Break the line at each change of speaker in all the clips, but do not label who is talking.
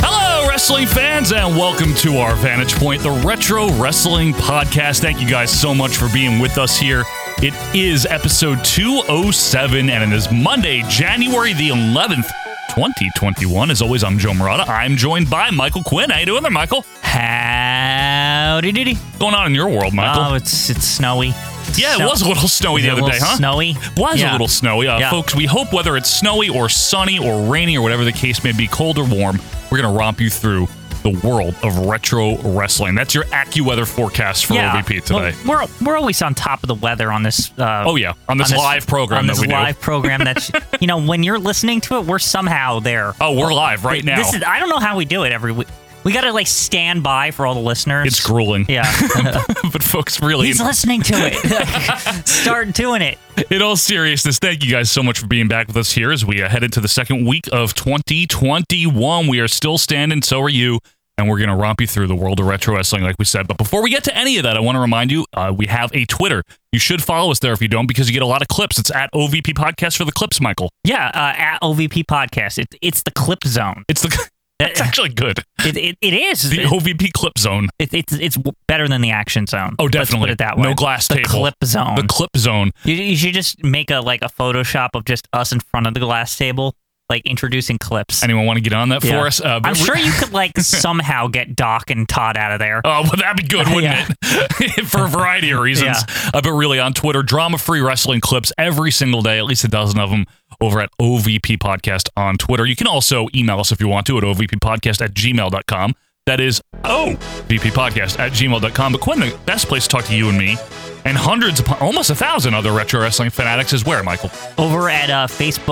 Hello, wrestling fans, and welcome to our Vantage Point, the Retro Wrestling Podcast. Thank you guys so much for being with us here. It is episode 207, and it is Monday, January the 11th, 2021. As always, I'm Joe Morata. I'm joined by Michael Quinn. How you doing there, Michael?
Howdy doody.
What's going on in your world, Michael?
Oh, it's it's snowy.
yeah, it
Snow-
was a little snowy the
Is it
other day,
a little
huh?
Snowy.
was
Yeah.
a little snowy. Uh,
Yeah.
Folks, we hope whether it's snowy or sunny or rainy or whatever the case may be, cold or warm, we're going to romp you through the world of retro wrestling. That's your AccuWeather forecast for
yeah.
OVP
Well,
today.
we're we're always on top of the weather on this. Uh,
oh, yeah. On this live program
On
that
this
we
live
do.
program that you know when you're listening to it, we're somehow there.
Oh, we're live right now.
This is I don't know how we do it every week. We got to like stand by for all the listeners.
it's grueling.
Yeah,
but, folks, really,
he's listening to it. Start doing it.
in all seriousness, thank you guys so much for being back with us here as we uh, head into the second week of 2021. We are still standing, so are you. And we're going to romp you through the world of retro wrestling, like we said. But before we get to any of that, I want to remind you uh, we have a Twitter. You should follow us there if you don't, because you get a lot of clips. It's at OVP Podcast for the clips, Michael.
Yeah, uh, at OVP podcast. It, it's the clip zone.
It's the. It's actually good.
It it, it is.
The OVP clip zone.
It, it's it's better than the action zone.
Oh,
Let's
definitely.
put it that way.
No glass
the
table.
Clip zone.
The clip zone.
you, you should just make a like a Photoshop of just us in front of the glass table, like introducing clips.
Anyone want to get on that
Yeah.
for us? Uh, but
I'm
re-
sure you could like somehow get Doc and Todd out of there.
Oh, well, that'd be good, wouldn't
Yeah.
it? For a variety of reasons. Uh, but really, on Twitter, drama free wrestling clips every single day, at least a dozen of them over at OVP Podcast on Twitter. You can also email us if you want to at OVPodcast at gmail.com. That is OVP Podcast at gmail.com. But Quinn, the best place to talk to you and me and hundreds, upon, almost a thousand other retro wrestling fanatics is where, Michael?
Over at uh,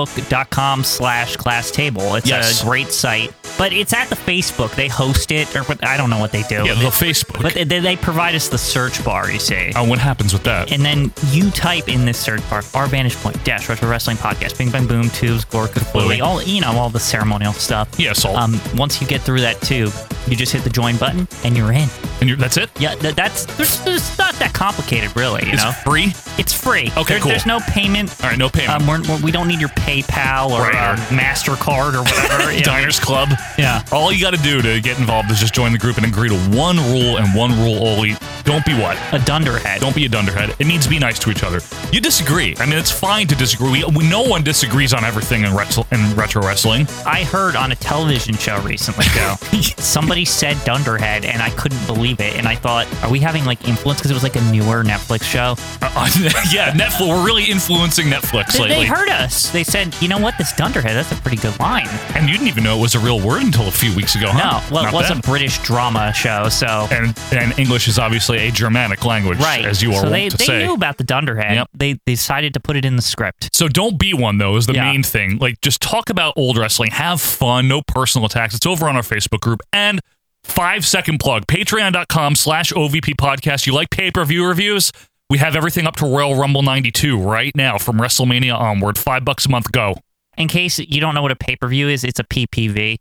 Facebook.com slash class table. It's
Yes.
a great site, but it's at the Facebook. They host it, or what- I don't know what they do.
Yeah, the Facebook.
but they, they provide us the search bar. You see.
Oh, what happens with that?
And then you type in this search bar, our vantage point, dash retro wrestling podcast, bing bang boom, tubes, gore,
Bluey.
kablooey, all you know, all the ceremonial stuff.
Yes, all.
Um, once you get through that tube, you just hit the join button and you're in.
and you're, that's it?
Yeah, th- that's there's, there's not that complicated, really. You
It's
know,
free?
it's free.
Okay,
There-
cool.
There's no payment.
All right, no payment.
Um, we're, we're, we don't need your PayPal or
Right, or-
uh, Mastercard or whatever. you know.
Diners Club.
Yeah.
All you got to do to get involved is just join the group and agree to one rule and one rule only. Don't be what?
A dunderhead.
Don't be a dunderhead. It needs to be nice to each other. You disagree. I mean, it's fine to disagree. We, we- no one disagrees on everything in, wrestle, in retro wrestling.
I heard on a television show recently, Joe, somebody said Dunderhead, and I couldn't believe it. And I thought, are we having like influence? Because it was like a newer Netflix show.
Uh, uh, yeah, Netflix. We're really influencing Netflix
They-
lately.
They heard us. They said, you know what, this Dunderhead, that's a pretty good line.
and you didn't even know it was a real word until a few weeks ago, huh?
No, well,
Not
it was
bad.
a British drama show, so.
And, and English is obviously a Germanic language,
Right.
as you are
so they,
wont to
they
say.
knew about the Dunderhead.
Yep.
They, they decided to put it in the script.
So don't be one though is the
Yeah.
main thing. Like just talk about old wrestling, have fun, no personal attacks. It's over on our Facebook group and five second plug patreon.com slash OVP podcast. You like pay per view reviews? We have everything up to Royal Rumble 92 right now from WrestleMania onward. Five bucks a month go.
In case you don't know what a pay per view is, it's a PPV.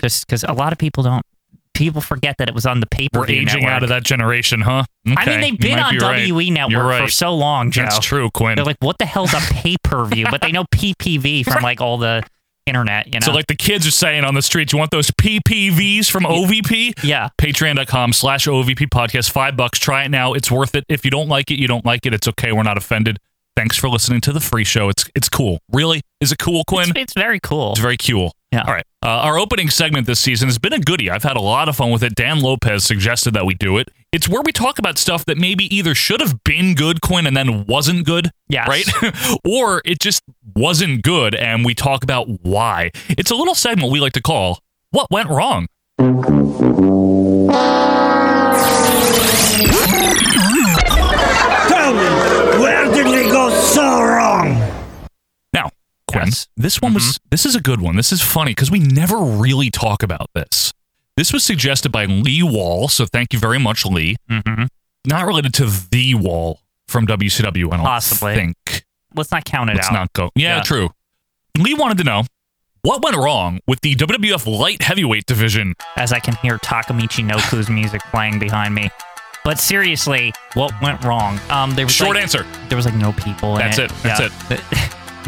Just because a lot of people don't, people forget that it was on the pay per
We're
view.
aging out of that generation, huh?
I mean,
Okay,
they've
you
been
might
on
be right.
WE
You're
Network
right.
for so long, Joe.
That's true, Quinn.
They're like, what the hell's a pay per view? but they know PPV from like all the internet, you know?
so like the kids are saying on the streets, you want those PPVs from OVP?
yeah.
patreon.com slash ovp podcast five bucks try it now it's worth it if you don't like it you don't like it it's okay we're not offended thanks for listening to the free show it's it's cool really is it cool quinn
It's,
it's,
it's very cool.
very cool
Yeah.
all right uh, our opening segment this season has been a goodie i've had a lot of fun with it dan lopez suggested that we do it it's where we talk about stuff that maybe either should have been good quinn and then wasn't good
Yes.
right or it just wasn't good and we talk about why it's a little segment we like to call what went wrong
Tell me, where did we go
Yes. Mm-hmm.
This one was this is a good one. This is funny because we never really talk about this. This was suggested by Lee Wall, so thank you very much, Lee.
Mm-hmm.
Not related to the Wall from WCW, I don't
Possibly.
think.
Let's not count it
Let's
out.
not go. Yeah,
Yeah.
true. Lee wanted to know what went wrong with the WWF light heavyweight division.
as I can hear Takamichi Noku's music playing behind me. But seriously, what went wrong? Um, there was
Short
like-
answer.
There was like no people. In
That's it. That's
it.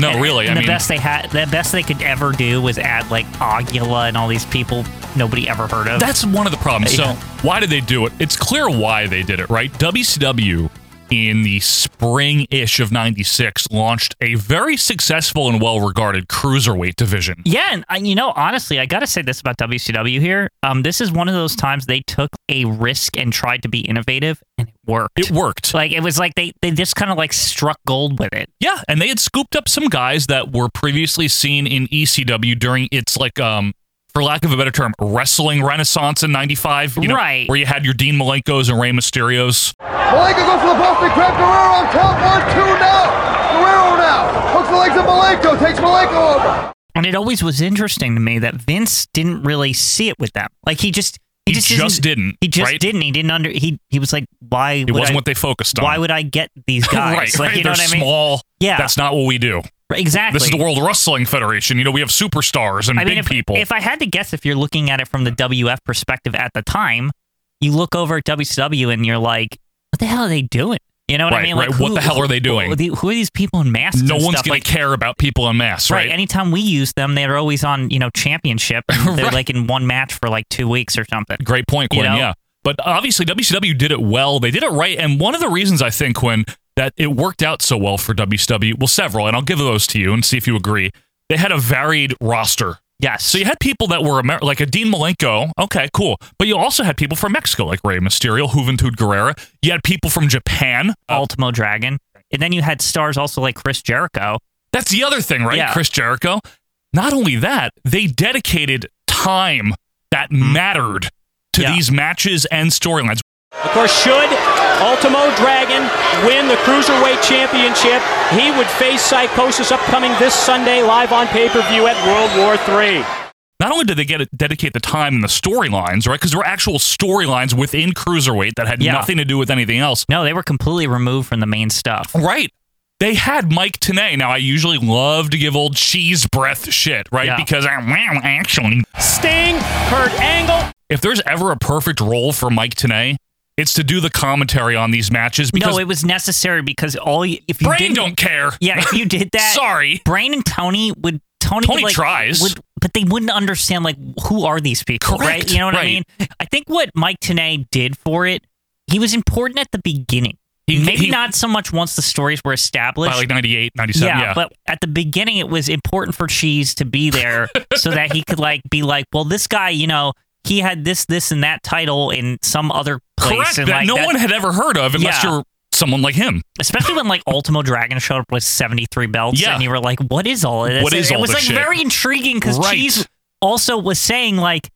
No, really.
And
I
the
mean,
best they had, the best they could ever do was add like Aguila and all these people nobody ever heard of.
That's one of the problems.
Yeah.
So, why did they do it? It's clear why they did it, right? WCW in the spring ish of 96 launched a very successful and well regarded cruiserweight division.
yeah, and I, you know, honestly, I gotta say this about WCW here. Um, this is one of those times they took a risk and tried to be innovative, and it worked.
It worked.
like it was like they they just kind of like struck gold with it.
Yeah, and they had scooped up some guys that were previously seen in ECW during its like um for lack of a better term, wrestling renaissance in 95, you know,
Right.
where you had your Dean Malenkos and Rey Mysterios.
Malenko goes for the post and grab Guerrero on top. One, two now. Guerrero now. Hooks the legs of Malenko. Takes Malenko over.
And it always was interesting to me that Vince didn't really see it with them. Like he just he,
He
just,
just didn't,
He just
right?
didn't. He didn't under he he was like why
It wasn't
I,
what they focused on.
why would I get these guys?
right,
like
right,
you know
they're
what I mean?
small.
Yeah.
That's not what we do.
Right, exactly.
This is the World Wrestling Federation. You know, we have superstars and
I mean,
big
if,
people.
If I had to guess, if you're looking at it from the WF perspective at the time, you look over at WCW and you're like, what the hell are they doing? You know what I
Right,
mean? Like,
right. What the hell are they doing?
Who, the- who are these people in masks?
no
and
one's
stuff?
going
Like,
to care about people in mass, right?
Anytime we use them, they're always on you know championship. and They're
Right.
like in one match for like two weeks or something.
Great point,
You
Quinn.
know?
Yeah. But obviously, WCW did it well. They did it right. And one of the reasons I think, Quinn, that it worked out so well for WCW, well, several, and I'll give those to you and see if you agree. They had a varied roster.
Yes.
So you had people that were Amer- like a Dean Malenko. Okay, cool. But you also had people from Mexico, like Rey Mysterio, Juventud Guerrera. You had people from Japan. Uh,
Ultimo Dragon. And then you had stars also like Chris Jericho.
That's the other thing, right?
Yeah.
Chris Jericho. Not only that, they dedicated time that mattered to
Hmm. Yeah.
these matches and storylines.
Of course, should Ultimo Dragon win the Cruiserweight Championship, he would face Psychosis upcoming this Sunday live on pay-per-view at World War III.
Not only did they get dedicate the time and the storylines, right? Because there were actual storylines within Cruiserweight that had
Yeah.
nothing to do with anything else.
No, they were completely removed from the main stuff.
Right. They had Mike Tenay. Now, I usually love to give old cheese breath shit, right?
Yeah.
Because I, well, actually,
Sting, Kurt Angle.
if there's ever a perfect role for Mike Tenay, it's to do the commentary on these matches because
no, it was necessary because all you, if you
brain
didn't-
don't care.
Yeah, if you did that,
Sorry.
Brain and Tony would Tony,
Tony
would, like,
tries.
would, but they wouldn't understand like who are these people,
Correct,
right? You know what I
right.
mean? I think what Mike Tenay did for it, he was important at the beginning.
He-
Maybe
he-
not so much once the stories were established.
By like 98, 97. Yeah.
but at the beginning, it was important for Cheese to be there so that he could like be like, well, this guy, you know, he had this, this, and that title in some other place,
Correct. That
and like
no
that-
one had ever heard of unless
Yeah.
you're someone like him.
especially when like Ultimo Dragon showed up with seventy three belts,
Yeah.
and you were like, what is all of this?
What
And
is
it
all
was
this
like
shit?
very intriguing because
Right.
Cheese also was saying like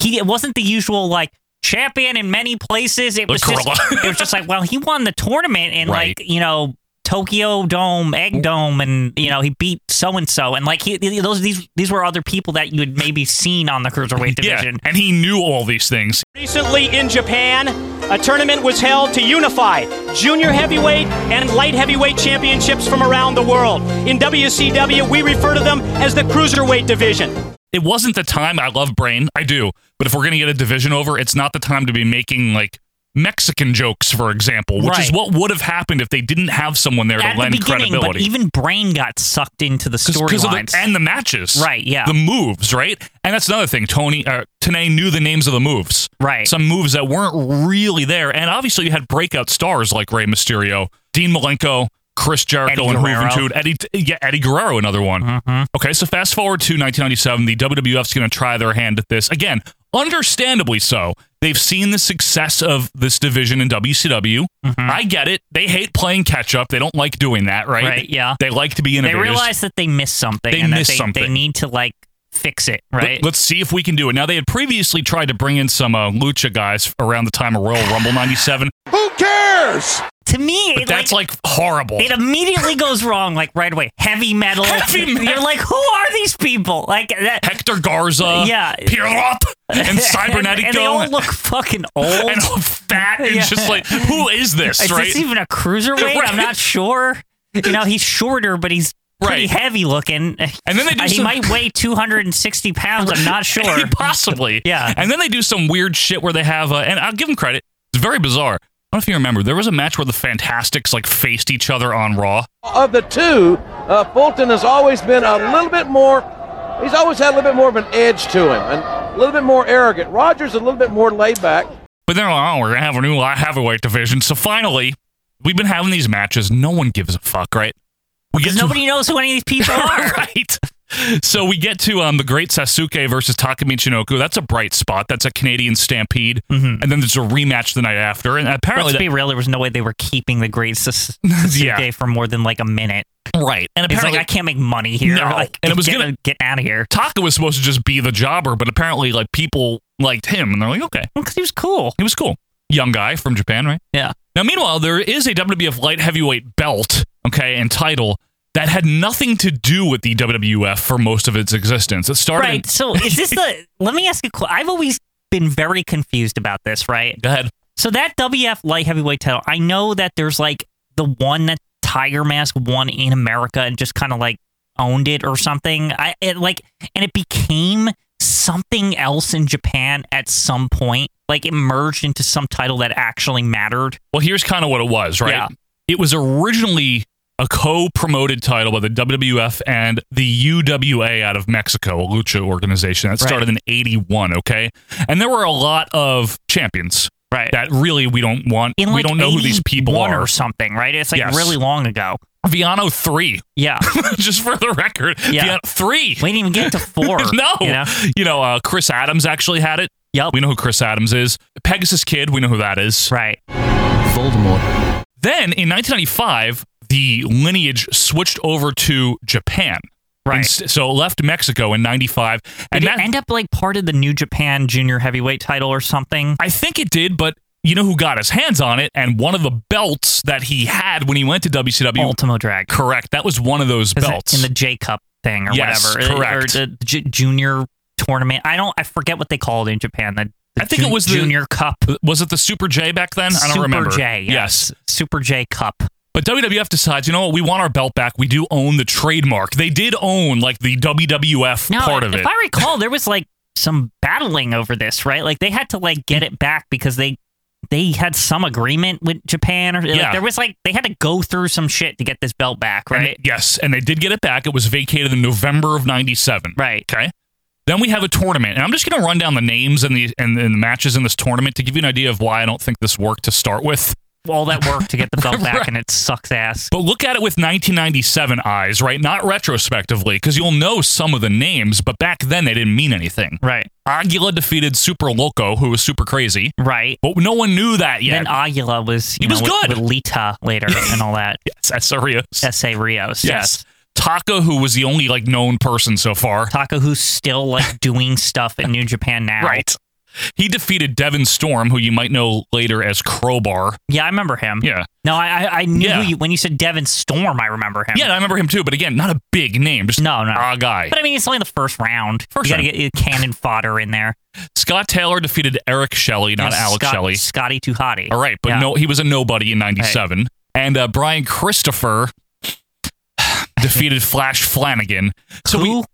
he it wasn't the usual like champion in many places. It
The
was just,
Corolla.
it was just like, well, he won the tournament and
Right.
like you know. Tokyo Dome, Egg Dome, and you know he beat so and so, and like he, those these these were other people that you had maybe seen on the cruiserweight division.
Yeah. And he knew all these things.
Recently in Japan, a tournament was held to unify junior heavyweight and light heavyweight championships from around the world. In WCW, we refer to them as the Cruiserweight Division.
It wasn't the time. I love Brain. I do. But if we're going to get a division over, it's not the time to be making like Mexican jokes, for example, which is
Right.
what would have happened if they didn't have someone there
At
to
the
lend
beginning, but
credibility.
even Brain got sucked into the
'Cause- 'cause of the-
storylines.
and the matches.
Right, yeah.
The moves, right? And that's another thing. Tony, uh, Tanay knew the names of the moves.
Right.
Some moves that weren't really there. And obviously, you had breakout stars like Rey Mysterio, Dean Malenko, Chris Jericho,
Eddie
and
Guerrero. Mm-hmm.
Juventud. Eddie, yeah, Eddie Guerrero, another one. Okay, so fast forward to 1997. The WWF's going to try their hand at this. Again, understandably so. They've seen the success of this division in WCW.
Mm-hmm.
I get it. They hate playing catch up. They don't like doing that, right?
Right, yeah.
They like to be
they
innovators.
realize that they missed something
They
and
missed
that they,
something.
they need to like fix it right
Let, us see if we can do it. Now, they had previously tried to bring in some uh, lucha guys around the time of Royal Rumble 97.
Who cares?
to me,
But
it,
that's like, horrible.
it immediately goes wrong, like right away. Heavy metal.
Heavy metal.
You're like, who are these people? Like that.
Hector Garza,
Yeah.
Pirop, and Cybernetico,
and, they all look fucking old.
and all fat, and
Yeah.
just like, who is this?
Is
right?
this even a cruiserweight?
Right.
I'm not sure. You know, he's shorter, but he's pretty
Right.
heavy looking.
And then they do
he
some-
might weigh 260 pounds. I'm not sure.
Possibly.
Yeah.
And then they do some weird shit where they have, uh, and I'll give them credit. It's very bizarre. I don't know if you remember. There was a match where the Fantastics like faced each other on Raw.
of the two, uh, Fulton has always been a little bit more. He's always had a little bit more of an edge to him, and a little bit more arrogant. Rogers a little bit more laid back.
But then, oh, we're gonna have a new light heavyweight division. So finally, we've been having these matches. No one gives a fuck, right? We get
Because
to-
nobody knows who any of these people are.
right. So we get to um, the Great Sasuke versus Takumi Chinoku. That's a bright spot. That's a Canadian Stampede, and then there's a rematch the night after. And apparently,
Let's be
that-
real. There was no way they were keeping the great Sas- Sasuke
Yeah.
for more than like a minute.
right. And
It's
apparently,
like I can't make money here.
No.
Like,
And it was
get,
gonna-
get out of here
Taka was supposed to just be the jobber, but apparently, like people liked him, and they're like, okay,
because he was cool.
he was cool, young guy from Japan, right?
Yeah.
Now, meanwhile, there is a WWF light heavyweight belt, okay, and title that had nothing to do with the WWF for most of its existence. It started.
Right. So is this the? let me ask you. a que- I've always been very confused about this. Right.
Go ahead.
So that WF light heavyweight title, I know that there's like the one that Tiger Mask won in America and just kind of like owned it or something. I it like and it became something else in Japan at some point. Like it merged into some title that actually mattered.
Well, here's kind of what it was, right?
Yeah.
It was originally a co-promoted title by the WWF and the UWA out of Mexico, a lucha organization that started
Right.
in 81, okay? And there were a lot of champions.
Right.
That really we don't want
In like
we don't know who these people
81
are.
or something, right? It's like
Yes.
really long ago.
Viano 3,
Yeah.
just for the record.
Yeah.
Viano 3.
we didn't even get to 4.
no.
You know?
uh, Chris Adams actually had it.
Yep.
We know who Chris Adams is. Pegasus Kid, we know who that is.
Right.
Then in 1995, the lineage switched over to Japan.
Right.
And s- so left Mexico in 95.
Did
And
it
that,
end up like part of the New Japan Junior Heavyweight title or something?
I think it did, but you know who got his hands on it? And one of the belts that he had when he went to WCW.
Ultimo Drag.
Correct. That was one of those
Is it
belts.
in the J Cup thing or
Yes,
whatever,
correct.
or the j- junior tournament. I don't, I forget what they call it in Japan. The, the
I think it was the-
junior cup.
was it the Super J back then? I don't
Super
remember.
J, yes. Super J Cup.
But WWF decides, you know what? We want our belt back. We do own the trademark. They did own like the WWF
No,
part of
if
it.
I recall, there was like some battling over this, right? Like they had to like get it back because they they had some agreement with Japan, or like,
Yeah.
there was like they had to go through some shit to get this belt back,
And
right?
it- yes, and they did get it back. It was vacated in November of '97.
Right.
Okay. Then we have a tournament, and I'm just going to run down the names and the and, and the matches in this tournament to give you an idea of why I don't think this worked to start with.
All that work to get the belt back,
Right.
and it sucks ass.
But look at it with 1997 eyes, right? Not retrospectively, because you'll know some of the names, but back then they didn't mean anything.
Right,
Aguila defeated Super Loco, who was super crazy,
right.
but no one knew that yet.
Then Aguila was you
He was
know, with-
good.
with, Lita later and all that.
yes, that's serious.
S.A. Rios.
Yes. Taka, who was the only like known person so far,
Taka, who's still like doing stuff in New Japan now.
Right. He defeated Devin Storm, who you might know later as Crowbar.
Yeah, I remember him.
Yeah.
No, I I, I knew
Yeah.
who you, when you said Devin Storm, I remember him.
Yeah, Uh, and I remember him too, but again, not a big name, just
No, no.
a guy.
But I mean, it's only the first round.
First
you gotta
round.
get your cannon fodder in there.
Scott Taylor defeated Eric Shelley, not
You know,
Alex
Scott-
Shelley.
Scotty Tuhati.
All right, but
Yeah.
no, he was a nobody in 97. And uh, Brian Christopher defeated Flash Flanagan. So
Who?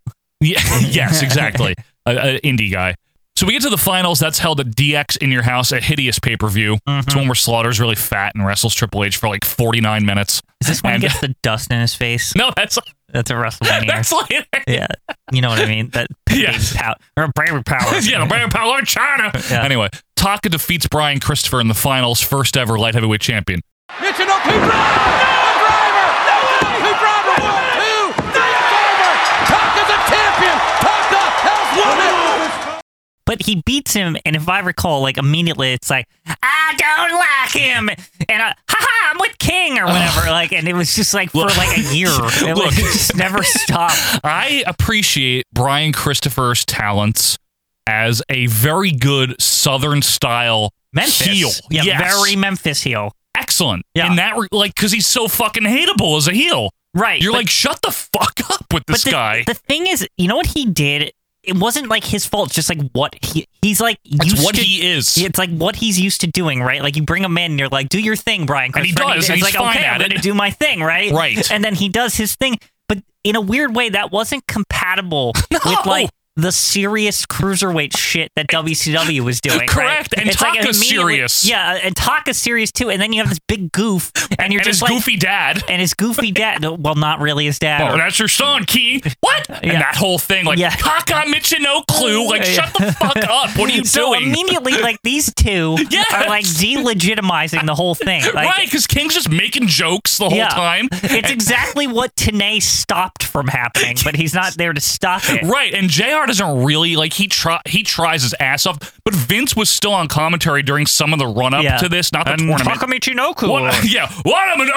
we yeah, yes, exactly. An indie guy. So we get to the finals. That's held at DX in your house, a hideous pay per view. It's
Mm-hmm.
one where Slaughter's really fat and wrestles Triple H for like 49 minutes.
Is this when
And-
he gets the dust in his face?
No, that's
That's a WrestleMania.
that's like
yeah, you know what I mean. That
Yeah.
baby power or bravery power.
yeah, the brand power China.
Yeah.
Anyway, Taka defeats Brian Christopher in the finals, first ever light heavyweight champion.
Mitchell up, two driver, one driver, no one, two driver, one, two, three, it's over. Taka's a champion. Taka has won it.
but he beats him, and if I recall, like immediately, it's like I don't like him, and I, haha, I'm with King or whatever, like, and it was just like for
Look-
like a year, it
Look.
was just never stopped.
I appreciate Brian Christopher's talents as a very good Southern style
Memphis,
heel.
yeah,
Yes.
very Memphis heel.
excellent
Yeah.
in that, re- like, because he's so fucking hateable as a heel.
Right,
You're
but-
like, shut the fuck up with this
the,
guy.
The thing is, you know what he did? It wasn't like his fault. It's just like what he he's like
That's
used
what
to-
he is.
It's like what he's used to doing, right? Like you bring him in, and you're like, "Do your thing, Brian."
And he
Christopher,"
does,
It's
and he's
like,
fine
okay,
at
I'm
it.
gonna do my thing, right?
Right.
And then he does his thing, but in a weird way, that wasn't compatible with like. The serious cruiserweight shit that WCW was doing. right?
Correct, and
It's like
Taka's
immediately-
serious.
Yeah, and Taka's serious too. And then you have this big goof, and
and
you're just
his
like,
goofy dad.
and his goofy dad. no, Well, not really his dad.
Oh,
or-
that's your son, Key. What? And
Yeah.
that whole thing, like,
Yeah.
Kaka Michi no clue. Like, shut the fuck up. What are you
so
doing?
immediately, like these two
Yes.
are like delegitimizing the whole thing. Like,
right, because King's just making jokes the whole
yeah.
time.
It's
And-
exactly what Tanay stopped from happening, but he's not there to stop it.
Right, and Jr. doesn't really like he try he tries his ass off, but Vince was still on commentary during some of the run up
Yeah.
to this, not the
and
tournament.
Takamichi Noku.
What, yeah, what am I?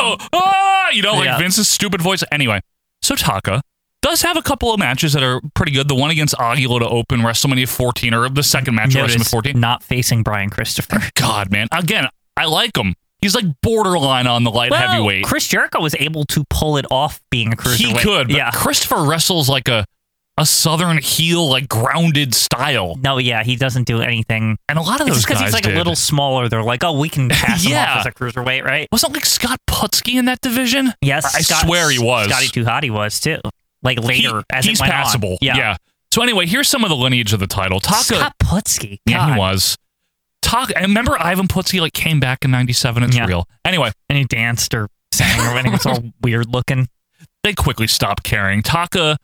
Oh, oh, you know, like
Yeah.
Vince's stupid voice. Anyway, so Taka does have a couple of matches that are pretty good. The one against Aguila to open WrestleMania 14, or the second match of WrestleMania
Notice
14.
not facing Brian Christopher.
God, man, again, I like him. He's like borderline on the light
Well,
heavyweight.
Chris Jericho was able to pull it off being a cruiserweight.
he could, but
yeah.
Christopher wrestles like a a southern heel, like grounded style,
No, yeah, he doesn't do anything.
and a lot of those
It's just because
guys
he's like
did.
a little smaller. They're like, oh, we can pass him
Yeah.
off as a cruiserweight, right?
Wasn't like Scott Putski in that division?
Yes,
I
Scott-
swear he was.
Scotty Too Hot, he was too. Like
He-
later, as
he's
it went on.
passable.
Yeah.
So anyway, here's some of the lineage of the title. Taka,
Scott Putski.
yeah,
God.
he was. Taka, I remember Ivan Putski like came back in '97. It's
Yeah.
real. Anyway,
And he danced or sang or anything. It's all weird looking.
they quickly stopped caring. Taka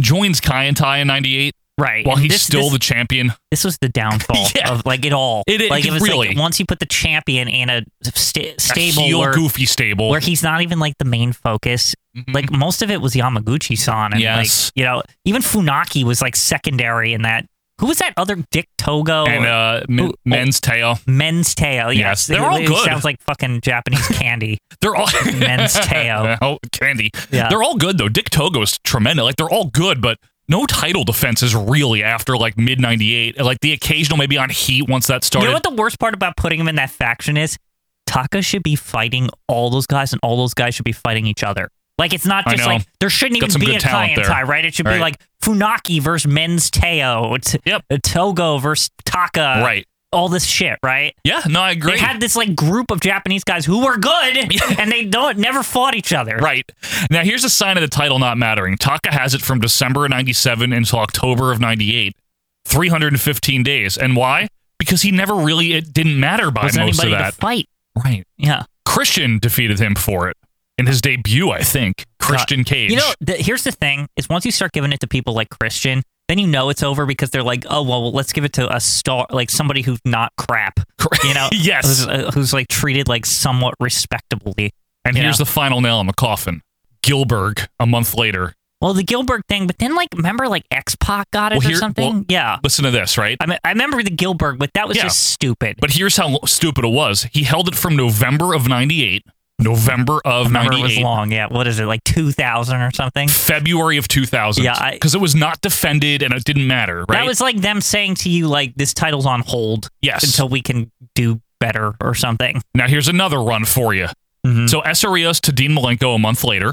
joins Kai and Tai in '98
Right.
while
and
he's
this,
still
this,
the champion.
this was the downfall
Yeah.
of like it all.
It- it-
like it was
really.
like once you put the champion in a sta-
A
stable
heel
where,
goofy stable.
where he's not even like the main focus. Like most of it was Yamaguchi-san, and
Mm-hmm. Yes.
like you know, even Funaki was like secondary in that. Who was that other Dick Togo?
and
or-
uh, men,
Who-
men's tail.
Men's Teo. Yes,
Yes, they're all
It
good.
Sounds like fucking Japanese candy.
They're all
Men's Teo.
oh, candy.
Yeah.
They're all good though. Dick Togo is tremendous. Like they're all good, but no title defenses really after like mid '98. Like the occasional maybe on Heat once that
you
started.
know what the worst part about putting him in that faction is? Taka should be fighting all those guys, and all those guys should be fighting each other. Like it's not
I
just
know.
like there shouldn't
Got some
even be
good
a tie
talent
and
there.
tie, right? It should
Right.
be like Funaki versus Men's Teo, t-
Yep.
Togo versus Taka,
right.
All this shit, right?
Yeah. No, I agree.
They had this like group of Japanese guys who were good,
Yeah.
and they don't never fought each other.
Right. Now, here's a sign of the title not mattering. Taka has it from December of 97 until October of 98. 315 days. And why? Because he never really, it didn't matter by
Was
most of
anybody
that.
to fight?
right.
Yeah.
Christian defeated him for it in his debut, I think. Christian Cage.
You know, the, here's the thing: is once you start giving it to people like Christian, then you know it's over because they're like, oh well, let's give it to a star, like somebody who's not crap, you know,
Yes.
who's, uh, who's like treated like somewhat respectably.
and
you
here's
know.
the final nail in the coffin Gilberg a month later.
Well, the Gilbert thing, but then like, remember like X Pac got it
Well,
or
here-
something?
well-
yeah,
Listen to this, right?
I mean, I remember the Gilbert, but that was
Yeah.
just stupid.
But here's how stupid it was. He held it from November of 98. November of
remember
98.
it was long. Yeah, what is it like two thousand or something?
February of 2000.
Yeah, I-
because it was not defended and it didn't matter, right?
That was like them saying to you like this title's on hold
Yes.
until we can do better or something.
now here's another run for you.
Mm-hmm.
So Esarios to Dean Malenko a month later.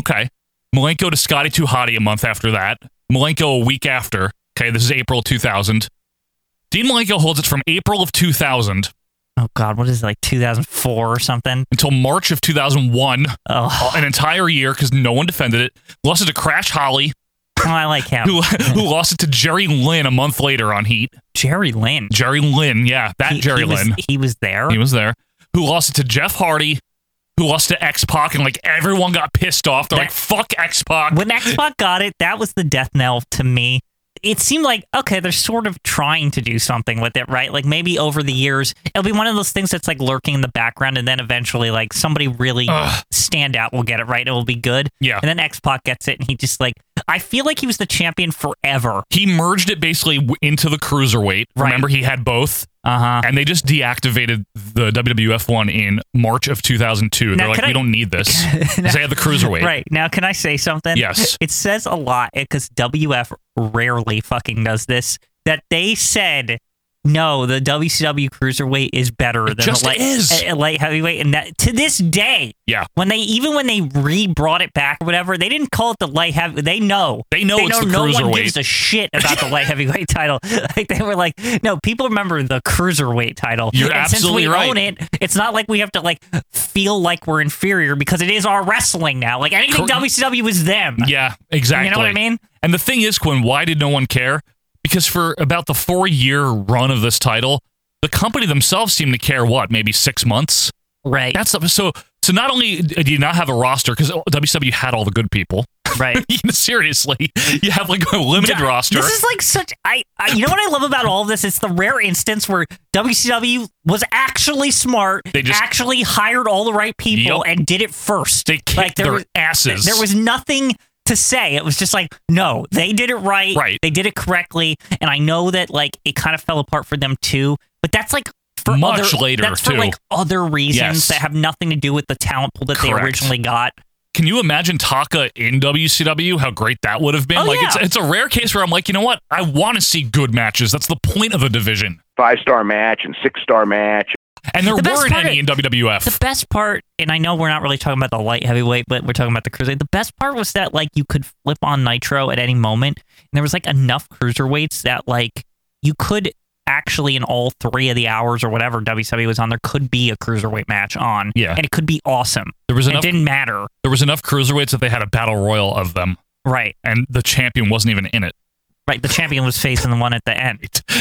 Okay. Malenko to Scotty Tuhati a month after that. Malenko a week after. Okay, this is April 2000. Dean Malenko holds it from April of 2000
Oh God, what is it, like 2004 or something?
until March of 2001,
Oh,
uh, an entire year because no one defended it. Lost it to Crash Holly,
Oh, I like him.
who who lost it to Jerry Lynn a month later on Heat.
Jerry Lynn.
Jerry Lynn, yeah, that
He-
Jerry
he was-
Lynn.
he was there.
He was there. Who lost it to Jeff Hardy, who lost to X Pac, and like everyone got pissed off. They're
That-
like, fuck X Pac.
when Xbox got it, that was the death knell to me. It seemed like okay, they're sort of trying to do something with it, right? Like maybe over the years, it'll be one of those things that's like lurking in the background, and then eventually, like somebody really standout will get it right. It will be good.
Yeah.
And then X Pac gets it, and he just like I feel like he was the champion forever.
He merged it basically w- into the cruiserweight.
Right.
Remember, he had both.
Uh huh.
And they just deactivated the WWF one in March of 2002.
Now,
They're like,
can
we
I-
don't need this. 'Cause they had the cruiserweight.
Right. Now, can I say something?
Yes.
It says a lot because WF rarely fucking does this that they said no, the WCW cruiserweight is better than
just
the light,
is.
uh, uh, light heavyweight, and that to this day,
Yeah.
When they even when they re brought it back or whatever, they didn't call it the light heavy. They know
They know it's the
no one
cruiserweight.
gives a shit about the light heavyweight title. Like they were like, no, people remember the cruiserweight title.
You're
and
absolutely
since we
right.
Own it, it's not like we have to like feel like we're inferior because it is our wrestling now. Like anything
Cor-
WCW was them.
Yeah, exactly.
You know what I mean?
And the thing is, Quinn, why did no one care? Because for about the four year run of this title, the company themselves seemed to care what, maybe six months?
Right.
That's so. So not only do you not have a roster because WCW E had all the good people.
right.
Seriously, you have like a limited
Yeah,
roster.
This is like such. I, I you know what I love about all of this? It's the rare instance where WCW was actually smart.
They just-
actually hired all the right people
Yup.
and did it first.
They kicked
like there
their
was,
asses.
There was nothing to say. It was just like no, they did it right.
Right.
They did it correctly. And I know that like it kind of fell apart for them too. But that's like. For
Much
other,
later,
that's
too.
for like other reasons
Yes.
that have nothing to do with the talent pool that
Correct.
they originally got.
Can you imagine Taka in WCW? How great that would have been.
Oh,
like
yeah.
it's it's a rare case where I'm like, you know what? I want to see good matches. That's the point of the division.
Five star match and six star match.
And there
The best
weren't
part
any
of-
in WWF.
the best part, and I know we're not really talking about the light heavyweight, but we're talking about the cruiserweight. The best part was that like you could flip on Nitro at any moment, and there was like enough cruiserweights that like you could actually in all three of the hours or whatever WWE was on, there could be a cruiserweight match on,
Yeah.
and it could be awesome.
There was
And
enough-
It didn't matter,
there was enough cruiserweights that they had a battle royal of them,
right?
and the champion wasn't even in it.
Right. The champion was facing the one at the end.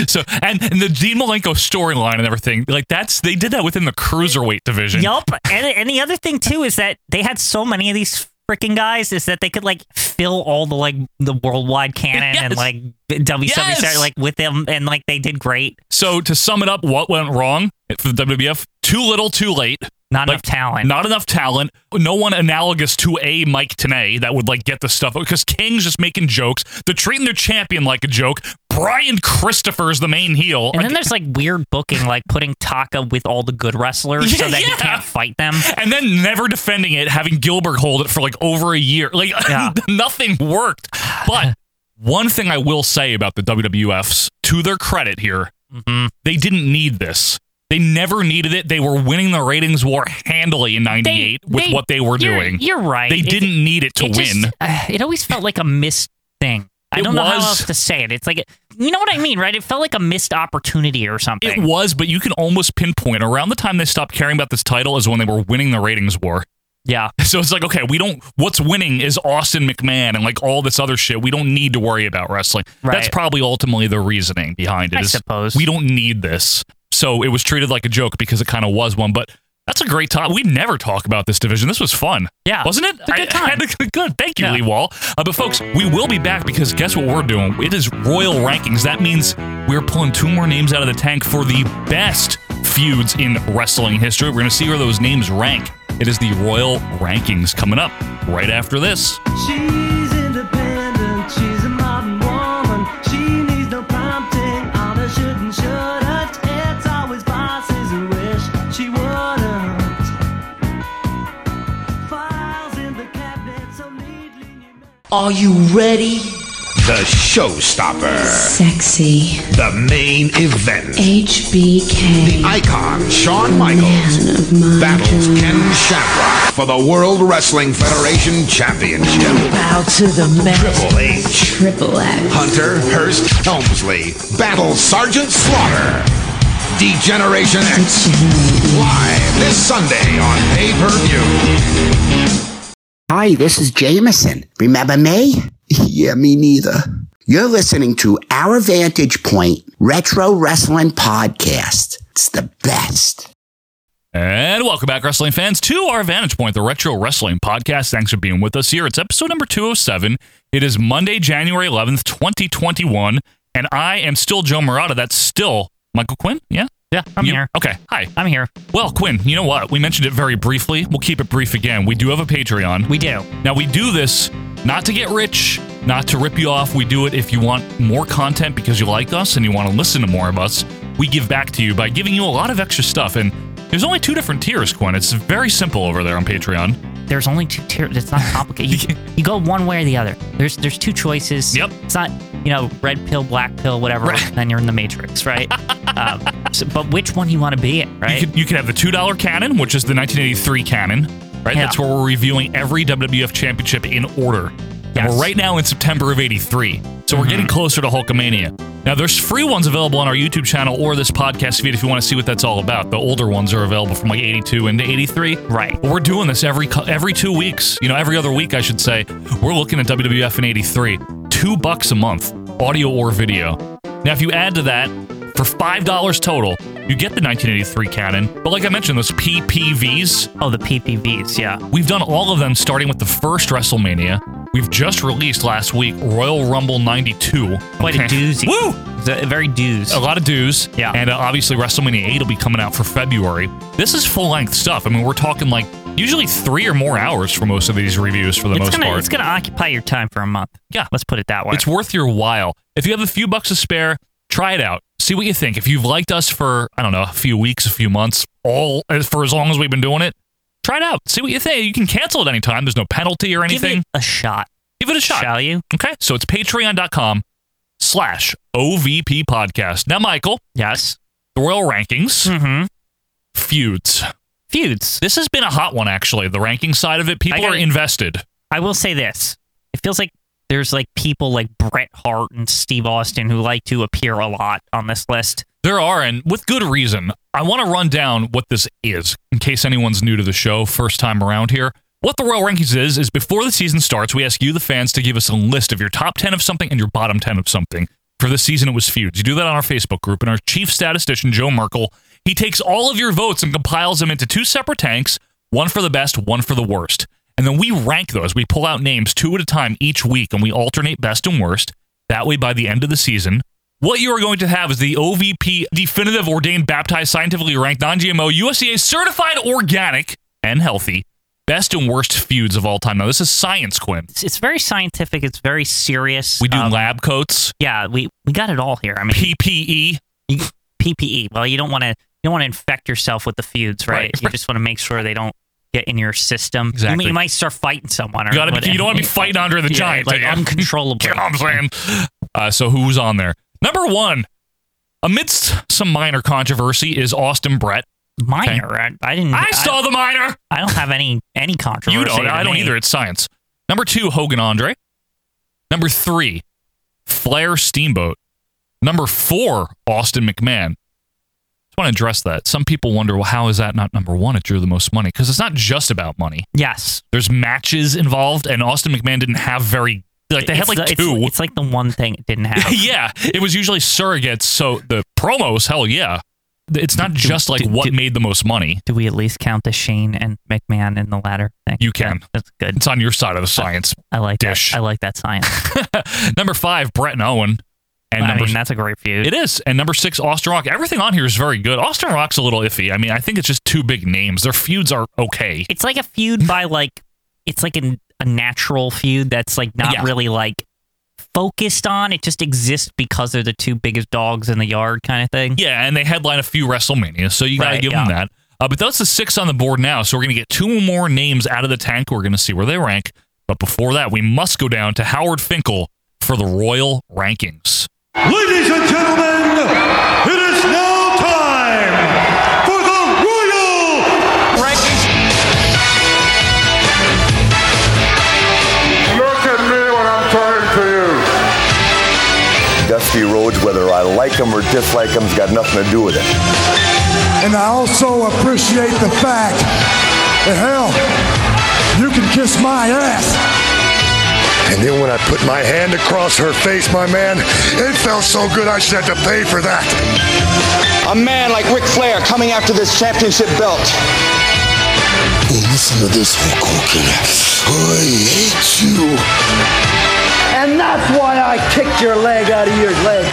So and, and the Dean Malenko storyline and everything, like that's they did that within the cruiserweight division.
Yup. And, and the other thing too is that they had so many of these freaking guys is that they could like fill all the like the worldwide canon and
Yes.
like WCW
Yes.
started, like with them and like they did great.
So to sum it up, what went wrong for the WWF? Too little, too late.
Not
Like,
enough talent.
Not enough talent. No one analogous to a Mike Tenay that would like get the stuff because King's just making jokes. They're treating their champion like a joke. Brian Christopher's the main heel.
and then there's like weird booking, like putting Taka with all the good wrestlers so
Yeah,
that
yeah.
he can't fight them.
and then never defending it, having Gilbert hold it for like over a year. Like
Yeah.
nothing worked. But one thing I will say about the WWFs, to their credit here,
Mm-hmm.
they didn't need this. They never needed it. They were winning the ratings war handily in '98 with what they were
you're-
doing.
You're right.
They
It-
didn't need it to
it just-
win.
uh, it always felt like a missed thing. I
It
don't know how
was.
else to say it. It's like you know what I mean, right? It felt like a missed opportunity or something.
It was, but you can almost pinpoint around the time they stopped caring about this title is when they were winning the ratings war.
yeah.
So it's like, okay, we don't. What's winning is Austin McMahon and like all this other shit. We don't need to worry about wrestling. That's
Right.
probably ultimately the reasoning behind it.
I
is
suppose.
we don't need this. So it was treated like a joke because it kind of was one. But that's a great time. We never talk about this division. This was fun.
Yeah.
wasn't it?
It's a good
I- I
time.
had a- good. Thank you,
Yeah.
Lee Wall. Uh, but folks, we will be back because guess what we're doing? It is royal rankings. That means we're pulling two more names out of the tank for the best feuds in wrestling history. We're going to see where those names rank. It is the royal rankings coming up right after this.
She's independent, she's a modern woman. She needs no prompting on her should and shouldn't. It's always bosses who wish she wouldn't. Files in the cabinet, so neatly numbered.
Are you ready?
The showstopper.
Sexy
The main event. The
HBK.
icon, Shawn Michaels,
Man of my
battles
dreams.
Ken Shamrock for the World Wrestling Federation Championship.
Bow to the master.
Triple H,
Triple X.
Hunter, Hurst, Helmsley, battles Sergeant Slaughter. Degeneration X. Live this Sunday on pay per view.
Hi, this is Jameson. Remember me? yeah, me neither. You're listening to Our Vantage Point Retro Wrestling Podcast. It's the best.
And welcome back, wrestling fans, to our Vantage Point, the Retro Wrestling Podcast. Thanks for being with us here. It's episode number 207. It is Monday, January 11th, 2021. And I am still Joe Murata. That's still Michael Quinn. Yeah?
Yeah, I'm
You-
here.
Okay. Hi.
I'm here.
Well, Quinn, you know what? We mentioned it very briefly. We'll keep it brief again. We do have a Patreon.
We do.
Now, we do this not to get rich, not to rip you off. We do it if you want more content because you like us and you want to listen to more of us. We give back to you by giving you a lot of extra stuff. And there's only two different tiers, Quinn. It's very simple over there on Patreon.
There's only two tiers. It's not complicated. You, you go one way or the other. There's there's two choices.
Yep.
It's not you know, red pill, black pill, whatever, then you're in the matrix, right? um, so- but which one you want to be in, right?
You could, you could have the two dollar canon, which is the 1983 canon, right?
Yeah.
That's where we're reviewing every WWF championship in order. And
Yes. Mm-hmm.
we're right now in September of '83, so we're getting closer to Hulkamania. Now, there's free ones available on our YouTube channel or this podcast feed if you want to see what that's all about. The older ones are available from like '82 into '83.
Right.
But we're doing this every cou- every two weeks. You know, every other week, I should say. We're looking at WWF in '83. Two bucks a month, audio or video. Now, if you add to that, for five dollars total, you get the 1983 canon. But like I mentioned, those PPVs.
Oh, the PPVs, yeah.
We've done all of them, starting with the first WrestleMania. We've just released last week Royal Rumble '92.
Quite a doozy.
Woo!
The- very dues.
A lot of dues.
Yeah.
And uh, obviously, WrestleMania 8 will be coming out for February. This is full length stuff. I mean, we're talking like usually three or more hours for most of these reviews for the
it's
most
gonna,
part.
It's going to occupy your time for a month.
Yeah.
Let's put it that way.
It's worth your while. If you have a few bucks to spare, try it out. See what you think. If you've liked us for, I don't know, a few weeks, a few months, all as for as long as we've been doing it, try it out. See what you think. You can cancel at any time. There's no penalty or
Give
anything.
it a shot.
Give it a shot.
Shall you?
Okay. So it's patreon.com slash OVP podcast. Now, Michael,
Yes.
the Royal Rankings,
Mm-hmm.
feuds.
Feuds.
This has been a hot one, actually. The ranking side of it, people
gotta-
are invested.
I will say this. It feels like there's like people like Bret Hart and Steve Austin who like to appear a lot on this list.
There are, and with good reason. I want to run down what this is in case anyone's new to the show, first time around here. What the Royal Rankings is, is before the season starts, we ask you, the fans, to give us a list of your top 10 of something and your bottom 10 of something. For this season, it was feuds. You do that on our Facebook group, and our chief statistician, Joe Merkel, he takes all of your votes and compiles them into two separate tanks one for the best, one for the worst. And then we rank those. We pull out names two at a time each week, and we alternate best and worst. That way, by the end of the season, what you are going to have is the OVP definitive ordained baptized scientifically ranked non-GMO USDA certified organic and healthy best and worst feuds of all time. Now this is science, Quinn.
It's, it's very scientific. It's very serious.
We do
Um,
lab coats, E.
Yeah, we, we got it all here. I mean,
PPE.
you- PPE. Well, you don't want to you don't want to infect yourself with the feuds, right?
Right,
You just want to make sure they don't get in your system. You may-
Exactly.
You, might start fighting someone. Or
You, gotta be,
what-
you don't want to be fighting Andre the
Yeah,
Giant,
like
do you?
uncontrollably.
You know what I'm saying? Uh, so who's on there? Number one, amidst some minor controversy, is Austin Brett.
Minor. I, Mm-hmm. I didn't.
I saw the minor.
I don't have any any controversy.
You don't.
to
I don't
me.
either. It's science. Number two, Hogan Andre. Number three, Flair Steamboat. Number four, Austin McMahon. Just want to address that. Some people wonder, well, how is that not number one? It drew the most money because it's not just about money.
Yes.
There's matches involved, and Austin McMahon didn't have very like they had
It's
like
the- it's-
two.
It's, like the one thing it didn't have.
yeah, it was usually surrogates. So the promos, hell yeah, it's not just like
do-
what
do-
made the most money.
Do we at least count the Shane and McMahon in the latter thing?
You can.
Yeah, that's good.
It's on your side of the science.
I like
Dish.
that. I like that science.
number five, Brett and Owen. And
I
number
mean, that's a great feud.
It is. And number six, Austin Rock. Everything on here is very good. Austin Rock's a little iffy. I mean, I think it's just two big names. Their feuds are okay.
It's like a feud by like, it's like an, a natural feud that's like not
Yeah.
really like focused on. It just exists because they're the two biggest dogs in the yard kind of thing.
Yeah, and they headline a few WrestleMania, so you got to
Right,
give them that. Uh, but that's the six on the board now. So we're going to get two more names out of the tank. We're going to see where they rank. But before that, we must go down to Howard Finkel for the Royal Rankings.
Ladies and gentlemen, it is now time for the Royal
Look at me when I'm talking to you.
Dusty Rhodes, whether I like him or dislike him, has got nothing to do with it.
And I also appreciate the fact that, hell, you can kiss my ass.
And then when I put my hand across her face, my man, it felt so good I should have to pay for that.
A man like Ric Flair coming after this championship belt.
Listen to this, Hulk Hogan. I hate you.
And that's why I kicked your leg out of your leg.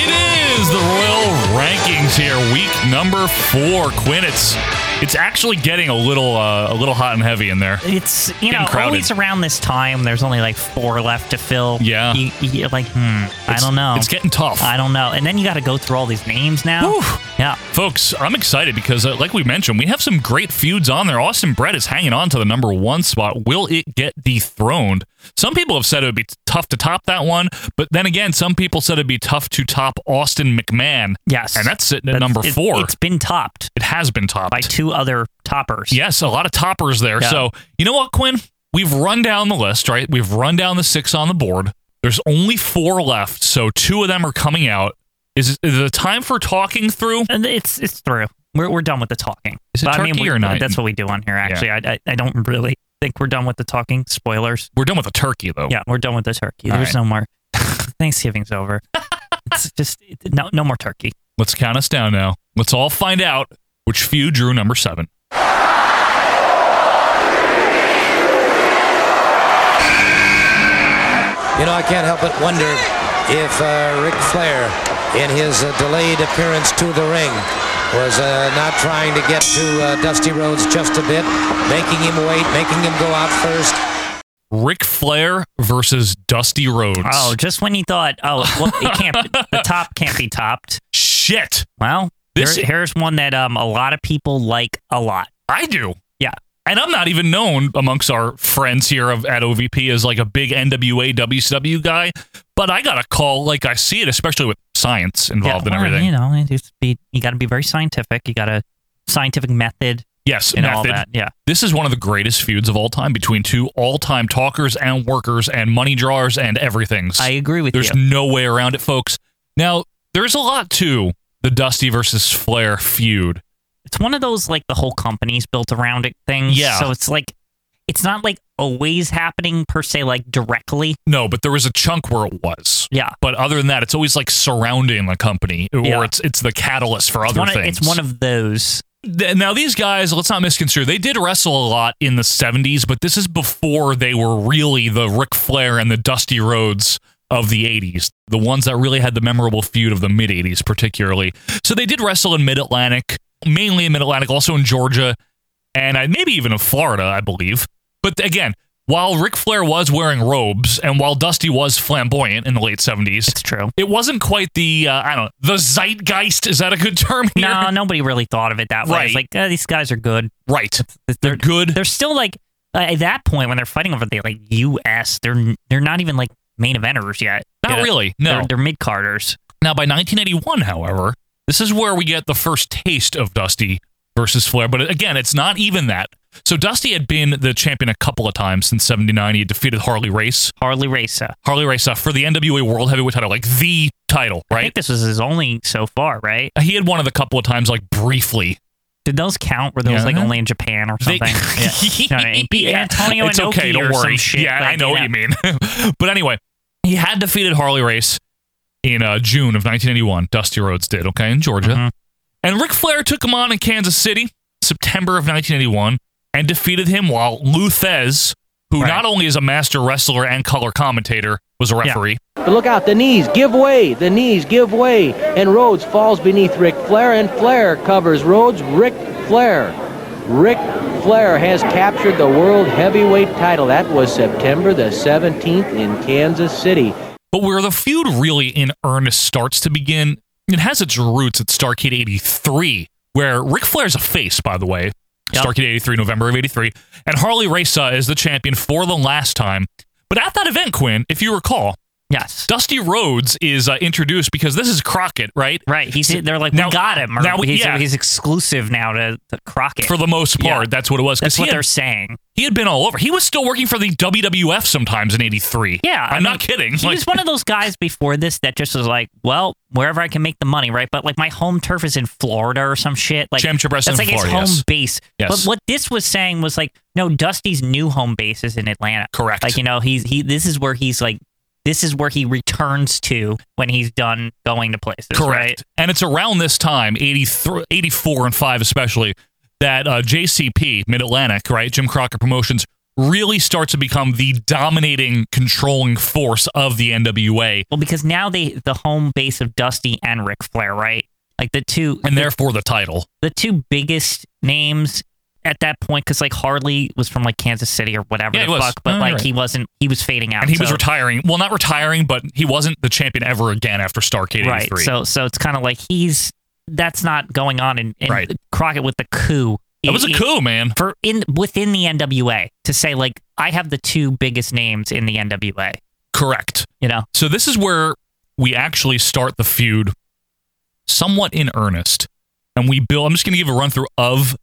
It is the Royal Rankings here, week number four. Quinn, it's it's actually getting a little uh, a little hot and heavy in there.
It's you
Getting
know
crowded.
always around this time. There's only like four left to fill.
Yeah.
you, you're like, hmm, I
It's-
don't know.
It's getting tough.
I don't know. And then you got to go through all these names now. Yeah.
Folks, I'm excited because, uh, like we mentioned, we have some great feuds on there. Austin Brett is hanging on to the number one spot. Will it get dethroned? Some people have said it would be tough to top that one. But then again, some people said it'd be tough to top Austin McMahon.
Yes.
And that's sitting at number
it-
four.
It's been topped
It has been topped.
by two other toppers.
Yes, a lot of toppers there.
Yeah.
So, you know what, Quinn? We've run down the list, right? We've run down the six on the board. There's only four left, so two of them are coming out. Is, is it time for talking through?
And it's it's through. We're, we're done with the talking.
Is it
But I mean,
turkey
we-
or not?
That's what we do on here. Actually, I, I I don't really think we're done with the talking. Spoilers.
We're done with the turkey, though.
Yeah, we're done with the turkey.
All
There's
right.
no more. Thanksgiving's over. it's just no no more turkey.
Let's count us down now. Let's all find out which feud drew number seven.
You know, I can't help but wonder if uh, Ric Flair, in his uh, delayed appearance to the ring, was uh, not trying to get to uh, Dusty Rhodes just a bit, making him wait, making him go out first.
Ric Flair versus Dusty Rhodes.
Oh, just when you thought, oh, well, it can't. the top can't be topped.
Shit.
Well,
This-
here- here's one that um a lot of people like a lot.
I do.
Yeah.
And I'm not even known amongst our friends here of, at OVP as like a big NWA WCW guy, but I got a call like I see it, especially with science involved
yeah,
and
well,
everything.
You know, it's be, you got to be very scientific. You got a scientific method.
Yes,
and
method.
all that. Yeah.
This is one of the greatest feuds of all time between two all-time talkers and workers and money drawers and everything.
I agree with
There's
you.
no way around it, folks. Now, there's a lot to the Dusty versus Flair feud.
It's one of those like the whole company's built around it things.
Yeah.
So it's like it's not like always happening per se, like directly.
No, but there was a chunk where it was.
Yeah.
But other than that, it's always like surrounding the company, or
Yeah.
it's it's the catalyst for
It's
other
one of-
things.
it's one of those.
Th- now these guys, let's not misconstrue. They did wrestle a lot in the '70s, but this is before they were really the Ric Flair and the Dusty Rhodes of the '80s, the ones that really had the memorable feud of the mid '80s, particularly. So they did wrestle in Mid Atlantic, mainly in Mid Atlantic, also in Georgia, and I, maybe even in Florida, I believe. But again. While Ric Flair was wearing robes and while Dusty was flamboyant in the late 70s, it's
true.
It wasn't quite the, uh, I don't know, the zeitgeist. Is that a good term here?
No, nobody really thought of it that way.
Right.
It's like "Eh, these guys are good.
Right.
They're
good.
They're still like uh, at that point when they're fighting over the like U.S. They're they're not even like main eventers yet.
Not
Yeah.
really, no.
They're, they're mid carders.
Now, by 1981, however, this is where we get the first taste of Dusty versus Flair. But again, it's not even that. So Dusty had been the champion a couple of times since '79. He had defeated Harley Race,
Harley Racer.
Harley Race uh, for the NWA World Heavyweight Title, like the title,
I
right?
think this was his only so far, right?
He had won it a couple of times, like briefly.
Did those count? Were those
Yeah.
like only in Japan or
They-
something? yeah. You know what I mean? Beat
Yeah,
Antonio
it's
Inoki
okay. Don't
or some
worry.
shit,
yeah,
like,
I know what you mean. but anyway, he had defeated Harley Race in uh, June of 1981. Dusty Rhodes did okay in Georgia,
Mm-hmm.
and Ric Flair took him on in Kansas City, September of 1981, and defeated him while Lou Thez, who not only is a master wrestler and color commentator, was a referee.
But look out, the knees give way, the knees give way, and Rhodes falls beneath Ric Flair, and Flair covers Rhodes. Ric Flair. Ric Flair has captured the World Heavyweight title. That was September the 17th in Kansas City.
But where the feud really in earnest starts to begin, it has its roots at Starcade 83, where Ric Flair's a face, by the way. Starcade 83, November of 83. And Harley Race is the champion for the last time. But at that event, Quinn, if you recall,
Yes.
Dusty Rhodes is uh, introduced because this is Crockett, right?
Right. He's they're like we got him. Or
now we-
he's,
yeah.
he's exclusive now to, to Crockett
for the most part,
Yeah.
that's what it was. 'cause
That's
he
what
had-
they're saying.
He had been all over. He was still working for the WWF sometimes in 83.
Yeah,
I'm
I mean,
not kidding.
He was one of those guys before this that just was like, well, wherever I can make the money, right? But like my home turf is in Florida or some shit. Like
Championship
that's
wrestling
like
in
his
Florida,
home
yes.
base.
Yes.
But what this was saying was like, no, Dusty's new home base is in Atlanta.
Correct.
Like you know, he's he. This is where he's like, this is where he returns to when he's done going to places.
Correct.
Right?
And it's around this time, 83, 84 and 5 especially, that uh, JCP, Mid Atlantic, right, Jim Crockett Promotions, really starts to become the dominating, controlling force of the NWA.
Well, because now they the home base of Dusty and Ric Flair, right? Like the two,
And therefore the title.
the two biggest names at that point because like Harley was from like Kansas City or whatever
Yeah,
the
he was.
fuck, but
No, you're
like
right.
he wasn't. He was fading out,
And he was
so-
retiring. Well, not retiring, but he wasn't the champion ever again after Starcade 83.
Right. So so it's kind of like he's that's not going on in, in
Right.
Crockett with the coup.
That was a
In-
coup, man.
for in within the NWA to say like I have the two biggest names in the NWA.
Correct.
You know.
So this is where we actually start the feud somewhat in earnest. And we build I'm just gonna give a run through of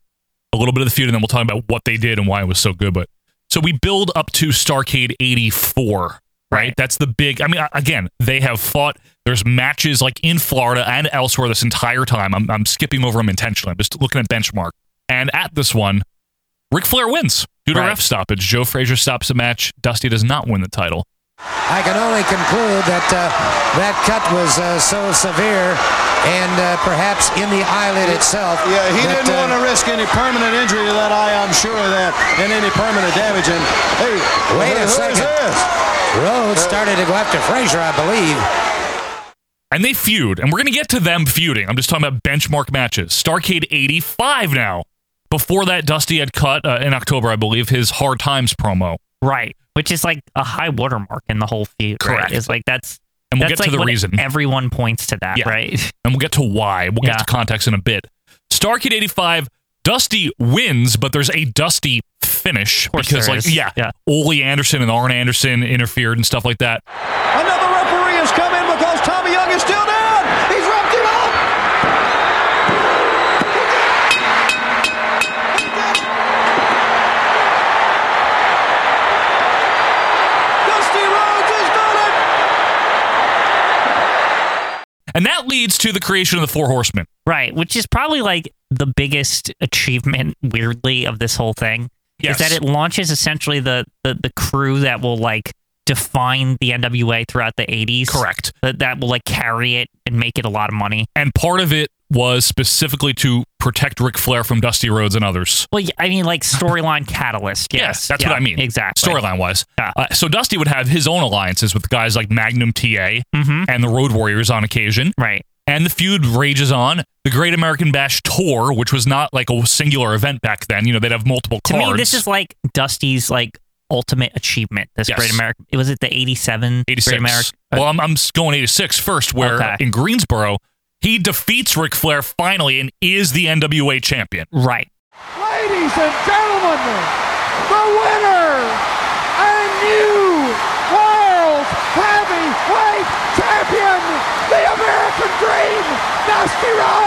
a little bit of the feud and then we'll talk about what they did and why it was so good. But so we build up to Starcade eighty four. Right. That's the big I mean a- again, they have fought there's matches like in Florida and elsewhere this entire time. I'm I'm skipping over them intentionally. I'm just looking at benchmark. And at this one, Ric Flair wins due to ref stoppage. Joe Frazier stops the match. Dusty does not win the title.
I can only conclude that uh, that cut was uh, so severe and uh, perhaps in the eyelid itself.
Yeah, he
that,
didn't
uh,
want to risk any permanent injury to that eye, I'm sure of that, and any permanent damage. And hey,
Wait a
who- who is
second.
this?
Rhodes started to go after Frazier, I believe.
And they feud, and we're going to get to them feuding. I'm just talking about benchmark matches. Starcade 85 now. Before that, Dusty had cut uh, in October, I believe, his Hard Times promo.
Right. Which is like a high watermark in the whole feud.
Correct.
Right? It's like that's
And we'll
that's
get to
like
the
what
reason.
Everyone points to that, right?
And we'll get to why. We'll
Yeah.
get to context in a bit. Starcade 85, Dusty wins, but there's a Dusty finish. because,
there
like,
is.
yeah, Ole Anderson and Arn Anderson interfered and stuff like that.
Another referee has come in because Tommy Young is still down. He's wrapped him up. Dusty Rhodes has done it.
And that leads to the creation of the Four Horsemen.
Right, which is probably like the biggest achievement, weirdly, of this whole thing.
Yes.
Is that it launches essentially the, the the crew that will like define the NWA throughout the eighties.
Correct.
That that will like carry it and make it a lot of money.
And part of it was specifically to protect Ric Flair from Dusty Rhodes and others.
Well, yeah, I mean, like storyline catalyst. Yes,
that's
Yeah,
what I mean.
Exactly.
Storyline wise. Uh, so Dusty would have his own alliances with guys like Magnum TA and the Road Warriors on occasion.
Mm-hmm, Right.
And the feud rages on. The Great American Bash Tour, which was not like a singular event back then, you know, they'd have multiple
To
cards.
me, this is like Dusty's like ultimate achievement. This
Yes.
Great America. It was it the eighty seven. Great
86.
America.
Well, I'm, I'm going 86 first, where
Okay.
in Greensboro, he defeats Ric Flair finally and is the NWA champion.
Right.
Ladies and gentlemen, the winner and new World Heavyweight Champion, the American Dream, Dusty Rhodes.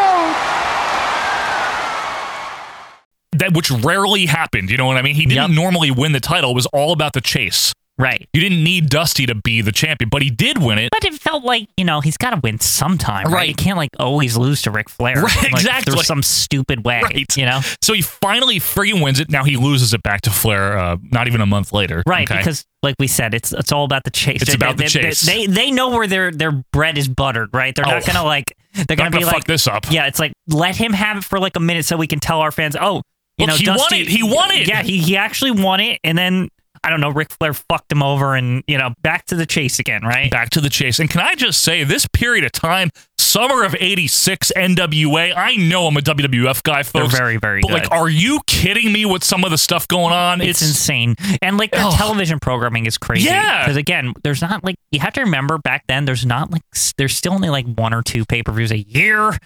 that which rarely happened. You know what I mean? He didn't normally win the title. It was all about the chase.
Right.
You didn't need Dusty to be the champion, but he did win it.
But it felt like you know he's got to win sometime, right? He can't like always lose to Ric Flair,
Right,
Like,
exactly.
There's some stupid way,
Right.
You know,
So he finally friggin' wins it. Now he loses it back to Flair. Uh, not even a month later.
right?
Okay?
Because like we said, it's it's all about the chase.
It's about the
they,
chase.
They, they know where their their bread is buttered, right? They're not
Oh.
gonna like they're
Not
gonna, be
gonna fuck
like
this up.
Yeah, it's like let him have it for like a minute so we can tell our fans, oh, you
Look,
know,
he won
Dusty,
it. He won it.
Yeah, he he actually won it, and then I don't know, Ric Flair fucked him over, and you know, back to the chase again, right?
back to the chase. And can I just say, this period of time, summer of '86, NWA. I know I'm a WWF guy, folks.
very, very
But
good.
like, are you kidding me with some of the stuff going on?
It's, insane. And like their television programming is crazy.
Yeah.
Because again, there's not like, you have to remember back then, there's not like, s- there's still only like one or two pay per views a year.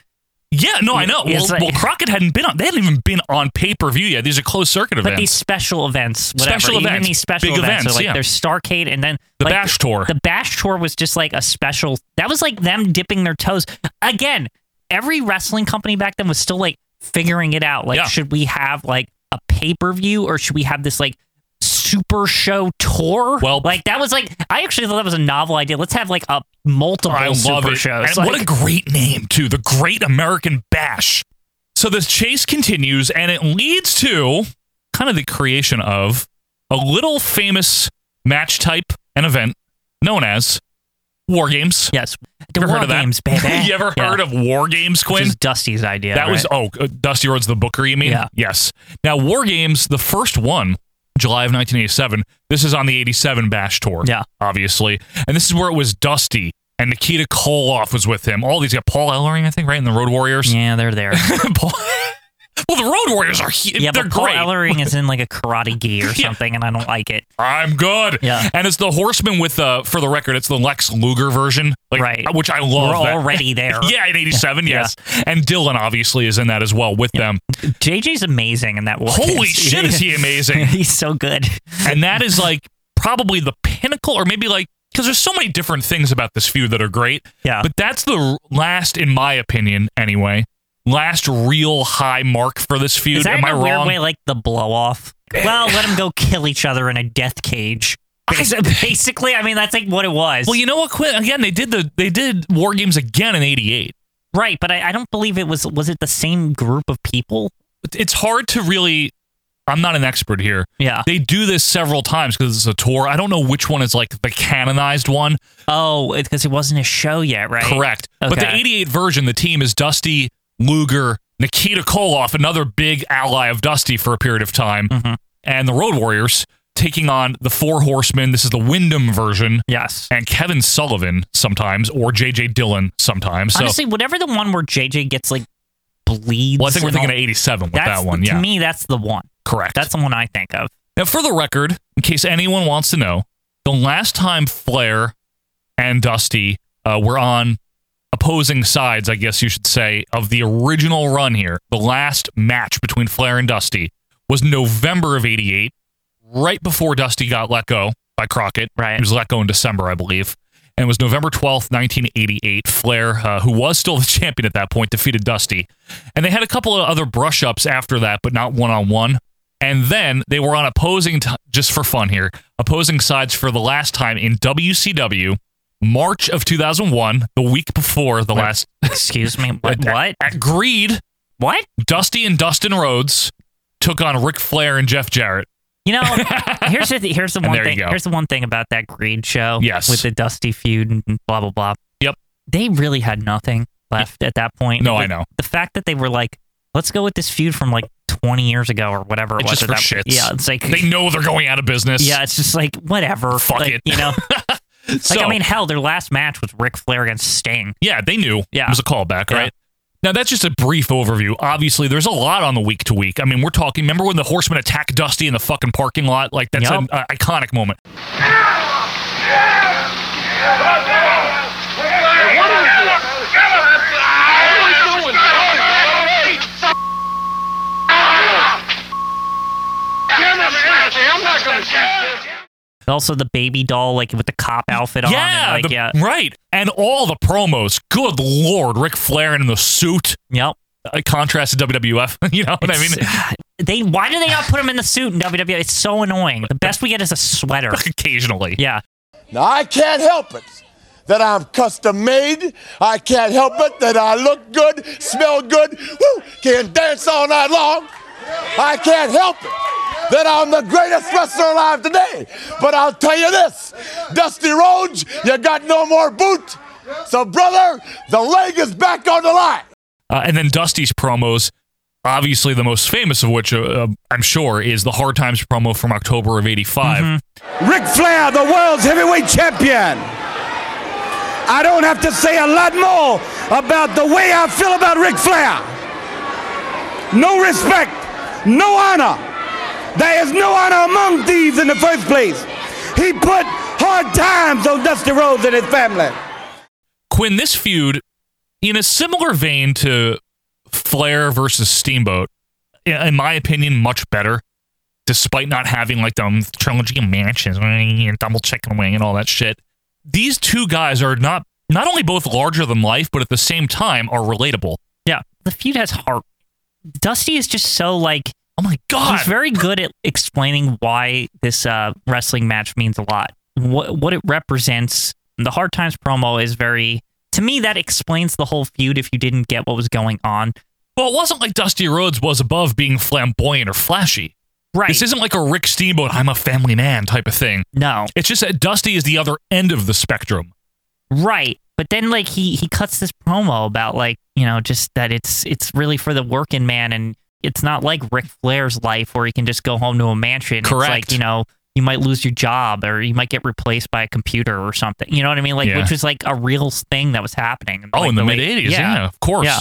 Yeah, no, I know.
Yeah,
Well,
it's like-
well, Crockett hadn't been on. They hadn't even been on pay per view yet. These are closed circuit
But
events.
these special events, whatever,
Special
even
events,
these special
big
events,
events,
so like
yeah.
there's Starcade, and then
The
like,
Bash Tour.
The Bash Tour was just like a special. That was like them dipping their toes again. Every wrestling company back then was still like figuring it out. Like,
Yeah.
should we have like a pay per view, or should we have this like super show tour? Well, like that was like I actually thought that was a novel idea. Let's have like a multiple
I love
super
it.
shows.
And
Like-
what a great name too, the Great American Bash. So the chase continues, and it leads to kind of the creation of a little famous match type and event known as War Games.
Yes, the
ever heard
War
of that?
Games, baby.
you ever
Yeah.
heard of War Games, Quinn?
Which is Dusty's idea.
that was
right?
oh uh, Dusty Rhodes the Booker. You mean?
Yeah.
Yes. Now War Games, the first one, July of 1987. This is on the 87 Bash tour. Yeah. Obviously, and this is where it was Dusty and Nikita Koloff was with him. All these got Paul Ellering, I think, right? And the Road Warriors.
Yeah, they're there.
Paul- well, the Road Warriors are hu-
yeah,
they're
but Paul
great.
Ellering is in like a karate gi or something, and I don't like it.
I'm good.
Yeah.
And it's the Horseman with uh for the record, it's the Lex Luger version. Like,
Right.
Which I love.
We're
that-
already there.
yeah, in 87, yes. And Dylan obviously is in that as well with them.
JJ's amazing in that one.
Holy shit, is he amazing.
He's so good.
and that is like probably the pinnacle or maybe like because there's so many different things about this feud that are great. Yeah. But that's the last, in my opinion, anyway, last real high mark for this feud.
Is that
Am
in
I
a
wrong?
weird way like the blow off? Well, let them go kill each other in a death cage. Basically, I mean that's like what it was.
Well, you know what? Quinn? Again, they did the they did War Games again in '88.
Right, but I, I don't believe it was. Was it the same group of people?
It's hard to really. I'm not an expert here. Yeah, they do this several times because it's a tour. I don't know which one is like the canonized one.
Oh, because it wasn't a show yet, right?
Correct. But the
Okay.
'88 version, the team is Dusty Luger, Nikita Koloff, another big ally of Dusty for a period of time,
Mm-hmm.
and the Road Warriors taking on the Four Horsemen. This is the Wyndham version.
Yes,
and Kevin Sullivan sometimes, or J.J. Dillon sometimes. So-
Honestly, whatever the one where JJ gets like bleeds.
Well, I think we're
and
thinking
all-
of 87 with
That's
that one.
the-
Yeah.
To me, that's the one.
Correct.
That's the one I think of.
now, for the record, in case anyone wants to know, the last time Flair and Dusty uh, were on opposing sides, I guess you should say, of the original run here, the last match between Flair and Dusty was November of 88, right before Dusty got let go by Crockett. Right. He was let go in December, I believe. And it was November 12th, 1988. Flair, uh, who was still the champion at that point, defeated Dusty. And they had a couple of other brush ups after that, but not one on one. And then they were on opposing, t- just for fun here, opposing sides for the last time in WCW, March of 2001, the week before the last.
Excuse me. What? what?
At Greed.
What?
Dusty and Dustin Rhodes took on Ric Flair and Jeff Jarrett.
You know, here's the th- here's the
And
one
there you
thing.
go.
Here's the one thing about that Greed show.
Yes.
with the Dusty feud and blah blah blah.
Yep.
They really had nothing left at that point.
No,
The-
I know.
The fact that they were like, let's go with this feud from like 20 years ago or whatever it
It's
was.
just
at
for
that
shits.
point. Yeah, it's like
They know they're going out of business.
Yeah, it's just like whatever. Fuck it. You know. like
So-
I mean, hell, their last match was Ric Flair against Sting.
Yeah, they knew. Yeah. It was a callback, right? Now, that's just a brief overview. Obviously, there's a lot on the week to week. I mean, we're talking, remember when the horsemen attacked Dusty in the fucking parking lot? Like, that's an uh, iconic moment.
Also, the baby doll like with the cop outfit on.
yeah,
and, like,
the-
yeah.
right. And all the promos. Good lord, Ric Flair in the suit.
Yep.
Uh, contrast to WWF. you know what I mean?
They why do they not put him in the suit in WWE? It's so annoying. The best we get is a sweater
occasionally.
Yeah.
Now, I can't help it that I'm custom made. I can't help it that I look good, smell good, woo, can dance all night long. I can't help it that I'm the greatest wrestler alive today. But I'll tell you this Dusty Rhodes, you got no more boot. So, brother, the leg is back on the line.
Uh, and then Dusty's promos, obviously the most famous of which uh, uh, I'm sure is the Hard Times promo from October of 85.
Mm-hmm.
Ric Flair, the world's heavyweight champion. I don't have to say a lot more about the way I feel about Ric Flair. No respect, no honor. There is no honor among thieves in the first place. He put hard times on Dusty Rhodes and his family.
Quinn, this feud, in a similar vein to Flair versus Steamboat, i- in my opinion, much better, despite not having like the um, trilogy of matches and double checking away and all that shit. These two guys are not not only both larger than life, but at the same time are relatable.
Yeah. The feud has heart. Dusty is just so like
oh my god.
He's very good at explaining why this uh, wrestling match means a lot. What what it represents. The hard times promo is very to me that explains the whole feud if you didn't get what was going on.
Well, it wasn't like Dusty Rhodes was above being flamboyant or flashy.
Right.
This isn't like a Rick Steamboat, I'm a family man type of thing.
No.
It's just that Dusty is the other end of the spectrum.
Right. But then like he he cuts this promo about like, you know, just that it's it's really for the working man and it's not like Ric Flair's life where he can just go home to a mansion. It's
Correct.
like, you know, you might lose your job or you might get replaced by a computer or something. You know what I mean? Like
Yeah.
which was like a real thing that was happening.
Oh,
like,
in the
late-
mid 80s. Yeah. of course.
Yeah.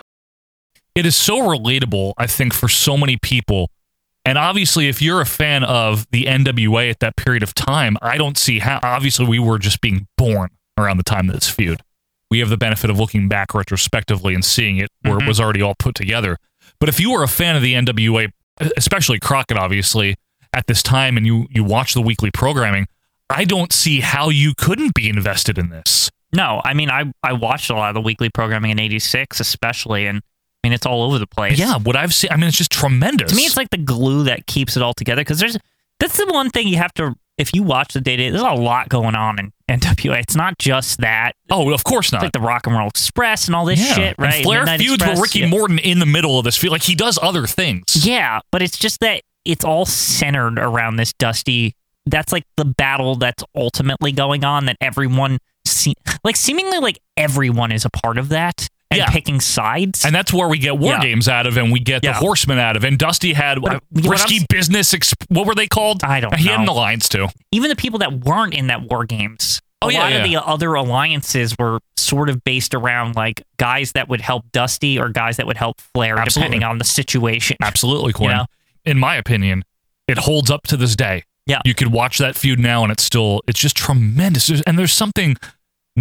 it is so relatable, I think, for so many people. And obviously, if you're a fan of the NWA at that period of time, I don't see how. Obviously, we were just being born around the time of this feud. We have the benefit of looking back retrospectively and seeing it where
Mm-hmm.
it was already all put together. But if you were a fan of the NWA, especially Crockett, obviously, at this time, and you, you watch the weekly programming, I don't see how you couldn't be invested in this.
No, I mean, I, I watched a lot of the weekly programming in 86, especially, and I mean, it's all over the place.
Yeah, what I've seen, I mean, it's just tremendous.
To me, it's like the glue that keeps it all together because there's that's the one thing you have to, if you watch the day to day, there's a lot going on in NWA. It's not just that.
Oh, of course not.
like the Rock and Roll Express and all this
Yeah.
shit, right?
And Flair
Midnight
feuds
Express,
with Ricky
yeah.
Morton in the middle of this feud. Like he does other things.
Yeah, but it's just that it's all centered around this Dusty. That's like the battle that's ultimately going on that everyone see, like seemingly like everyone is a part of that and
Yeah.
picking sides.
And that's where we get war
Yeah.
games out of, and we get the
Yeah.
horsemen out of. And Dusty had
But-
uh,
but what
risky
I'm-
business. Exp- what were they called?
I don't
He
know.
had an alliance too.
Even the people that weren't in that war games. A
Oh, yeah,
lot of
yeah.
the other alliances were sort of based around like guys that would help Dusty or guys that would help Flair,
Absolutely.
depending on the situation.
Absolutely, Quinn.
know?
In my opinion, it holds up to this day.
Yeah.
You could watch that feud now, and it's still it's just tremendous. There's- and there's something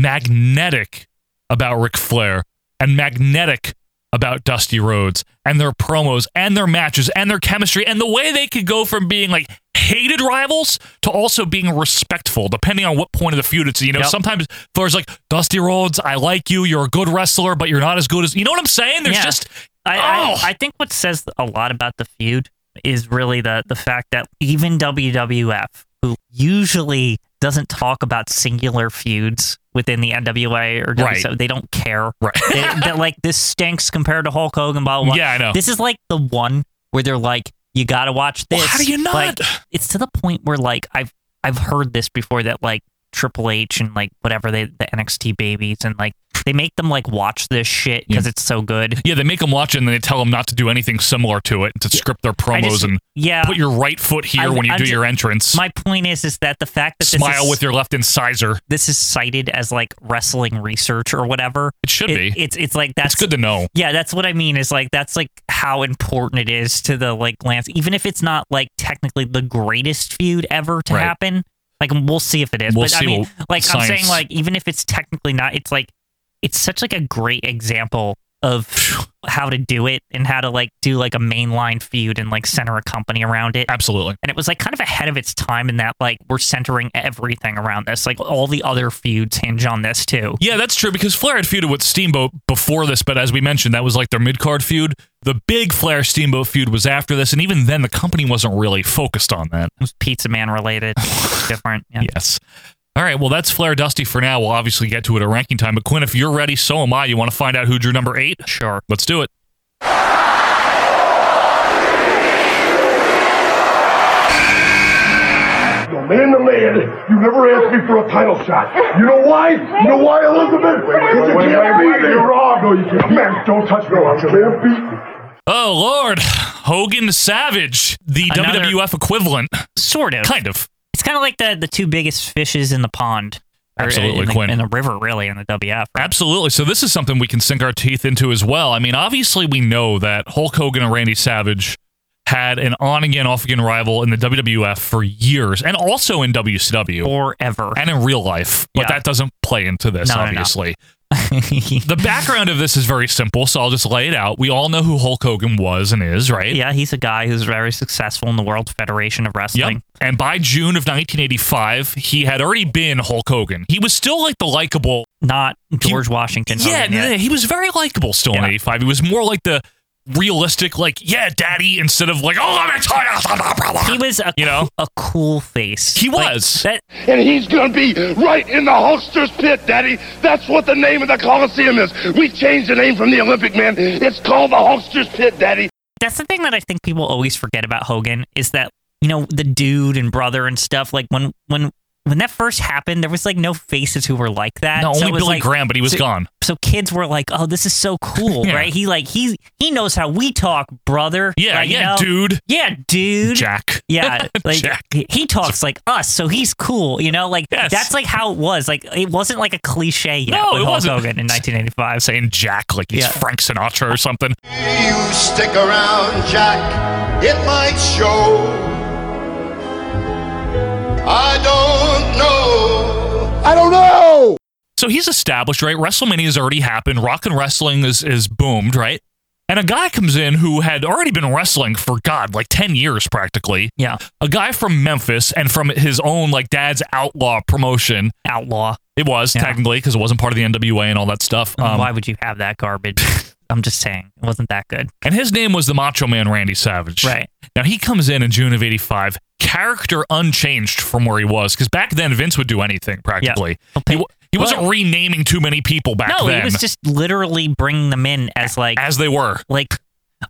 magnetic about Ric Flair and magnetic about Dusty Rhodes and their promos and their matches and their chemistry and the way they could go from being like hated rivals to also being respectful, depending on what point of the feud it's. You know,
Yep.
sometimes Flair's like, Dusty Rhodes, I like you. You're a good wrestler, but you're not as good as. You know what I'm saying? There's
Yeah.
just.
I, I,
Oh!
I think what says a lot about the feud is really the the fact that even WWF, who usually doesn't talk about singular feuds within the NWA or
Right.
WCW, they don't care.
Right.
They- They're like this stinks compared to Hulk Hogan. Blah blah. blah."
Yeah, I know.
This is like the one where they're like, you got to watch this.
Well, how do you not?
Like, it's to the point where like I've I've heard this before that like Triple H and like whatever they the NXT babies and like they make them like watch this shit because it's so good.
Yeah, they make them watch it and then they tell them not to do anything similar to it, to script their
I
promos
just-
and
yeah.
put your right foot here
I-
when you
I'm
do
ju-
your entrance.
My point is, is that the fact that this
Smile
is,
with your left incisor.
this is cited as like wrestling research or whatever.
It should be.
It's it's like that's
It's good to know.
Yeah, that's what I mean. Is like that's like how important it is to the like Lance, even if it's not like technically the greatest feud ever to
Right.
happen. Like we'll see if it is.
We'll
but
see
I mean,
what
like I'm saying,
science-
like even if it's technically not, it's like it's such like a great example of how to do it and how to like do like a mainline feud and like center a company around it.
Absolutely.
And it was like kind of ahead of its time in that like we're centering everything around this. Like all the other feuds hinge on this too.
Yeah, that's true because Flair had feuded with Steamboat before this, but as we mentioned, that was like their mid card feud. The big Flair Steamboat feud was after this, and even then, the company wasn't really focused on that.
It was Pizza Man related, different. Yeah.
Yes. All right, well, that's Flair Dusty for now. We'll obviously get to it at ranking time, but Quinn, if you're ready, so am I. You want to find out who drew number eight?
Sure.
Let's do it.
Yo, man to man, you never asked me for a title shot. You know why? You know why, Elizabeth? Because you can't beat me. You're wrong. No, you can't. Man, don't touch me. You can't beat me.
Oh, Lord. Hogan Savage, the
Another-
WWF equivalent.
Sort of.
Kind of.
It's kind of like the the two biggest fishes in the pond. or
Absolutely,
in the,
Quinn.
In the river, really, in the WF.
Absolutely. So this is something we can sink our teeth into as well. I mean, obviously we know that Hulk Hogan and Randy Savage had an on again, off again rival in the WWF for years, and also in WCW
forever,
and in real life. But
Yeah.
that doesn't play into this,
No, no, no.
obviously. the background of this is very simple, so I'll just lay it out. We all know who Hulk Hogan was and is, right?
Yeah, he's a guy who's very successful in the World Federation of Wrestling.
Yep. And by June of 1985, he had already been Hulk Hogan. He was still like the likable
Not George Washington.
Yeah,
Hogan yet.
yeah, he was very likable still in '85. He was more like the realistic, like yeah, daddy, instead of like oh, I'm a child.
He was a
you know
a cool face.
He
Like,
was.
that
And he's gonna be right in the Hulkster's pit, Daddy. That's what the name of the Coliseum is. We changed the name from the Olympic, man. It's called the Hulkster's pit, Daddy.
that's the thing that I think people always forget about Hogan is that you know the dude and brother and stuff. Like when when when that first happened, there was like no faces who were like that.
No,
So
only
it was,
Billy
like-
Graham, but he was
so-
gone.
So kids were like, "Oh, this is so cool,
Yeah.
right?" He like he he knows how we talk, brother.
Yeah,
Like, you
yeah,
know?
dude.
Yeah, dude.
Jack.
Yeah, like
Jack.
he- he talks like us, so he's cool. You know, like
Yes.
that's like how it was. Like it wasn't like a cliche yet.
No,
with
it
Hulk
wasn't.
Hogan in 1985,
saying Jack like he's
Yeah.
Frank Sinatra or something.
You stick around, Jack, it might show. I don't know.
I don't know.
So he's established, right? WrestleMania has already happened. Rock and wrestling is is boomed, right? And a guy comes in who had already been wrestling for God, like ten years practically.
Yeah,
a guy from Memphis and from his own like dad's outlaw promotion.
Outlaw. Oh,
It was technically because it wasn't part of the NWA and all that stuff. Um,
why would you have that garbage? I'm just saying, it wasn't that good.
And his name was the Macho Man Randy Savage.
Right.
Now he comes in in June of 85, character unchanged from where he was because back then Vince would do anything practically. He, wa- he wasn't renaming too many people back
no,
then.
he was just literally bringing them in as like
as they were.
Like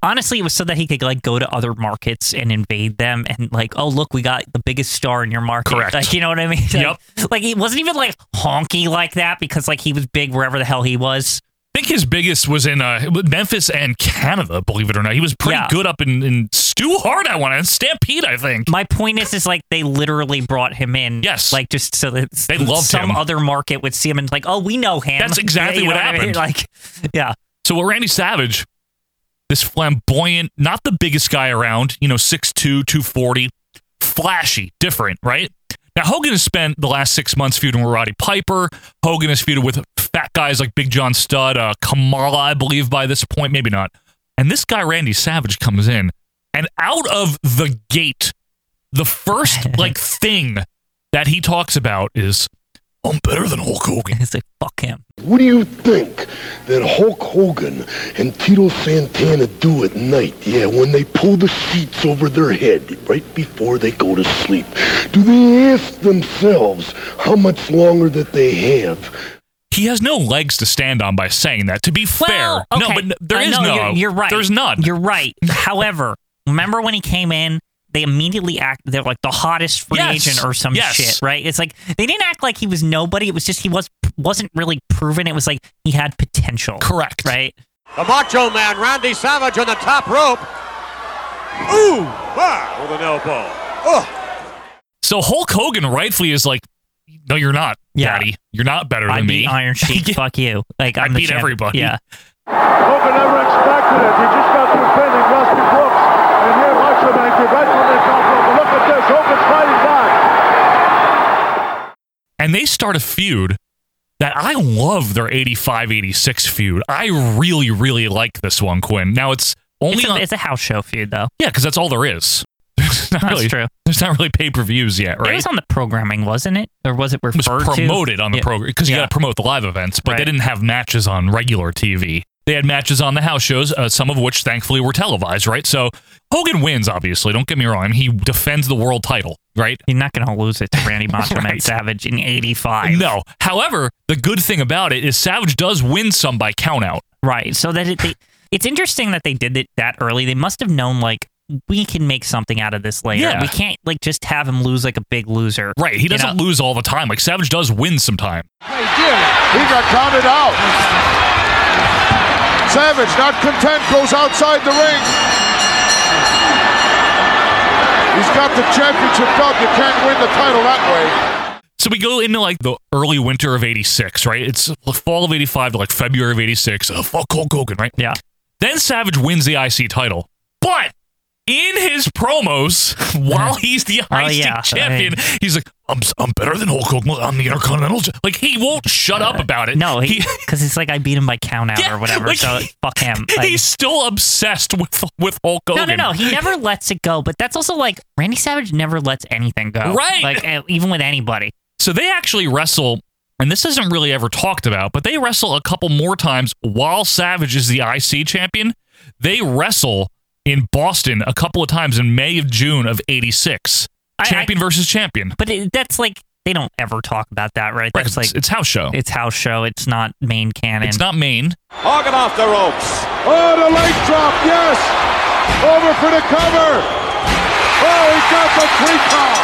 honestly, it was so that he could like go to other markets and invade them and like, oh look, we got the biggest star in your market.
Correct.
Like you know what I mean? Like, yep. Like he wasn't even like honky like that because like he was big wherever the hell he was.
I think his biggest was in uh, Memphis and Canada, believe it or not. He was pretty
Yeah.
good up in, in Stu Hart, I want to, and Stampede, I think.
My point is, is like they literally brought him in. Yes. Like just so that
They loved
some
him.
other market would see him and like, oh, we know him.
That's exactly
You
what
know I mean?
happened.
Like, yeah.
So what Randy Savage, this flamboyant, not the biggest guy around, you know, 6'2", 240, flashy, different, right? Now Hogan has spent the last six months feuding with Roddy Piper. Hogan has feuded with fat guys like Big John Studd, uh, Kamala, I believe, by this point, maybe not. And this guy Randy Savage comes in, and out of the gate, the first like thing that he talks about is, "I'm better than Hulk Hogan."
He's like, "Fuck him."
What do you think that Hulk Hogan and Tito Santana do at night? Yeah, when they pull the sheets over their head right before they go to sleep. Do they ask themselves how much longer that they have?
He has no legs to stand on by saying that. To be fair,
Well,
no,
okay.
but n- there
I
is
know,
no.
You're, you're right.
There's none.
You're right. However, remember when he came in? They immediately act. They're like the hottest free
Yes.
agent or some
Yes.
shit, right? It's like they didn't act like he was nobody. It was just he was wasn't really proven. It was like he had potential.
Correct.
Right.
The Macho Man, Randy Savage, on the top rope. Ooh, wow, with an elbow. Ugh.
So Hulk Hogan rightfully is like, no, you're not, Daddy. You're not better than
I
me.
beat Iron Sheik. Fuck you. Like I'm
I
the
beat
champ.
everybody.
Yeah.
Hogan never expected it. He just got through pinning Dusty Brooks. And here Macho Man came right from the top rope. And Look at this. Hogan's fighting back.
And they start a feud that I love their 85 86 feud. I really, really like this one, Quinn. Now it's only
It's a-
on,
it's a house show feud, though.
Yeah, because that's all there is. There's not
That's
really,
true.
There's not really pay per views yet, right?
It was on the programming, wasn't it? Or was it referred
was promoted
to?
on the
Yeah.
program because you got to promote the live events, but they didn't have matches on regular TV. They had matches on the house shows, uh, some of which thankfully were televised, right? So Hogan wins, obviously. Don't get me wrong. He defends the world title, right?
You're not going to lose it to Randy Macho Man Savage in '85.
No. However, the good thing about it is Savage does win some by countout.
Right. So that it, they, it's interesting that they did it that early. They must have known like we can make something out of this later.
Yeah.
We can't like just have him lose like a big loser.
Right. He doesn't lose all the time. Like Savage does win sometime.
He got counted out. Savage, not content, goes outside the ring. He's got the championship belt. You can't win the title that way.
So we go into like the early winter of 86, right? It's the fall of 85 to like February of 86. Oh, fuck Hulk Hogan, right?
Yeah.
Then Savage wins the IC title. But in his promos, while he's the IC
Oh, yeah.
champion,
I
he's like, I'm, I'm better than Hulk Hogan. I'm the Intercontinental. Ch-" Like, he won't shut up about it.
No, because it's like I beat him by count out or whatever.
like,
so fuck him. Like-
he's still obsessed with, with Hulk
no,
Hogan.
no, no. He never lets it go. But that's also like Randy Savage never lets anything go.
Right.
Like eh, even with anybody.
So they actually wrestle, and this isn't really ever talked about, but they wrestle a couple more times while Savage is the IC champion. They wrestle in Boston a couple of times in May of June of 86. Champion versus champion.
But it, that's like they don't ever talk about that, right? That's like
it's house show.
It's house show. It's not main canon. It's
not main.
Hogan off the ropes.
Oh, the leg drop, yes. Over for the cover. Oh, he got the three count.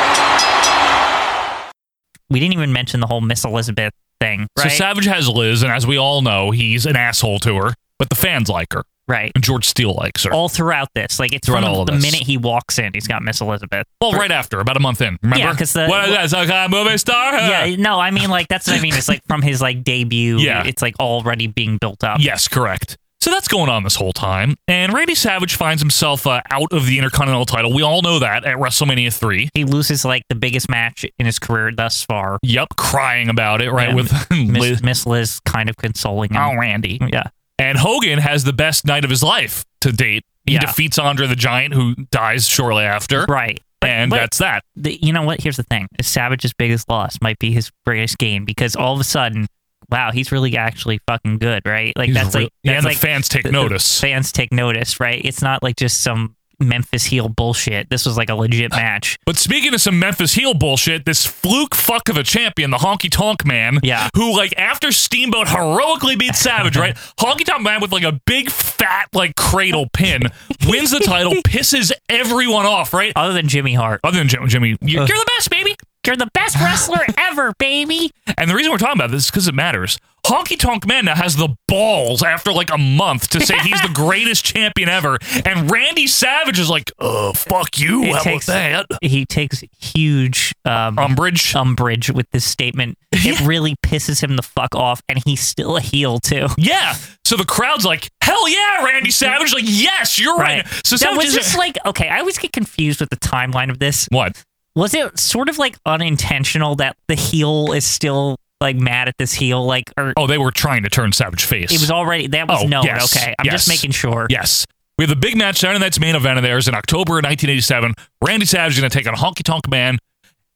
we didn't even mention the whole Miss Elizabeth thing,
So
right?
Savage has Liz, and as we all know, he's an asshole to her, but the fans like her.
Right.
And George Steele likes her.
all throughout this, like it's
Throughout
from
all of
the
this.
minute he walks in, he's got Miss Elizabeth.
well, right after, about a month in. Remember?
Yeah, 'cause the-
What is that? Some kind of movie star?
Yeah, no, I mean like that's what I mean. It's like from his like debut.
Yeah.
it's like already being built up.
Yes, correct. So that's going on this whole time. And Randy Savage finds himself uh, out of the Intercontinental title. We all know that at WrestleMania 3.
He loses like the biggest match in his career thus far.
Yep, crying about it, right?
And
with
Miss, Miss Liz kind of consoling him.
Oh,
Randy. Yeah.
And Hogan has the best night of his life to date. He
Yeah.
defeats Andre the Giant, who dies shortly after.
Right.
and
but-
that's that.
The, you know what? Here's the thing: Savage's biggest loss might be his greatest gain because all of a sudden, wow, he's really actually fucking good, right? Like
He's
that's
real-
like
yeah,
that's
and the
like
fans take
the- the
notice.
fans take notice, right? It's not like just some Memphis heel bullshit. This was like a legit
Uh,
match.
But speaking of some Memphis heel bullshit, this fluke fuck of a champion, the Honky Tonk Man, yeah, who like after Steamboat heroically beats Savage, right? Honky Tonk Man with like a big fat like cradle pin wins the title, pisses everyone off, right?
Other than Jimmy Hart,
other than Jim- Jimmy, you-
uh.
you're the best, baby.
You're the best wrestler ever, baby.
And the reason we're talking about this is because it matters. Honky Tonk Man now has the balls after like a month to say he's the greatest champion ever, and Randy Savage is like, "Oh, fuck you,
It
how
takes-
about that?"
He takes huge um,
umbrage
umbrage with this statement. It really pisses him the fuck off, and he's still a heel too.
Yeah. So the crowd's like, "Hell yeah, Randy Savage!" Like, yes, you're right. So
now,
Savage
was
is
this like okay? I always get confused with the timeline of this.
What
was it? Sort of like unintentional that the heel is still like mad at this heel, like or
Oh, they were trying to turn Savage face.
it was already that was
Oh,
known.
yes,
okay, I'm
yes.
just making sure.
Yes. We have a big match Saturday night's main event of theirs in October of 1987. Randy Savage is going to take on Honky Tonk Man.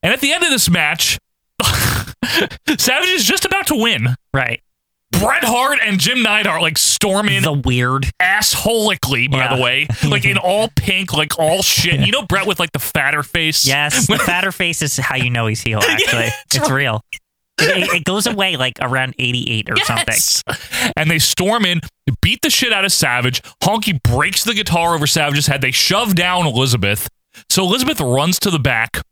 And at the end of this match, Savage is just about to win.
Right.
Bret Hart and Jim Neidhart like storm in
the weird
assholically, by
Yeah.
the way, like in all pink, like all shit. You know Bret with like the fatter face.
Yes, the fatter face is how you know he's heel. Actually, it's real. It, it goes away like around 88 or something.
and they storm in, beat the shit out of Savage. Honky breaks the guitar over Savage's head. They shove down Elizabeth. So Elizabeth runs to the back, and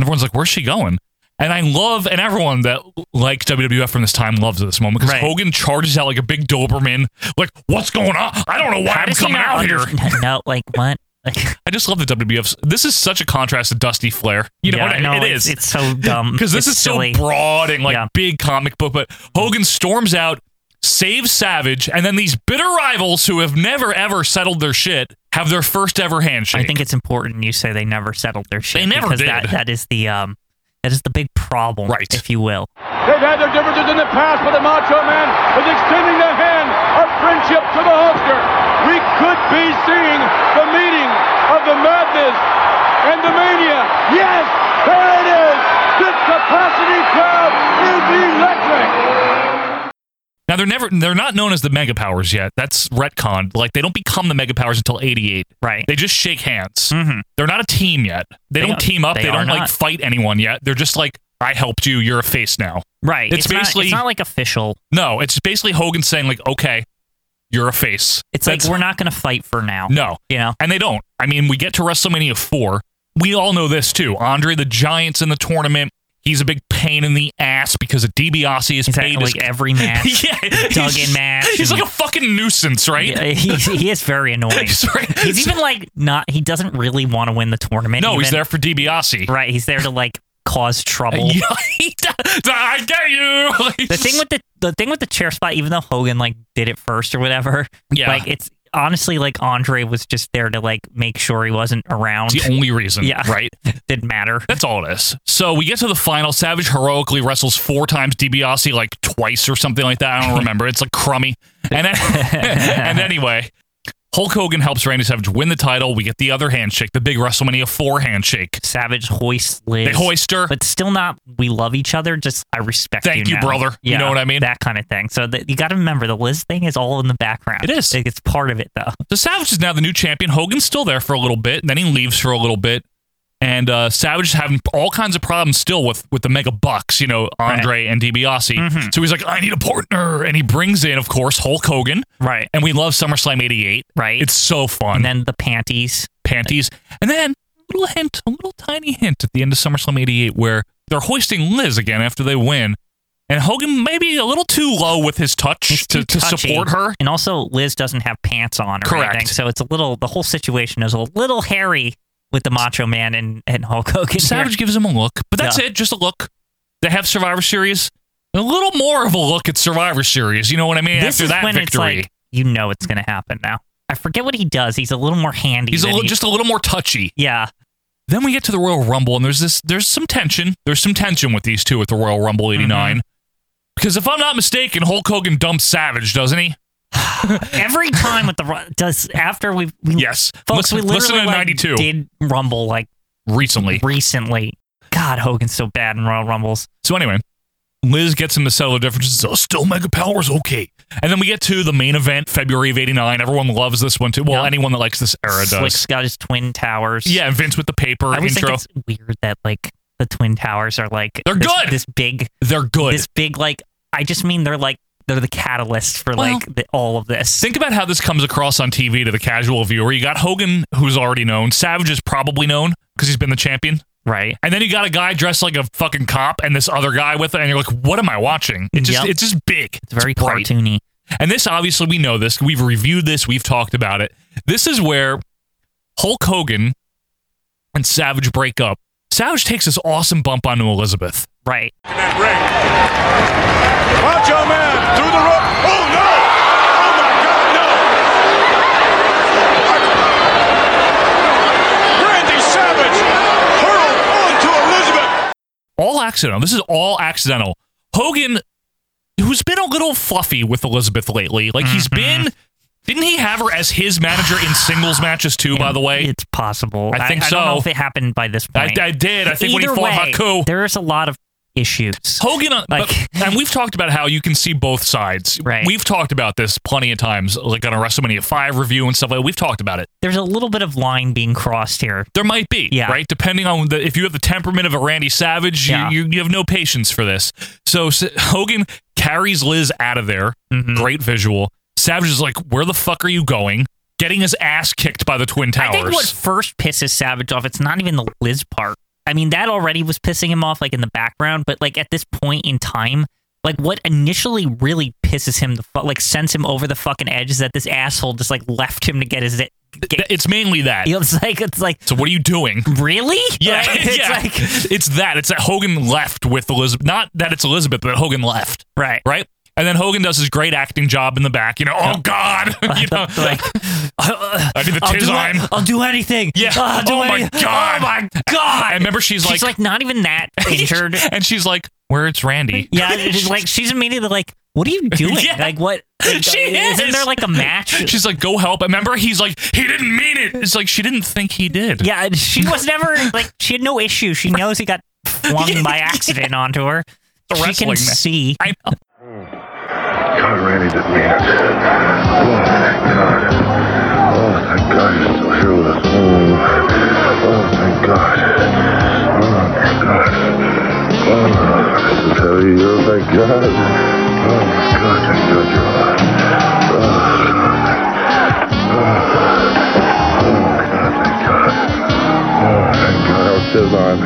everyone's like, "Where's she going?" And I love, and everyone that likes WWF from this time loves this moment because Hogan charges out like a big Doberman. Like, what's going on? I don't know why
How
I'm
does he
coming
not
out here.
understand- No, like what?
I just love the WWF. This is such a contrast to Dusty Flair. You know
Yeah,
what
I
I mean?
know,
it
it's-
is.
it's so dumb.
Because this
Um,
is
It's
so
silly.
broad and like
Yeah.
big comic book. But Hogan storms out, saves Savage, and then these bitter rivals who have never ever settled their shit have their first ever handshake.
I think it's important you say they never settled their shit.
They never
because
did.
That, that is the um, that is the big problem, right? If you will.
They've had their differences in the past, but the Macho Man is extending the hand of friendship to the Hulkster. We could be seeing the meeting of the madness and the mania. Yes, there it is. This capacity crowd is electric.
Now they're never they're not known as the Mega Powers yet. That's retcon. Like they don't become the Mega Powers until '88.
Right. Hmm.
They just shake hands. They're not a team yet. They,
They
don't
are-
team up. They,
they are
don't like
not.
fight anyone yet. They're just like I helped you. You're a face now.
Right.
It's,
not-
basically
it's not like official.
no. It's basically Hogan saying like, okay, you're a face.
It's like we're not going to fight for now.
No.
You know?
And they don't. I mean, we get to WrestleMania 4. We all know this too. Andre the Giant's in the tournament. He's a big pain in the ass because of DiBiase is paid
like every match.
yeah, he's-
Duggan match.
He's like a fucking nuisance, right?
Yeah, he, he is very annoying.
He's right.
He's even like not. He doesn't really want to win the tournament.
no, he's
even.
there for DiBiase.
Right. He's there to like cause trouble.
Yeah, he does. I get you. Like,
the thing with the the thing with the chair spot, even though Hogan like did it first or whatever,
Yeah.
like it's honestly like Andre was just there to like make sure he wasn't around.
It's the only reason,
Yeah.
right?
Didn't matter.
That's all it is. So we get to the final. Savage heroically wrestles four times DiBiase, like twice or something like that. I don't remember. it's like crummy. And then, and anyway, Hulk Hogan helps Randy Savage win the title. We get the other handshake, the big WrestleMania four handshake.
Savage hoists Liz.
They hoist her.
but still not. We love each other. Just I respect.
Thank you,
now.
brother. You
Yeah,
know what I mean?
That kind of thing. So that you got to remember the Liz thing is all in the background. It is. Like, it's part of it though.
So Savage is now the new champion. Hogan's still there for a little bit, and then he leaves for a little bit. And uh, Savage is having all kinds of problems still with with the Mega Bucks, you know, Andre and DiBiase. So he's like, I need a partner, and he brings in, of course, Hulk Hogan.
Right.
And we love SummerSlam '88.
Right.
It's so fun. And
then the panties,
panties, and then a little hint, a little tiny hint at the end of SummerSlam '88 where They're hoisting Liz again after they win. And Hogan maybe a little too low with his touch to, to
touchy.
support her.
And also, Liz doesn't have pants on or
Correct.
anything, so it's a little. The whole situation is a little hairy with the Macho Man and, and Hulk Hogan.
Savage gives him a look, but that's it, just a look. They have Survivor Series, a little more of a look at Survivor Series. You know what I mean?
This
after
is
that
when it's
victory,
like you know it's going to happen now. I forget what he does. He's a little more handy.
he's a
than
little,
he-
just a little more touchy.
Yeah.
Then we get to the Royal Rumble, and there's this there's some tension. There's some tension with these two at the Royal Rumble '89.
Mm-hmm.
Because if I'm not mistaken, Hulk Hogan dumps Savage, doesn't he?
every time with the Ru- does after we, we
yes
folks
Listen-
we literally
listen to
like,
92.
did Rumble like
recently
recently. God, Hogan's so bad in Royal Rumbles.
So anyway, Liz gets him to settle the differences. Oh, still Mega Powers, okay. And then we get to the main event, February of '89. Everyone loves this one too. Well, anyone that likes this era
Slick's
does.
got his twin towers.
Yeah, and Vince with the paper
I always
intro.
think it's weird that like the twin towers are like
They're
this-
good.
This big,
they're good.
This big like I just mean they're like they're the catalyst for
Well-
like the, all of this.
Think about how this comes across on TV to the casual viewer. You got Hogan, who's already known. Savage is probably known because he's been the champion.
Right.
And then you got a guy dressed like a fucking cop and this other guy with it, and you're like, what am I watching? It just
Yep.
it's just big. It's
very
bright.
cartoony.
And this obviously we know this. We've reviewed this, we've talked about it. This is where Hulk Hogan and Savage break up. Savage takes this awesome bump onto Elizabeth.
Right.
Macho Man through the rope. Oh no! Oh my God, no! Randy Savage hurled onto Elizabeth.
All accidental. This is all accidental. Hogan, who's been a little fluffy with Elizabeth lately, like he's been. Didn't he have her as his manager in singles matches too? by the way,
it's possible.
I think
I,
so.
don't know if it happened by this
I-
point.
I did. I think when he
Either
fought
way,
Haku.
There's a lot of issues.
Hogan, uh, but-
Like-
and we've talked about how you can see both sides. Right. We've talked about this plenty of times, like on a WrestleMania Five review and stuff like. that. We've talked about it.
There's a little bit of line being crossed here.
There might be,
Yeah.
right? Depending on the, if you have the temperament of a Randy Savage, you,
Yeah.
you, you have no patience for this. So, S Hogan carries Liz out of there.
Mm-hmm.
Great visual. Savage is like, "Where the fuck are you going?" Getting his ass kicked by the Twin Towers.
I think what first pisses Savage off, it's not even the Liz part. I mean, that already was pissing him off, like in the background, but like at this point in time, like what initially really pisses him the fu- like sends him over the fucking edge is that this asshole just like left him to get his. Get,
it's mainly that.
It's like it's like.
So what are you doing?
Really?
Yeah,
Like,
it's
it's
yeah.
like-
it's that. It's that Hogan left with Elizabeth. Not that it's Elizabeth, but Hogan left.
Right.
Right. And then Hogan does his great acting job in the back. You know, oh God, you know,
like,
I mean the
I'll do,
Tizime.
it- I'll do anything.
Yeah.
Oh, I'll do
oh my
any-
god.
Oh my god.
I remember she's,
she's like, not even that injured.
and she's like, "Where's Randy?"
Yeah, it's just like she's immediately like, "What are you doing?
Yeah.
Like, what?
she is.
Isn't there like a match?
She's like, "Go help." I remember he's like, "He didn't mean it." It's like she didn't think he did.
Yeah, and she was never like she had no issue. She knows he got flung by accident onto her.
The
She
wrestling
can
match.
see.
I know.
God, Randy didn't mean it. Oh, thank God. Oh, thank God you're still here with us. Oh, oh thank God. Oh, thank God. Oh, this is heavy. Oh, thank God. Oh, my God, thank God you're alive. Oh, oh, oh, my God, thank God. Oh, thank God. I'll sit on.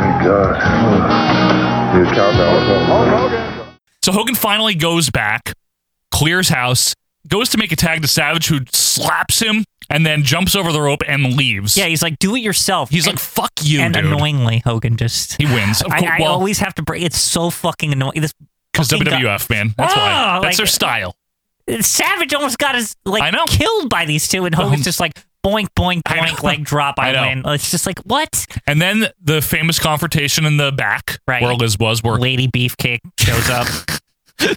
Thank God. Oh, you count down. Oh, okay.
So Hogan finally goes back, clears house, goes to make a tag to Savage, who slaps him and then jumps over the rope and leaves.
Yeah, he's like, do it yourself.
He's like, fuck you,
And
dude.
annoyingly, Hogan just
He wins. Of course-
I, I
well-
always have to break. It's so fucking annoying. This
Because
fucking guy-
WWF, man. That's why.
Ah,
That's
like-
their style.
Savage almost got his like killed by these two, and Hogan's just like boink boink boink leg drop.
Um, I
I,
know.
win. It's just like what?
And then the famous confrontation in the back where Liz was, where
Lady Beefcake shows up.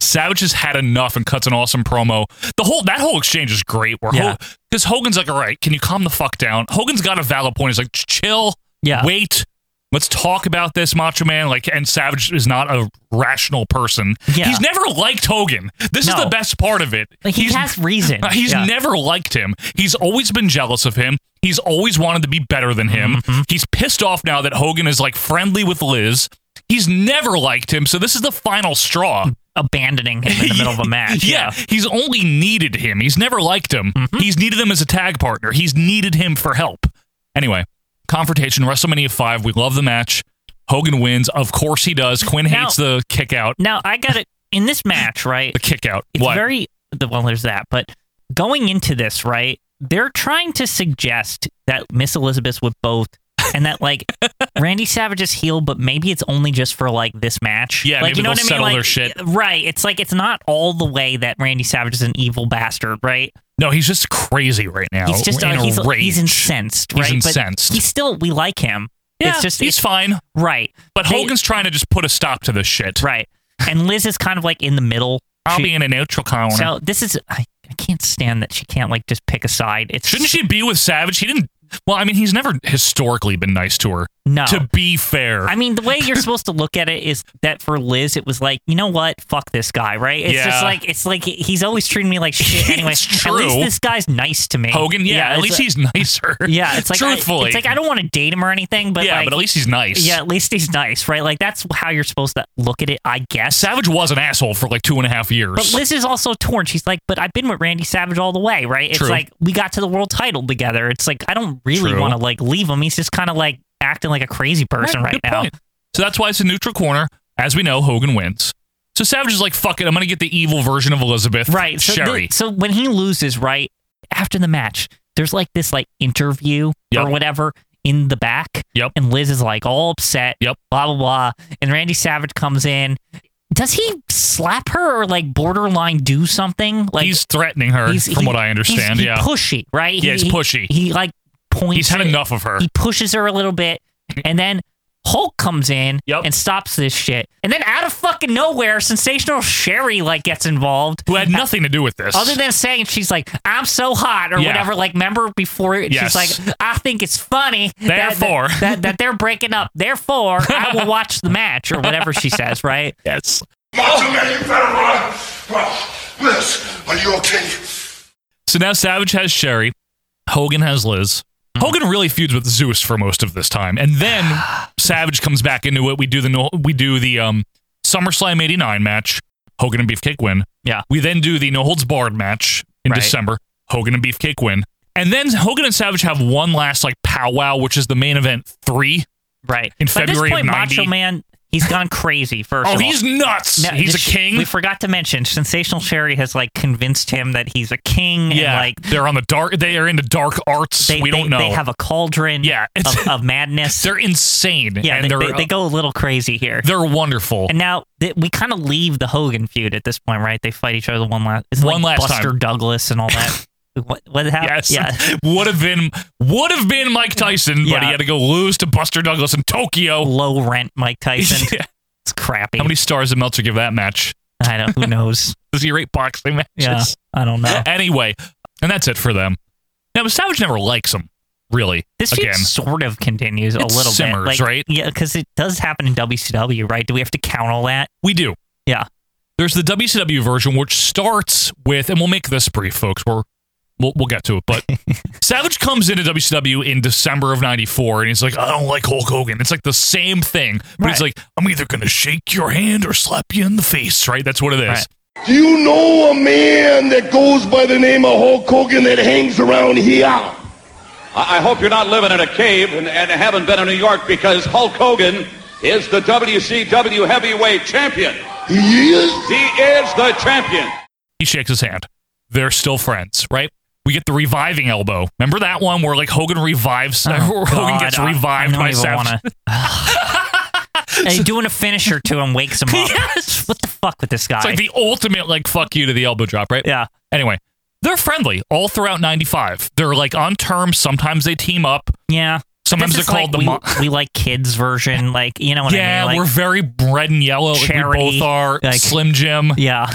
Savage has had enough and cuts an awesome promo. The whole that whole exchange is great. Where
Yeah.
because Hogan's like, all right, can you calm the fuck down? Hogan's got a valid point. He's like, "Ch- chill,
Yeah.
wait. Let's talk about this, Macho Man. Like, and Savage is not a rational person.
Yeah.
He's never liked Hogan. This is
No.
the best part of it.
Like, he has reason.
He's
Yeah.
never liked him. He's always been jealous of him. He's always wanted to be better than him.
Mm-hmm.
He's pissed off now that Hogan is like friendly with Liz. He's never liked him, so this is the final straw.
Abandoning him in the middle of a match. Mm-hmm.
Yeah, he's only needed him. He's never liked him. He's needed him as a tag partner. He's needed him for help. Anyway, confrontation WrestleMania 5. We love the match. Hogan wins. Of course he does. Quinn
Now-
hates the kick out.
Now I got it in this match, right? the
kick out.
It's
What?
very the well. There's that, but going into this, right? They're trying to suggest that Miss Elizabeth would both, and that like Randy Savage is heel, but maybe it's only just for like this match.
Yeah,
like,
maybe
you know
they'll
what I mean?
settle
like,
their shit.
Right. It's like it's not all the way that Randy Savage is an evil bastard, right?
No, he's just crazy right now.
He's just
in
uh,
a
he's,
rage.
he's incensed,
He's
right? But
incensed.
he's still we like him.
Yeah,
it's just
he's
it's-
fine.
Right.
But
They-
Hogan's trying to just put a stop to this shit.
Right. And Liz is kind of like in the middle.
I'll
She-
be in a neutral corner.
So this is I, I can't stand that she can't like just pick a side. It's
Shouldn't she be with Savage? He didn't. Well, I mean, he's never historically been nice to her.
No.
To be fair.
I mean, the way you're supposed to look at it is that for Liz, it was like, you know what? Fuck this guy, right? It's
Yeah.
just like it's like he's always treating me like shit. Anyway,
true.
at least this guy's nice to me.
Hogan, yeah, at
it's
least
like-
he's nicer.
Yeah, it's like I-
truthfully,
it's like I don't want to date him or anything, but
Yeah,
like-
but at least he's nice.
Yeah, at least he's nice, right? Like that's how you're supposed to look at it, I guess.
Savage was an asshole for like two and a half years.
But Liz is also torn. She's like, but I've been with Randy Savage all the way, right? It's
True.
like we got to the world title together. It's like I don't really
True.
want to like leave him. He's just kind of like acting like a crazy person right,
good
now.
point. So that's why it's a neutral corner. As we know, Hogan wins. So Savage is like, "Fuck it, I'm gonna get the evil version of Elizabeth."
Right. So, th-
Sherry.
so when he loses, right after the match, there's like this like interview
Yep.
or whatever in the back.
Yep.
And Liz is like all upset. Yep. Blah blah blah. And Randy Savage comes in. Does he slap her or like borderline do something? Like
he's threatening her,
he's-
from
he-
what I understand.
he's- he
yeah,
pushy, right?
Yeah, he's
He- he-
pushy.
He like points.
He's had
at-
enough of her.
He pushes her a little bit, and then Hulk comes in and stops this shit. And then out of fucking nowhere, sensational Sherry like gets involved,
who had nothing to do with this.
Other than saying she's like, "I'm so hot" or
Yeah.
whatever. Like, remember before
Yes.
she's like, "I think it's funny." that-
Therefore.
that, that, that they're breaking up. Therefore, I will watch the match or whatever she says. Right?
Yes.
Ultimate Federal. Liz, are you okay?
So now Savage has Sherry. Hogan has Liz.
Hmm.
Hogan really feuds with Zeus for most of this time, and then Savage comes back into it. We do the no- we do the um, SummerSlam '89 match. Hogan and Beefcake win.
Yeah.
We then do the No Holds Barred match in
Right.
December. Hogan and Beefcake win, and then Hogan and Savage have one last like powwow, which is the main event three.
Right.
In
By this
February
point,
of '90.
Macho Man, he's gone crazy. First,
Oh,
of all.
he's nuts! He's
this-
a king.
We forgot to mention, Sensational Sherry has like convinced him that he's a king.
yeah.
and, like
they're on the dark. They are into dark arts.
they,
we
they-
don't know.
They have a cauldron.
Yeah, it's-
of, of madness.
they're insane.
yeah,
and
they,
they're uh,
they, they go a little crazy here.
They're wonderful.
And now th- we kind of leave the Hogan feud at this point, right? They fight each other one last. It's
One
like
last
Buster
time.
Douglas and all that. what what happened?
Yes.
Yeah.
would have been would have been Mike Tyson, but he
Yeah.
had to go lose to Buster Douglas in Tokyo.
Low rent Mike Tyson.
Yeah.
It's crappy.
How many stars did Meltzer give that match?
I know. Who knows?
Does he rate boxing matches?
Yeah, I don't know.
Anyway, and that's it for them. Now Savage never likes him, really.
This feud
again.
sort of continues a
It
little
simmers,
bit, like,
right?
Yeah, because it does happen in WCW, right? Do we have to count all that?
We do.
Yeah.
There's the WCW version, which starts with, and we'll make this brief, folks. We're we'll, we'll get to it, but Savage comes into WCW in December of '94, and he's like, "I don't like Hulk Hogan." It's like the same thing, but he's like, "I'm either gonna shake your hand or slap you in the face." Right? That's what it is.
Do you know a man that goes by the name of Hulk Hogan that hangs around here?
I, I hope you're not living in a cave and, and haven't been in New York because Hulk Hogan is the WCW heavyweight champion.
He is?
He is the champion.
He shakes his hand. They're still friends, right? We get the reviving elbow. Remember that one where like Hogan revives, Hogan
Oh, God,
gets
I-
revived
I don't
by
even
Savage.
wanna- Hey, doing a finisher to him wakes him up. What the fuck with this guy?
It's like the ultimate, like, fuck you to the elbow drop, right?
Yeah.
Anyway, they're friendly all throughout 95. They're, like, on terms. Sometimes they team up.
yeah.
Sometimes
This is
they're called
like
the
we,
mo-
we like kids version, like you know what
yeah,
I mean? Like,
we're very red and yellow. Like,
Charity,
we both are.
like-
Slim Jim.
Yeah.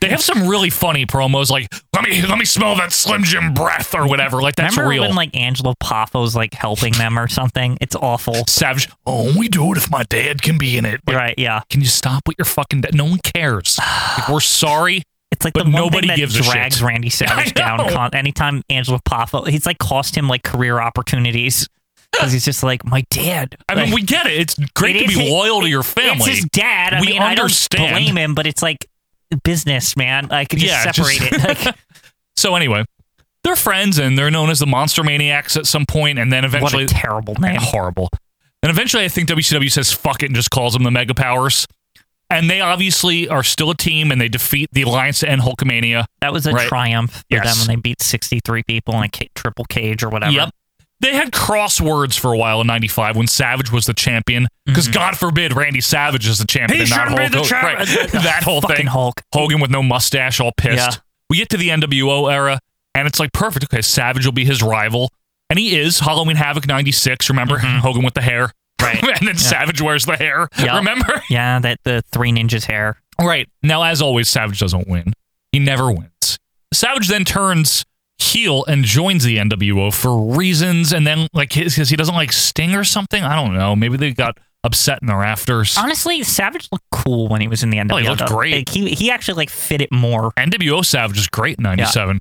They have some really funny promos, like, let me let me smell that Slim Jim breath or whatever. Like, that's
remember
real.
when like Angelo Paffo's like helping them or something? It's awful.
Savage. Oh, we do it if my dad can be in it. Like,
right, yeah.
Can you stop with your fucking dad? No one cares. Like, we're sorry.
It's like
but
the one
nobody
thing that
gives
drags
a shit.
Randy Savage
I know.
down. Con- anytime Angelo Poffo, he's like cost him like career opportunities because he's just like my dad.
I mean,
Like,
we get it. It's great
it
to
is
be
his-
loyal to your
It's
family.
his dad. I
we
mean,
understand.
I don't blame him, but it's like business, man. I could just separate
just-
it. Like,
so anyway, they're friends and they're known as the Monster Maniacs at some point, and then
what
eventually
a terrible name.
horrible. And eventually, I think WCW says fuck it and just calls them the Mega Powers. And they obviously are still a team, and they defeat the Alliance to end Hulkamania.
That was a
right?
triumph for
Yes.
them when they beat 63 people in a ca- triple cage or whatever.
Yep. They had crosswords for a while in '95 when Savage was the champion, because God forbid Randy Savage is the champion
Mm-hmm. He
and not
should be
Hulk.
the
Hogan.
champ-
Right. that whole
Fucking
thing.
Hulk.
Hogan with no mustache, all pissed.
Yeah.
We get to the NWO era, and it's like perfect. Okay, Savage will be hhis rival, and he is Halloween Havoc '96. Remember
Mm-hmm.
Hogan with the hair, right? and then Savage wears the hair.
Yep.
Remember?
Yeah, that the three ninjas hair.
Right. Now, as always, Savage doesn't win. He never wins. Savage then turns heel and joins the NWO for reasons, and then, like, because he doesn't like Sting or something. I don't know. Maybe they got upset in the rafters.
Honestly, Savage looked cool when he was in the NWO.
Oh, he looked
though.
great.
Like, he he actually like fit it more.
NWO Savage is great in 97.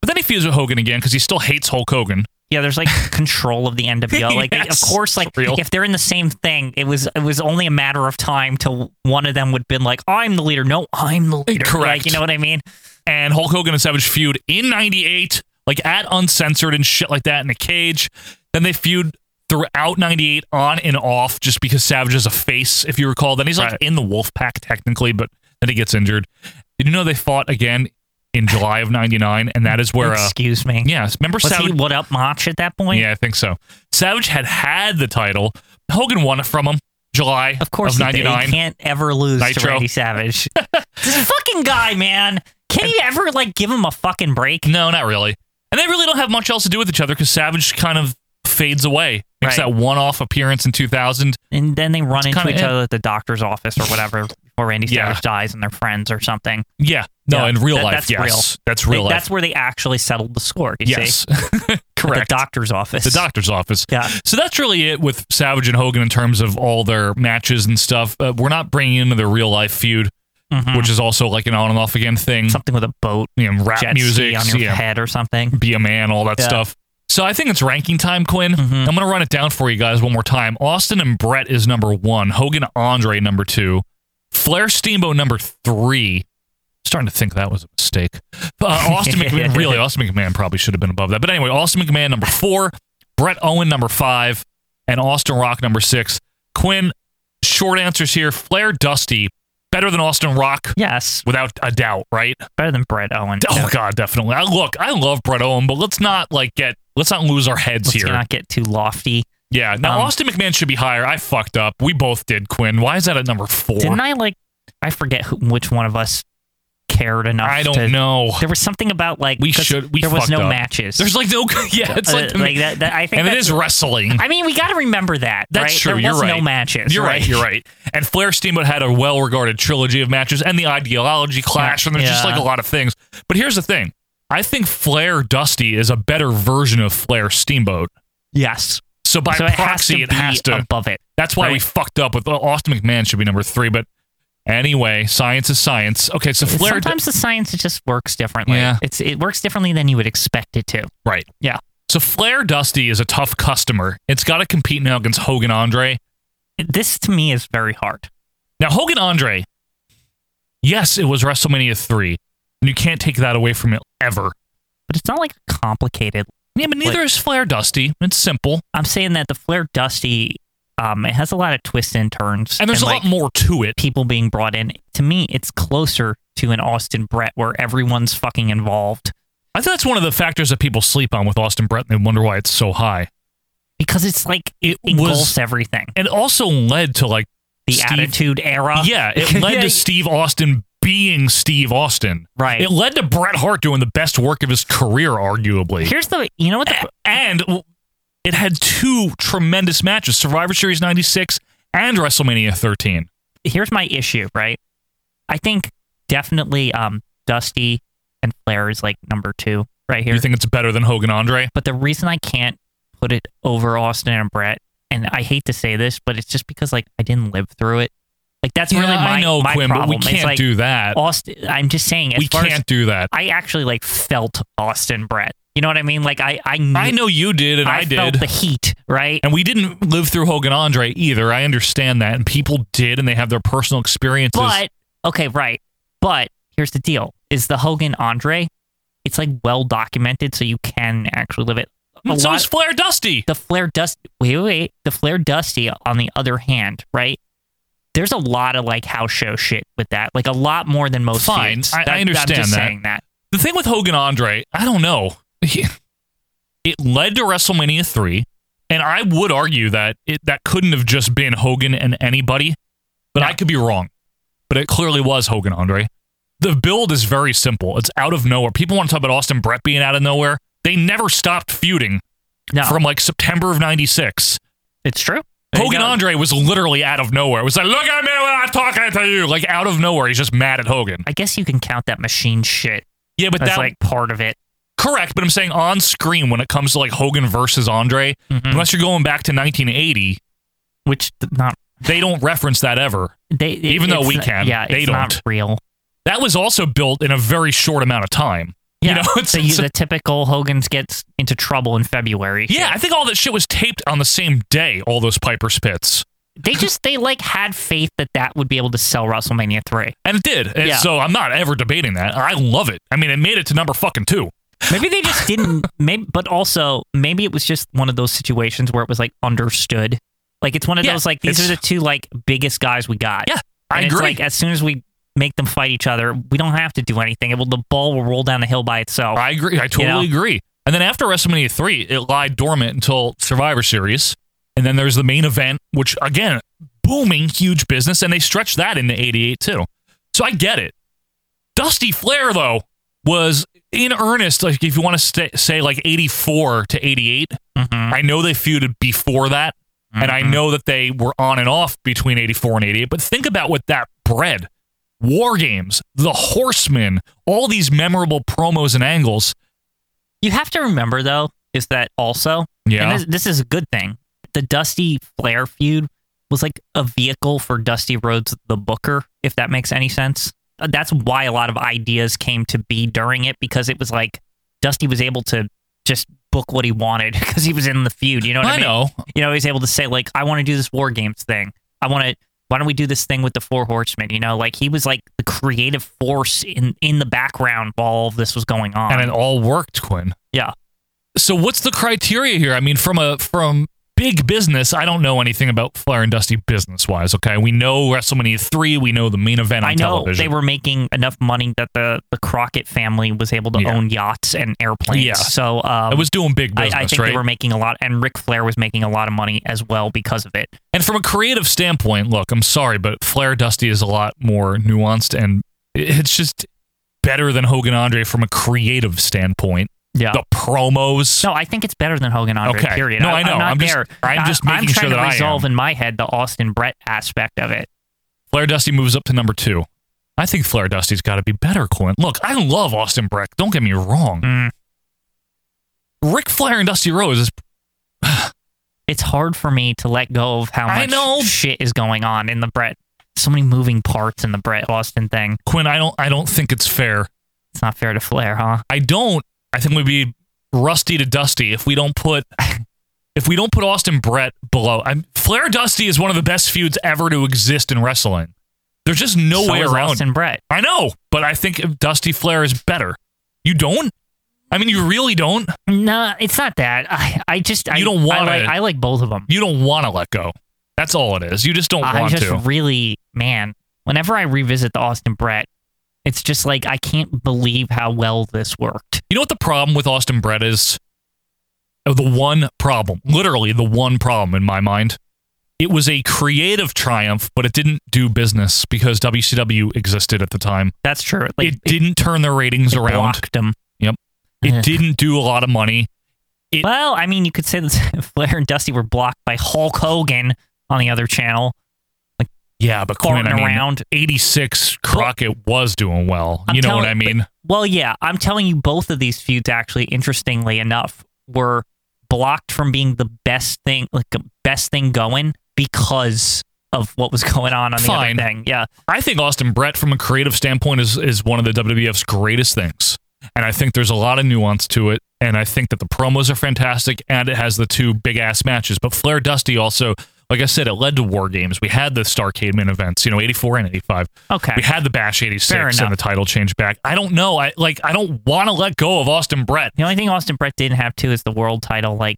But then he feuds with Hogan again because he still hates Hulk Hogan.
Yeah, there's like control of the NWO. Like, they-
Yes,
of course, like
real.
if they're in the same thing, it was it was only a matter of time till one of them would been like, "I'm the leader." No, I'm the leader. Like,
Correct.
you know what I mean?
and Hulk Hogan and Savage feud in '98, like at Uncensored and shit like that in a cage. Then they feud throughout '98 on and off just because Savage is a face, if you recall. Then he's like in the Wolfpack technically, but then he gets injured. Did you know they fought again in July of '99, and that is where uh,
Excuse me.
Yes, remember
Was he
Savage?
what up Mach at that point?
Yeah, I think so. Savage had had the title. Hogan won it from him. July
Of course,
of
he did. He
'99.
can't ever lose to
Nitro.
Randy Savage. this fucking guy, man. Can you ever like give him a fucking break?
No, not really. And they really don't have much else to do with each other because Savage kind of fades away. Makes
Right.
that one-off appearance in 2000.
And then they run into
kinda
each
it.
other at the doctor's office or whatever, before Randy
Yeah.
Savage dies and they're friends or something.
Yeah. No,
Yeah,
in real
that-
life,
that's
yes.
real.
That's real
They-
life.
That's where they actually settled the score. You
Yes.
see, At
Correct.
the doctor's office.
the Mm-hmm. doctor's office.
Yeah.
So that's really it with Savage and Hogan in terms of all their matches and stuff. Uh, we're not bringing into the real life feud,
Mhm.
which is also like an on and off again thing.
Something with a boat,
you know, rap
jet
music
ski on your
yeah,
head or something.
Be a man, all that
Yeah.
stuff. So I think it's ranking time, Quinn. I'm going to run it down for you guys one more time. Austin and Brett is number one. Hogan Andre number two. Flair Steamboat number three. Starting to think that was a mistake. Uh, Austin McMahon, really, Austin McMahon probably should have been above that. But anyway, Austin McMahon number four, Brett Owen number five, and Austin Rock number six. Quinn, short answers here. Flair Dusty, better than Austin Rock.
Yes.
Without a doubt, right?
Better than Brett Owen.
Oh, God, definitely. I, look, I love Brett Owen, but let's not like get, let's not lose our heads
Let's
here.
not get too lofty.
Yeah. Now,
Um,
Austin McMahon should be higher. I fucked up. We both did, Quinn. Why is that at number 4
Didn't I like? I forget who, which one of us cared enough.
I don't
to-
know.
There was something about like
We
'cause
should. We
there was
fucked
no
up.
matches.
There's like no. Yeah, it's
Uh,
like, the-
like that, that- I think
and it
that's-
is wrestling.
I mean, we got to remember that.
That's
right?
true.
There
you're
was
right.
No matches.
You're right. You're right. And Flair Steamboat had a well-regarded trilogy of matches, and the ideology clash, and there's just
Yeah.
like a lot of things. But here's the thing: I think Flair Dusty is a better version of Flair Steamboat.
Yes.
So by
So it has
proxy,
to
it has
be
to
above it,
That's why we
right?
fucked up with oh, Austin McMahon should be number three. But anyway, science is science. Okay, so Flair.
Sometimes the science it just works differently.
Yeah.
It's it works differently than you would expect it to.
Right.
Yeah.
So Flair Dusty is a tough customer. It's got to compete now against Hogan Andre.
This to me is very hard.
Now Hogan Andre, yes, it was WrestleMania three, and you can't take that away from it ever.
But it's not like complicated.
Yeah, but neither is Flair Dusty. It's simple.
I'm saying that the Flair Dusty, um, it has a lot of twists and turns,
And there's a lot more to it.
People being brought in. To me, it's closer to an Austin Brett where everyone's fucking involved
I think that's one of the factors that people sleep on with Austin Brett, and they wonder why it's so high.
because it's like it engulfs
was-
everything.
And also led to like
The Attitude Era.
Yeah, it led to Steve Austin being Steve Austin.
Right.
It led to Bret Hart doing the best work of his career, arguably.
Here's the you know what the
and it had two tremendous matches: Survivor Series '96 and WrestleMania 13.
here's my issue, right? I think definitely um, Dusty and Flair is like number two right here.
You think it's better than Hogan Andre?
But the reason I can't put it over Austin and Brett, and I hate to say this, but it's just because like I didn't live through it. Like that's
Yeah,
really my
I know,
my
Quinn, but
problem.
we
It's
can't
like,
do that.
Austin, I'm just saying. As
We
far as-
can't do that.
I actually like felt Austin Brett. You know what I mean? Like I I knew,
I know you did, and I, did.
felt the heat, right?
And we didn't live through Hogan Andre either. I understand that, and people did, and they have their personal experiences.
But okay, right. But here's the deal: is the Hogan Andre? It's like well documented, so you can actually live it. a
So
lot-
is Flair Dusty.
The Flair Dust. Wait, wait, wait. The Flair Dusty, on the other hand, right? There's a lot of like house show shit with that. Like a lot more than most.
Fine,
feuds.
I,
That-
I understand
I'm just
that.
saying that.
The thing with Hogan Andre, I don't know. it led to WrestleMania three, and I would argue that it that couldn't have just been Hogan and anybody, but I could be wrong. But it clearly was Hogan Andre. The build is very simple. It's out of nowhere. People want to talk about Austin Brett being out of nowhere. They never stopped feuding from like September of '96.
It's true.
Hogan Andre was literally out of nowhere. It was like, look at me when I'm talking to you. Like out of nowhere, he's just mad at Hogan.
I guess you can count that machine shit.
Yeah, but
as,
that-
like part of it.
Correct, but I'm saying on screen when it comes to like Hogan versus Andre,
Mm-hmm.
unless you're going back to 1980,
which not
they don't reference that ever.
They
even though
it's
we
not-
can,
yeah,
they
it's
don't.
not real.
That was also built in a very short amount of time.
Yeah,
you know, it's,
the,
it's-
the typical Hogan's gets into trouble in February.
yeah. I think all that shit was taped on the same day. All those Piper spits,
They just they like had faith that that would be able to sell WrestleMania three.
and it did. And
Yeah.
So I'm not ever debating that. I love it. I mean, it made it to number fucking two.
Maybe they just didn't. Maybe, but also maybe it was just one of those situations where it was like understood. Like it's one of
Yeah,
those like these
it's-
are the two like biggest guys we got. Yeah,
I
and It's
agree.
like as soon as we make them fight each other, we don't have to do anything. It will the ball will roll down the hill by itself.
I agree. I totally agree. And then after WrestleMania 3, it lied dormant until Survivor Series. And then there's the main event, which again, booming, huge business. And they stretched that into 88 too. So I get it. Dusty Flair, though, was in earnest. Like, if you want to st- say like 84 to 88, I know they feuded before that. And I know that they were on and off between 84 and 88. But think about what that bred War Games, The Horsemen, all these memorable promos and angles.
You have to remember though is that also
Yeah.
And this, this is a good thing. The Dusty Flair feud was like a vehicle for Dusty Rhodes the Booker, if that makes any sense. Uh, That's why a lot of ideas came to be during it because it was like Dusty was able to just book what he wanted because he was in the feud. You know what I,
I
mean?
know.
You know, he was able to say like, I want to do this War Games thing. I want to. Why don't we do this thing with the Four Horsemen? You know, like he was like the creative force in in the background while all of this was going on.
And it all worked, Quinn.
Yeah.
So what's the criteria here? I mean, from a from big business, I don't know anything about Flair and Dusty business wise. Okay, we know WrestleMania three, we know the main event on
I know
television.
they were making enough money that the, the Crockett family was able to own yachts and airplanes.
Yeah.
So um,
It was doing big
I- I,
business,
think
right?
they were making a lot, and Ric Flair was making a lot of money as well because of it.
And from a creative standpoint, look, I'm sorry, but Flair Dusty is a lot more nuanced and it's just better than Hogan Andre from a creative standpoint.
Yeah.
The promos.
No, I think it's better than Hogan Andre.
Okay.
Period.
No,
I,
I know.
am not
I'm just-
there.
I'm just
I, am
making sure
trying to
that I am.
resolve in my head the Austin Brett aspect of it.
Flair Dusty moves up to number two. I think Flair Dusty's got to be better, Quinn. Look, I love Austin Breck. Don't get me wrong.
Mm.
Rick Flair and Dusty Rose is.
It's hard for me to let go of how much
I know.
shit is going on in the Brett. So many moving parts in the Brett Austin thing.
Quinn, I don't I don't think it's fair.
It's not fair to Flair, huh?
I don't. I think we'd be rusty to dusty if we don't put if we don't put Austin Brett below. I'm, Flair Dusty is one of the best feuds ever to exist in wrestling. There's just no
So
way
is
around
Austin Brett.
I know, but I think Dusty Flair is better. You don't? I mean, you really don't.
No, it's not that. I, I just I,
you don't want
I like,
to.
I like both of them.
You don't want to let go. That's all it is. You just don't
I
want
just
to.
really, man, whenever I revisit the Austin Brett, it's just like I can't believe how well this worked.
You know what the problem with Austin Brett is? Uh, The one problem, literally the one problem in my mind. It was a creative triumph, but it didn't do business because WCW existed at the time.
That's true.
it, didn't turn their ratings around.
blocked 'em.
Yep. It didn't do a lot of money.
well, I mean, you could say that Flair and Dusty were blocked by Hulk Hogan on the other channel. Like,
yeah, but
farting
Quinn, I mean,
around.
86 Crockett was doing well.
I'm
you know
telling-
what I mean?
Well, yeah, I'm telling you, both of these feuds actually, interestingly enough, were blocked from being the best thing, like the best thing going because of what was going on on the
Fine.
other thing. Yeah,
I think Austin Brett, from a creative standpoint, is is one of the WWF's greatest things, and I think there's a lot of nuance to it. And I think that the promos are fantastic, and it has the two big ass matches. But Flair Dusty also Like I said, it led to war games. We had the Starcade main events, you know, 84 and 85.
Okay.
We had the Bash
Fair
86
enough.
and the title change back. I don't know. I like I don't want to let go of Austin Brett.
The only thing Austin Brett didn't have too is the world title, like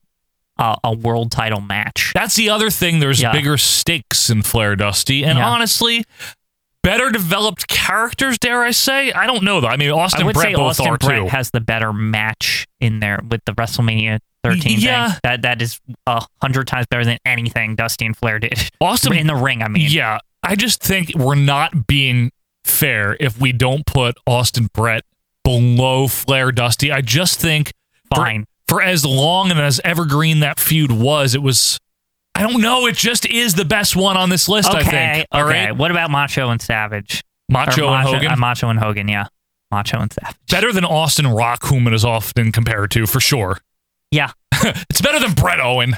uh, a world title match.
That's the other thing. There's
Yeah.
bigger stakes in Flair Dusty. And
Yeah.
honestly, better developed characters, dare I say? I don't know, though. I mean, Austin
I would
Brett
say
both
Austin
are,
Brett
too.
has the better match in there with the WrestleMania 13
Yeah.
thing. That that is a hundred times better than anything Dusty and Flair did.
Austin-
in the ring, I mean.
yeah. I just think we're not being fair if we don't put Austin Brett below Flair Dusty. I just think for-
Fine.
For, as long and as evergreen that feud was, it was I don't know, it just is the best one on this list,
okay,
I think. All
okay.
right.
What about Macho and Savage?
Macho
Or
and Hogan?
uh, Macho and Hogan, yeah. Macho and Savage.
Better than Austin Rock, whom it is often compared to, for sure.
Yeah.
it's better than Brett Owen.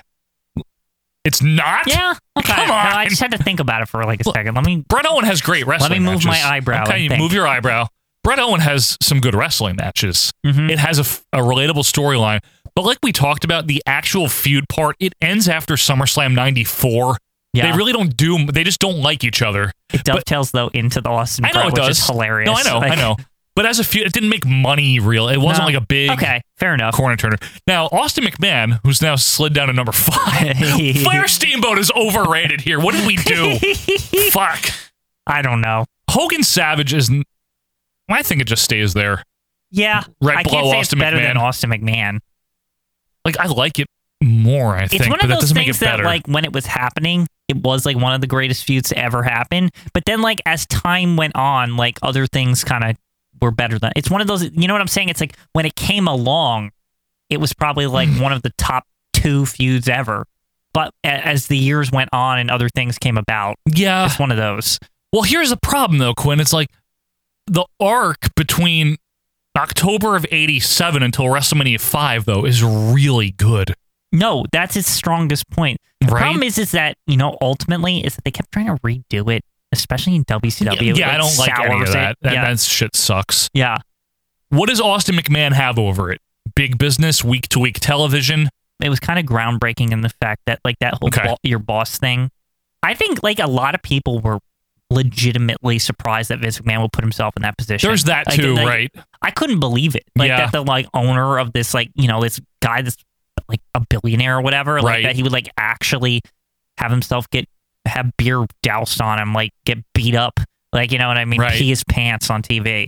It's not?
Yeah. Okay.
Come
No,
on.
I just had to think about it for like a second. Let me
Brett Owen has great wrestling.
Let me move
matches.
my eyebrow
Okay,
and
you
think.
move your eyebrow. Brett Owen has some good wrestling matches.
Mm-hmm.
It has a, f- a relatable storyline, but like we talked about, the actual feud part it ends after SummerSlam '94.
Yeah.
They really don't do. They just don't like each other.
It dovetails though into the Austin
I know
Brett,
it does.
which is hilarious.
No, I know. I
Like-
know. But as a feud, it didn't make money real. It wasn't
No.
like a big
Okay, fair enough.
corner turner. Now Austin McMahon, who's now slid down to number five, Flair Steamboat is overrated here. What did we do? Fuck.
I don't know.
Hogan Savage is. n- I think it just stays there.
Yeah,
Right
I can't
below
say
Austin
it's better
McMahon.
than Austin McMahon.
Like I like it more. I think,
it's one
but
of
that
those
doesn't make
things
it
that,
better.
like, when it was happening, it was like one of the greatest feuds to ever happen. But then, like, as time went on, like other things kind of were better than. It's one of those. You know what I'm saying? It's like when it came along, it was probably like
Mm.
one of the top two feuds ever. But a- as the years went on and other things came about,
yeah,
it's one of those.
Well, here's the problem though, Quinn. It's like the arc between October of '87 until WrestleMania five though is really good.
No, that's its strongest point. The
Right?
problem is, is that you know ultimately is that they kept trying to redo it, especially in WCW.
yeah,
It
I don't like any of
sours it.
that. That,
yeah.
that shit sucks.
yeah,
What does Austin McMahon have over it? Big business, week to week television.
it was kind of groundbreaking in the fact that like that whole
Okay.
bo- your boss thing. I think like a lot of people were legitimately surprised that Vince McMahon would put himself in that position.
There's that
Like,
too,
like,
right?
I couldn't believe it. Like
Yeah.
that the like owner of this like you know this guy that's like a billionaire or whatever.
Right.
Like that he would like actually have himself get have beer doused on him, like get beat up, like you know what I mean,
Right.
pee his pants on TV.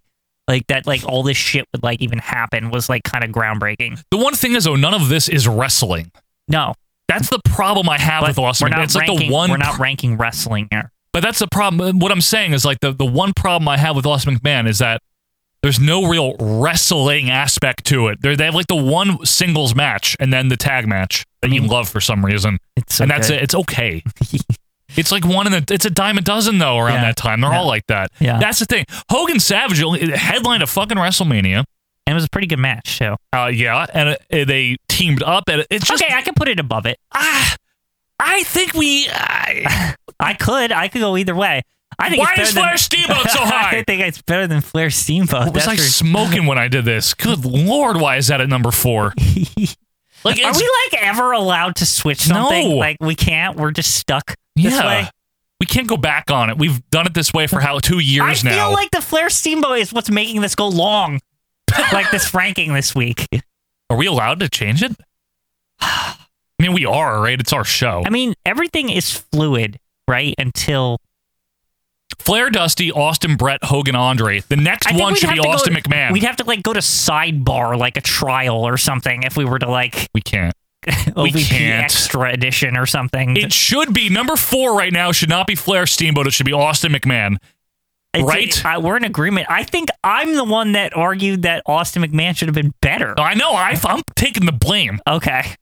Like that, like all this shit would like even happen was like kind of groundbreaking.
The one thing is though, none of this is wrestling.
No,
That's the problem I have with Austin.
we're
McMahon.
not
it's
ranking,
like the one
we're not ranking wrestling here.
But that's the problem. What I'm saying is like the, the one problem I have with Austin McMahon is that there's no real wrestling aspect to it. They're, they have like the one singles match and then the tag match that you
Mm-hmm.
love for some reason.
It's
and that's
okay.
it. It's okay. it's like one in a, it's a dime a dozen though around
Yeah.
that time. They're all like that.
Yeah.
That's the thing. Hogan Savage only- headlined a fucking WrestleMania.
And it was a pretty good match too.
Uh, yeah, and uh, they teamed up, and it's just
okay. I can put it above it.
Ah, I think we. I,
I could. I could go either way. I think
Why
it's better
is
than-
Flair Steamboat so high?
I think it's better than Flair Steamboat.
It was
that's
like
for-
smoking when I did this. Good lord, why is that at number four? like,
Are
it's-
we like ever allowed to switch something?
No.
Like we can't. We're just stuck this
yeah,
way.
we can't go back on it. We've done it this way for how two
I
years
feel
now.
like the Flair Steamboat is what's making this go long. like this ranking this week.
are we allowed to change it? I mean, we are, right? It's our show.
I mean, everything is fluid, right? Until
Flair, Dusty, Austin, Brett, Hogan, Andre. The next
I think
one
we'd
should
have
be
to go-
Austin McMahon.
We'd have to like go to sidebar, like a trial or something, if we were to like
we can't.
OVP
can't.
Extra Edition or something.
It should be number four right now. Should not be Flair Steamboat. It should be Austin McMahon.
It's-
right?
I- we're in agreement. I think I'm the one that argued that Austin McMahon should have been better.
I know. I, I'm taking the blame.
Okay.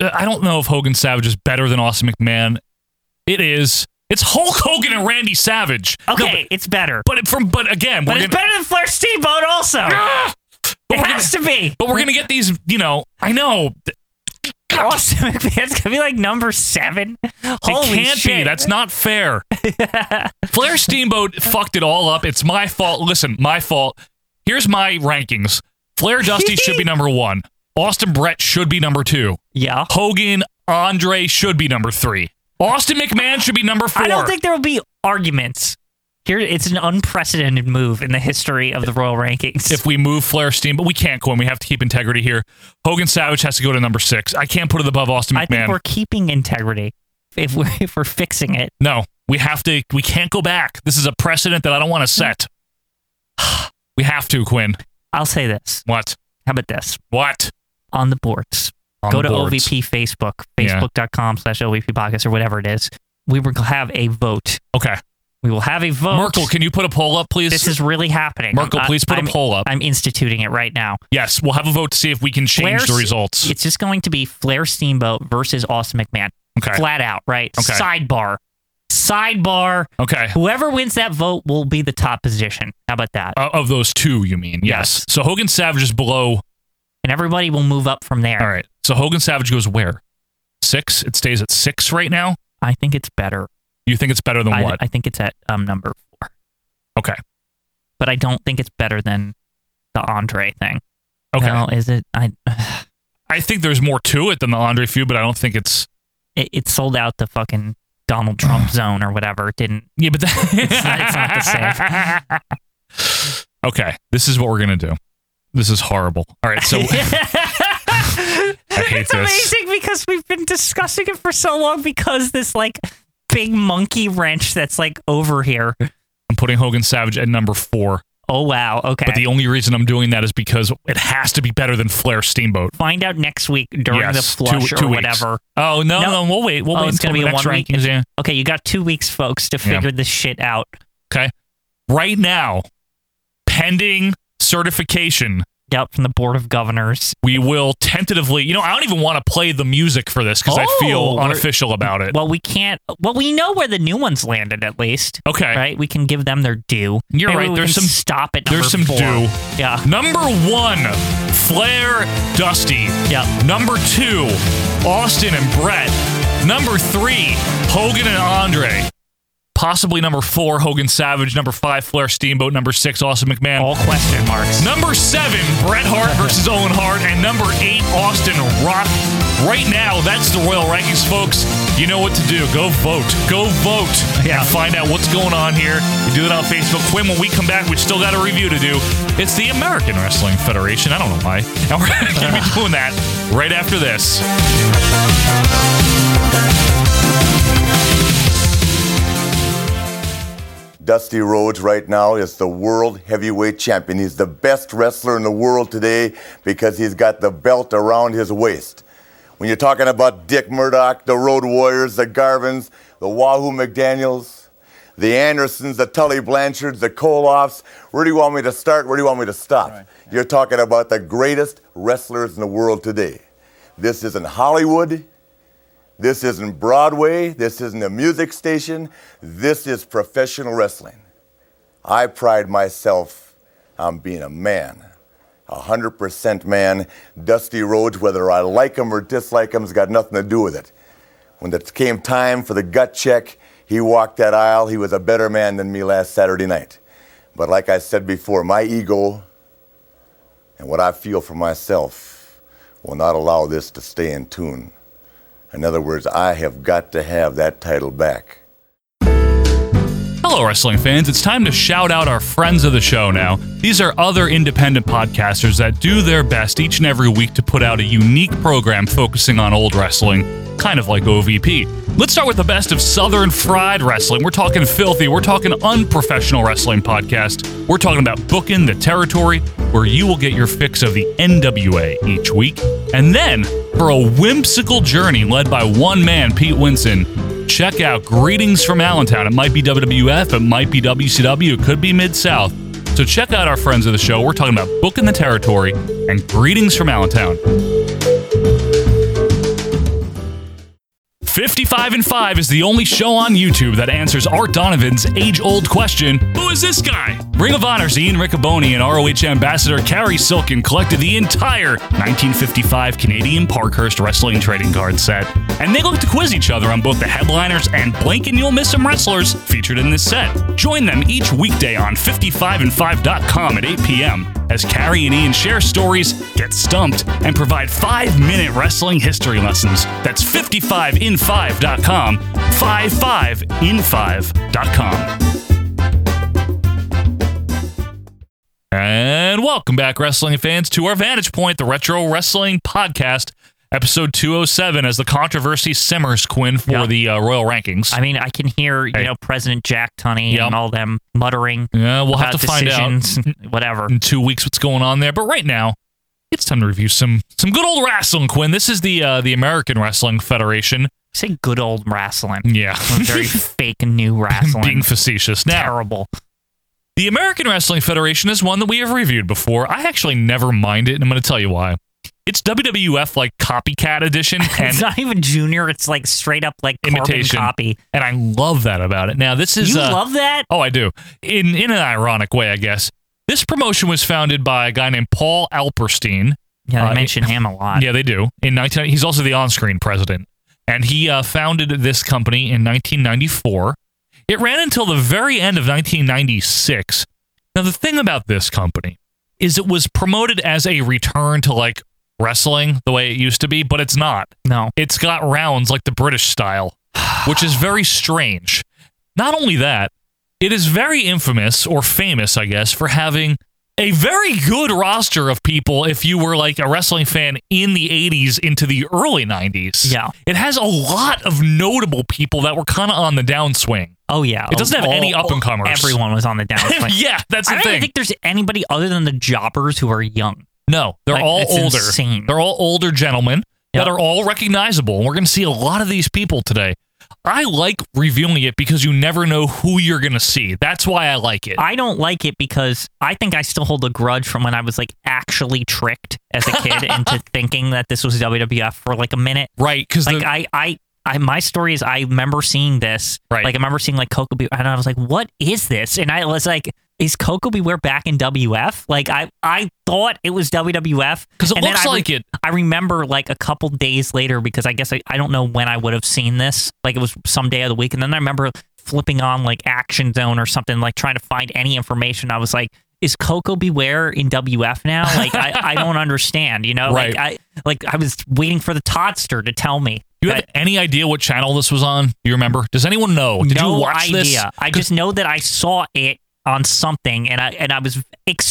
I don't know if Hogan Savage is better than Austin McMahon. It is. It's Hulk Hogan and Randy Savage. No,
Okay,
but-
it's better.
but, it from but again,
But
we're
it's
gonna,
better than Flair Steamboat also.
but
it
we're gonna-
has to be.
But we're gonna get these. You know, I know. It
Austin McMahon's gonna be like number seven. Holy
can't
shit.
be. That's not fair. Flair Steamboat fucked it all up. It's my fault. Listen, my fault. Here's my rankings. Flair Dusty should be number one. Austin Brett should be number two.
Yeah.
Hogan Andre should be number three. Austin McMahon should be number four.
I don't think there will be arguments. Here, it's an unprecedented move in the history of the Royal rankings.
If we move Flair Steam, but we can't go in. We have to keep integrity here. Hogan Savage has to go to number six. I can't put it above Austin McMahon.
I think we're keeping integrity. If we're if we're fixing it,
no, we have to. We can't go back. This is a precedent that I don't want to set. we have to, Quinn.
I'll say this.
What?
How about this?
What?
On the boards.
On
Go
the
to
boards.
OVP Facebook,
Yeah.
facebook.com slash OVP podcast or whatever it is. We will have a vote.
Okay.
We will have a vote.
Merkel, can you put a poll up, please?
This is really happening.
Merkel,
I'm-
please put a
I'm-
poll up.
I'm instituting it right now.
yes, we'll have a vote to see if we can change the
Flair-
results.
It's just going to be Flair Steamboat versus Austin McMahon.
Okay.
Flat out, right?
Okay.
Sidebar. Sidebar.
Okay.
Whoever wins that vote will be the top position. How about that?
Uh, of those two, you mean? Yes. So Hogan Savage is below.
And everybody will move up from there.
All right. So Hogan Savage goes where? Six. It stays at six right now.
I think it's better.
You think it's better than
I,
what?
I think it's at um, number four.
okay.
But I don't think it's better than the Andre thing.
Okay.
Well, is it? I.
I think there's more to it than the Andre feud, but I don't think it's.
It, it sold out the fucking Donald Trump zone or whatever. It didn't.
Yeah, but that,
It's not, it's not the same.
Okay, this is what we're gonna do. This is horrible. All right, so I hate
it's
this.
amazing because we've been discussing it for so long because this like big monkey wrench that's like over here.
I'm putting Hogan Savage at number four.
Oh wow, okay.
But the only reason I'm doing that is because it has to be better than Flair Steamboat.
Find out next week during the
Yes, two-
flush
two
or
weeks.
whatever.
Oh no, no, we'll wait. We'll
oh,
wait
it's
until
gonna be
the
a
next
one week.
rankings. Yeah.
Okay, you got two weeks, folks, to
Yeah.
figure this shit out.
Okay. Right now, pending certification.
Yep, from the Board of Governors.
We will tentatively. You know, I don't even want to play the music for this because I
Oh,
feel
we're-
unofficial about it.
Well, we can't. Well, we know where the new ones landed at least.
Okay.
right? We can give them their due.
You're
Maybe
right,
we
there's
can
some-
stop at
there's some
number four.
due.
Yeah.
Number one, Flair, Dusty.
Yeah.
Number two, Austin and Brett. Number three, Hogan and Andre. Possibly number four, Hogan Savage. Number five, Flair Steamboat. Number six, Austin McMahon.
All question marks.
Number seven, Bret Hart versus Owen Hart. And number eight, Austin Rock. Right now, that's the Royal Rankings, folks. You know what to do. Go vote. Go vote. Yeah. Find out what's going on here. You do it on Facebook. Quinn, when we come back, we still got a review to do. It's the American Wrestling Federation. I don't know why. And we're going to be doing that right after this.
Dusty Rhodes right now is the world heavyweight champion. He's the best wrestler in the world today because he's got the belt around his waist. When you're talking about Dick Murdoch, the Road Warriors, the Garvins, the Wahoo McDaniels, the Andersons, the Tully Blanchards, the Koloffs, where do you want me to start? Where do you want me to stop? You're talking about the greatest wrestlers in the world today. This isn't Hollywood. This isn't Broadway. This isn't a music station. This is professional wrestling. I pride myself on being a man, a 100% man. Dusty Rhodes, whether I like him or dislike him, has got nothing to do with it. When it came time for the gut check, he walked that aisle. He was a better man than me last Saturday night. But like I said before, my ego and what I feel for myself will not allow this to stay in tune. In other words, I have got to have that title back.
Hello, wrestling fans. It's time to shout out our friends of the show now. These are other independent podcasters that do their best each and every week to put out a unique program focusing on old wrestling, kind of like OVP. Let's start with the best of Southern Fried Wrestling. We're talking filthy, we're talking unprofessional wrestling podcast. We're talking about booking the territory where you will get your fix of the NWA each week. And then, for a whimsical journey led by one man, Pete Winson, Check out Greetings from Allentown. It might be WWF, it might be WCW, it could be Mid South. So check out our friends of the show. We're talking about Booking the Territory and Greetings from Allentown. 55 and 5 is the only show on YouTube that answers Art Donovan's age old question Who is this guy? Ring of Honor's Ian Riccoboni and ROH ambassador Carrie Silken collected the entire 1955 Canadian Parkhurst wrestling trading card set, and they look to quiz each other on both the headliners and Blink and You'll Miss Some wrestlers featured in this set. Join them each weekday on 55and5.com at 8 p.m. as Carrie and Ian share stories, get stumped, and provide five minute wrestling history lessons. That's 55in5.com. 55in5.com. And welcome back, wrestling fans, to our Vantage Point, the Retro Wrestling Podcast, episode 207, as the controversy simmers, Quinn, for the uh, Royal Rankings.
I mean, I can hear, you know, President Jack Tunney
Yep.
and all them muttering.
Yeah, we'll have
about
to find
decisions.
out Mm-hmm.
whatever
in two weeks what's going on there. But right now, it's time to review some some good old wrestling, Quinn. This is the uh, the American Wrestling Federation.
Say good old wrestling.
Yeah,
Very fake new wrestling.
Being facetious. Now,
Terrible.
The American Wrestling Federation is one that we have reviewed before. I actually never mind it, and I'm going to tell you why. It's WWF like copycat edition, and
it's not even junior. It's like straight up like carbon
imitation
copy.
and I love that about it. Now this is
You
uh,
love that?
Oh, I do. In in an ironic way, I guess. This promotion was founded by a guy named Paul Alperstein.
Yeah, they mention him a lot.
uh, Yeah, they do. In 19, he's also the on-screen president, and he uh, founded this company in 1994. It ran until the very end of 1996. Now, the thing about this company is it was promoted as a return to like wrestling the way it used to be, but it's not.
No.
It's got rounds like the British style, which is very strange. Not only that, it is very infamous or famous, I guess, for having a very good roster of people if you were like a wrestling fan in the 80s into the early 90s. Yeah. It has a lot of notable people that were kind of on the downswing.
Oh yeah.
It doesn't have
All-
any up and comers.
Everyone was on the downswing.
Yeah, that's
I
the
don't even
thing.
think there's anybody other than the jobbers who are young.
No, they're
Like,
all
it's
older.
insane.
They're all older gentlemen that are all recognizable. We're going to see a lot of these people today. I like reviewing it because you never know who you're going to see. That's why I like it.
I don't like it because I think I still hold a grudge from when I was like actually tricked as a kid into thinking that this was WWF for like a minute.
Right. Cause
like I, I, I, my story is I remember seeing this. Right. Like I remember seeing like Coco Beware and I was like, what is this? And I was like, is Coco Beware back in WF? Like I, I thought it was WWF.
'Cause it
And then
looks
I
like it.
I remember like a couple days later because I guess I, I don't know when I would have seen this. Like it was some day of the week. And then I remember flipping on like Action Zone or something, like trying to find any information. I was like, is Coco Beware in WF now? Like I, I don't understand, you know?
Right.
Like I like I was waiting for the Todster to tell me.
Do you have any idea what channel this was on? Do you remember? Does anyone know? Did
no
you watch
idea.
this?
I just know that I saw it on something and I and I was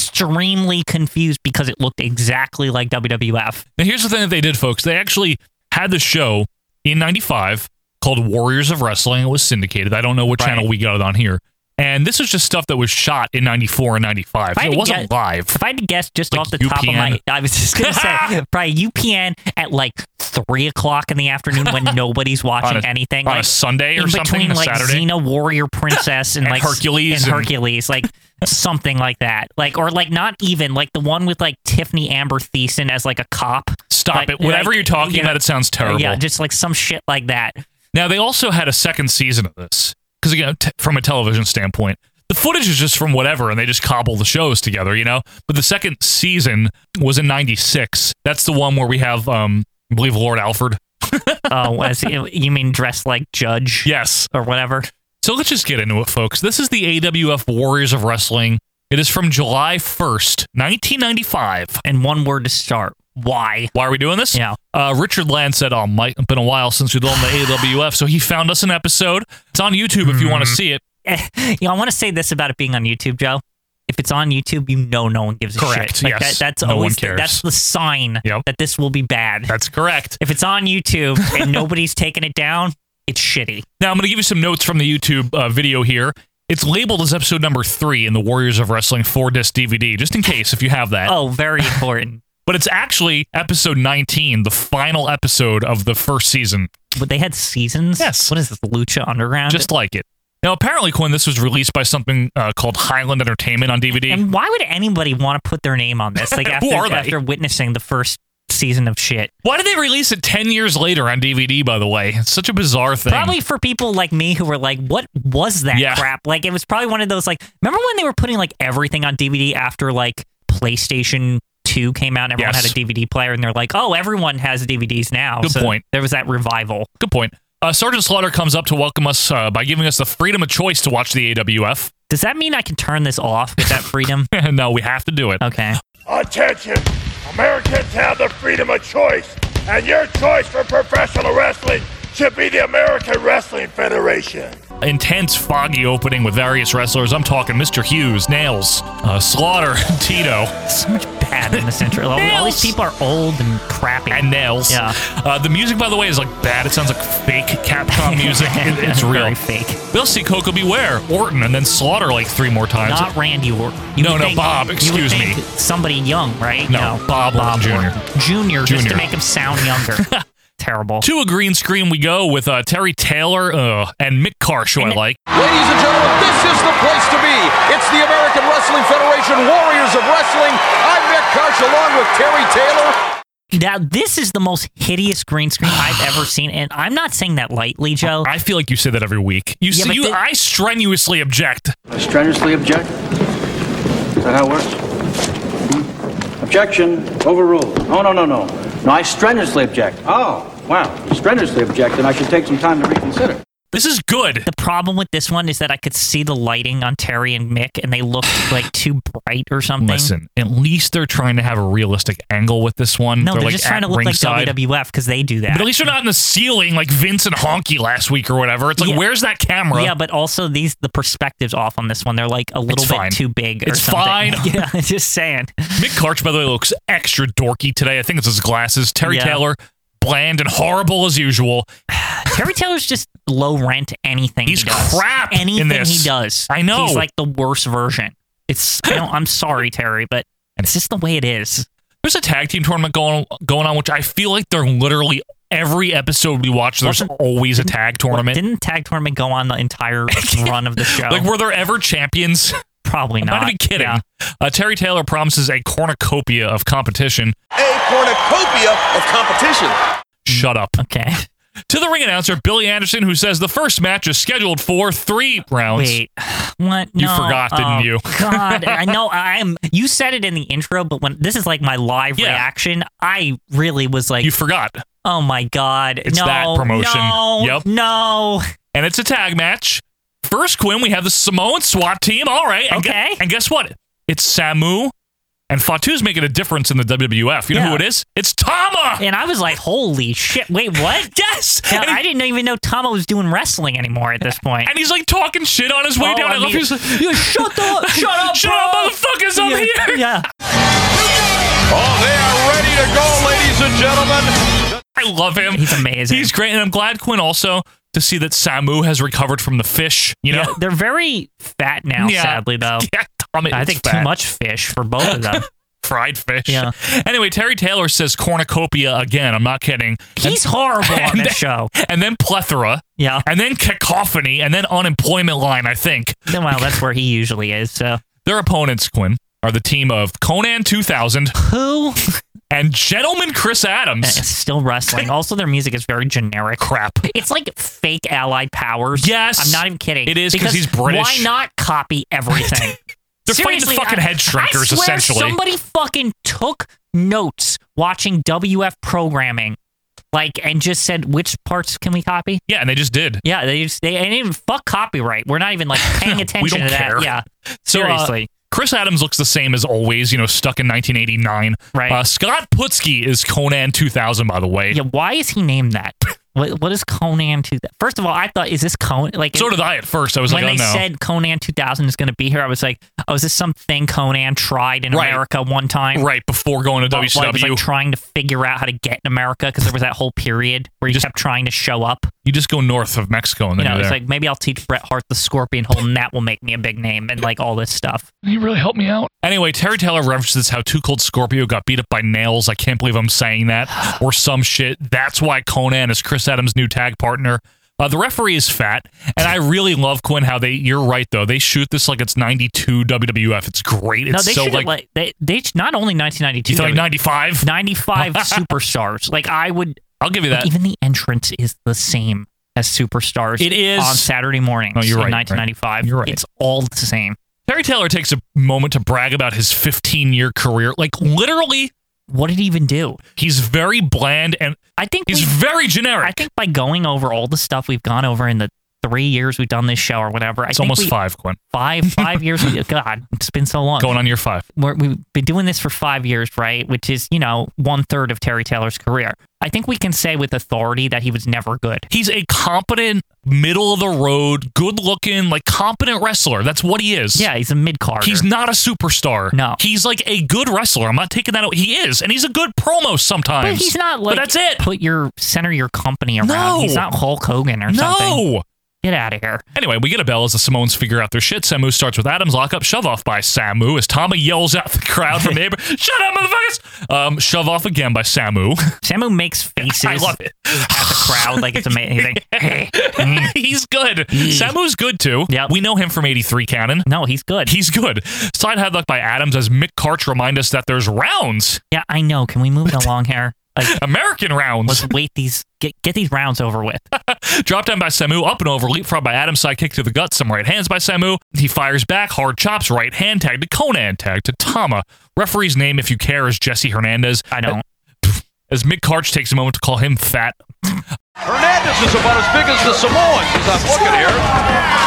extremely confused because it looked exactly like WWF.
Now, here's the thing that they did, folks. They actually had the show in '95 called Warriors of Wrestling. It was syndicated. I don't know what channel we got it on here. And this was just stuff that was shot in '94 and '95.
If I had
It
to
wasn't
guess-
live.
If I had to guess just off the top of
UPN.
my I was just gonna say probably UPN at like three o'clock in the afternoon when nobody's watching
On a-
anything.
on a
like,
Sunday or
in
something,
Between
a
like
Saturday?
Xena Warrior Princess and,
And
like
Hercules
and
and-
Hercules, like something like that. Like or like not even like the one with like Tiffany Amber Thiessen as like a cop.
Stop it. Whatever you're talking about, it sounds terrible.
Yeah, just like some shit like that.
Now they also had a second season of this because again, t- from a television standpoint, the footage is just from whatever, and they just cobble the shows together, you know. But the second season was in '96. That's the one where we have, um, I believe, Lord Alfred.
oh, as you mean dressed like Judge?
Yes,
or whatever.
So let's just get into it, folks. This is the AWF Warriors of Wrestling. It is from July 1st, 1995.
And one word to start. Why?
Why are we doing this?
Yeah.
Uh, Richard Land said, Oh, Mike, it's been a while since we've done the AWF. So he found us an episode. It's on YouTube if you want to see it.
you know, I want to say this about it being on YouTube, Joe. If it's on YouTube, you know no one gives a
Correct,
shit. Like,
yes.
that- that's
No one
always
cares.
that's the sign that this will be bad.
That's correct.
If it's on YouTube and nobody's taking it down, it's shitty.
Now, I'm going to give you some notes from the YouTube uh, video here. It's labeled as episode number three in the Warriors of Wrestling 4 disc DVD, just in case if you have that.
Oh, very important.
but it's actually episode 19, the final episode of the first season.
But they had seasons?
Yes. What
is this, Lucha Underground?
Just like it. Now, apparently, Quinn, this was released by something uh, called Highland Entertainment on DVD.
And why would anybody want to put their name on this? Like
Who
after
are they?
after witnessing the first season of shit.
Why did they release it 10 years later on DVD, by the way? It's such a bizarre thing.
Probably for people like me who were like, "What was that
Yeah.
crap?" Like it was probably one of those like, remember when they were putting like everything on DVD after like PlayStation Two came out, and everyone
Yes.
had a DVD player, and they're like, "Oh, everyone has DVDs now."
Good
So
point.
There was that revival.
Good point. Uh, Sergeant Slaughter comes up to welcome us uh, by giving us the freedom of choice to watch the AWF.
Does that mean I can turn this off with that freedom?
no, we have to do it.
Okay.
Attention! Americans have the freedom of choice, and your choice for professional wrestling should be the American Wrestling Federation.
Intense, foggy opening with various wrestlers. I'm talking Mr. Hughes, Nails, uh, Slaughter, Tito. So much
bad in this entry level. All these people are old and crappy.
And Nails.
Yeah.
Uh, the music, by the way, is like bad. It sounds like fake Capcom music. It- it's real.
Very fake.
We'll see Coco Beware, Orton, and then Slaughter like three more times.
Not Randy Orton.
no,
would
no,
think-
Bob.
you would
Excuse me.
think Somebody young, right?
No, Bob Orton Jr.
Junior, just
Junior.
to make him sound younger. Terrible.
To a green screen we go with uh, Terry Taylor uh, and Mick Karsh, who I like.
Ladies and gentlemen, this is the place to be. It's the American Wrestling Federation Warriors of Wrestling. I'm Mick Karsh along with Terry Taylor.
Now, this is the most hideous green screen I've ever seen, and I'm not saying that lightly, Joe.
I feel like you say that every week. You,
Yeah,
see,
but
you
thi-
I strenuously object.
Strenuously object? Is that how it works? Hmm? Objection, overruled. No, no, no, no. No, I strenuously object. Oh, wow. Strenuously object, and I should take some time to reconsider.
This is good.
The problem with this one is that I could see the lighting on Terry and Mick, and they looked like too bright or something.
Listen, at least they're trying to have a realistic angle with this one.
no, they're,
like
just trying
at
to look
ringside.
like E. WWF because they do that.
But at least they're not in the ceiling like Vince and Honky last week or whatever. It's like,
Yeah.
where's that camera?
yeah, but also these the perspectives off on this one. They're like a little bit
fine.
too big. Or
It's
something.
fine.
Yeah, just saying.
Mick Karch, by the way, looks extra dorky today. I think it's his glasses. Terry
Yeah.
Taylor, bland and horrible as usual.
Terry Taylor's just low rent anything.
He's
he does.
crap in
Anything
this.
he does,
I know.
He's like the worst version. It's. I don't, I'm sorry, Terry, but it's just the way it is.
There's a tag team tournament going going on, which I feel like they're literally every episode we watch. There's
Wasn't-
always a tag tournament.
Didn't tag tournament go on the entire run of the show?
Like, were there ever champions?
Probably
I'm
not.
not even kidding. Uh, Terry Taylor promises a cornucopia of competition.
A cornucopia of competition.
Mm.
Shut up.
Okay.
To the ring announcer, Billy Anderson, who says the first match is scheduled for three rounds.
Wait, what?
You
No.
forgot, didn't
Oh,
you?
God, I know. I'm. You said it in the intro, but when this is like my live reaction, I really was like,
You forgot.
"Oh my God,
It's
no,
that promotion.
No,
Yep.
no."
And it's a tag match. First, Quinn, we have the Samoan SWAT team. All right. And gu-
Okay.
and guess what? It's Samu. And Fatu's making a difference in the WWF. You know
Yeah.
who it is? It's Tama.
And I was like, "Holy shit! Wait, what?"
Yes.
Now,
And he-
I didn't even know Tomo was doing wrestling anymore at this point.
And he's like talking shit on his way
Oh,
down.
I
I love
mean-
he's like, "You
shut the shut up,
Shut
bro.
up, motherfuckers! I'm
yeah,
here.
Yeah.
Oh, they are ready to go, ladies and gentlemen.
I love him.
He's amazing.
He's great, and I'm glad Quinn also to see that Samu has recovered from the fish. You know,
Yeah, they're very fat now,
Yeah.
sadly though.
Yeah, Tommy
I
is
think too
fat.
much fish for both of them.
fried fish.
Yeah.
Anyway, Terry Taylor says cornucopia again. I'm not kidding.
He's horrible on
and
this
then-
show.
And then plethora.
Yeah.
And then cacophony. And then unemployment line. I think
Well, that's where he usually is. So
their opponents, Quinn, are the team of Conan 2000
who
and Gentleman Chris Adams.
It's still wrestling. Also, their music is very generic.
Crap.
It's like fake Allied powers.
Yes.
I'm not even kidding.
It is 'cause
Because
he's British.
Why not copy everything?
They're fighting the
Seriously,
fucking
I-
head shrinkers,
I swear
essentially.
Somebody fucking took notes watching WF programming, like, and just said which parts can we copy.
Yeah, and they just did.
Yeah, they just they, they didn't even fuck copyright. We're not even like paying attention
we don't
to
care.
that. Yeah,
So, uh,
seriously.
Chris Adams looks the same as always, you know, stuck in 1989.
Right.
Uh, Scott Putzky is Conan 2000, by the way.
yeah, why is he named that? What, what is Conan to that? First of all, I thought, is this Conan? Like,
So did I at first. I was
when
like, oh
they
no.
said Conan 2000 is going to be here, I was like, oh, is this something Conan tried in
Right.
America one time?
right before going to
While- while he was
WCW.
like trying to figure out how to get in America because there was that whole period where he kept trying to show up.
you just go north of Mexico and
You
then
know,
you're
it's
there.
like maybe I'll teach Bret Hart the scorpion hold and that will make me a big name and like all this stuff.
you really helped me out. Anyway, Terry Taylor references how Two Cold Scorpio got beat up by nails. I can't believe I'm saying that or some shit. That's why Conan is Chris Adams' new tag partner. Uh, the referee is fat, and I really love Quinn. How they? You're right though. They shoot this like it's 92 WWF. It's great. It's
no, they
so
should
like,
like, like they they not only 1992,
you thought like 95.
95 superstars. Like I would,
I'll give you that.
like, even the entrance is the same as superstars.
It is.
on Saturday mornings.
No, you're
in
right, right.
1995.
You're right.
It's all the same.
Terry Taylor takes a moment to brag about his 15 year career. Like literally,
What did he even do?
he's very bland and
I think
he's
we-
very generic.
I think by going over all the stuff we've gone over in the three years we've done this show or whatever. I
It's
think
almost
we-
five, Quinn.
Five, five years. God, it's been so long.
Going on year five.
We're, we've been doing this for five years, right? Which is, you know, one third of Terry Taylor's career. I think we can say with authority that he was never good.
He's a competent, middle of the road, good looking, like competent wrestler. That's what he is. Yeah,
he's a mid card.
He's not a superstar. No. He's like a good wrestler. I'm not taking that out. He is. And he's a good promo sometimes.
But he's not like
But that's it.
Put your center your company around.
No.
He's not Hulk Hogan or
No.
something. Get out of here.
Anyway, we get a bell as the Samoans figure out their shit. Samu starts with Adams lock up, shove off by Samu as Tommy yells out the crowd from neighbor. Shut up, motherfuckers! Um, shove off again by Samu.
Samu makes faces.
I love it.
At the crowd, like it's amazing. Mm.
he's good. Samu's good too. Yeah, we know him from '83 Cannon.
No, he's good.
He's good. Side headlock by Adams as Mick Karch remind us that there's rounds.
Yeah, I know. Can we move it along here? Like
American rounds.
Let's wait these. Get get these rounds over with.
Drop down by Samu, up and over, leapfrog by Adams, sidekick to the gut, some right hands by Samu. He fires back, hard chops, right hand tag to Conan, tag to Tama. Referee's name, if you care, is Jesse Hernandez. I
don't.
As Mick Karch takes a moment to call him fat.
Hernandez is about as big as the Samoans as I'm looking here.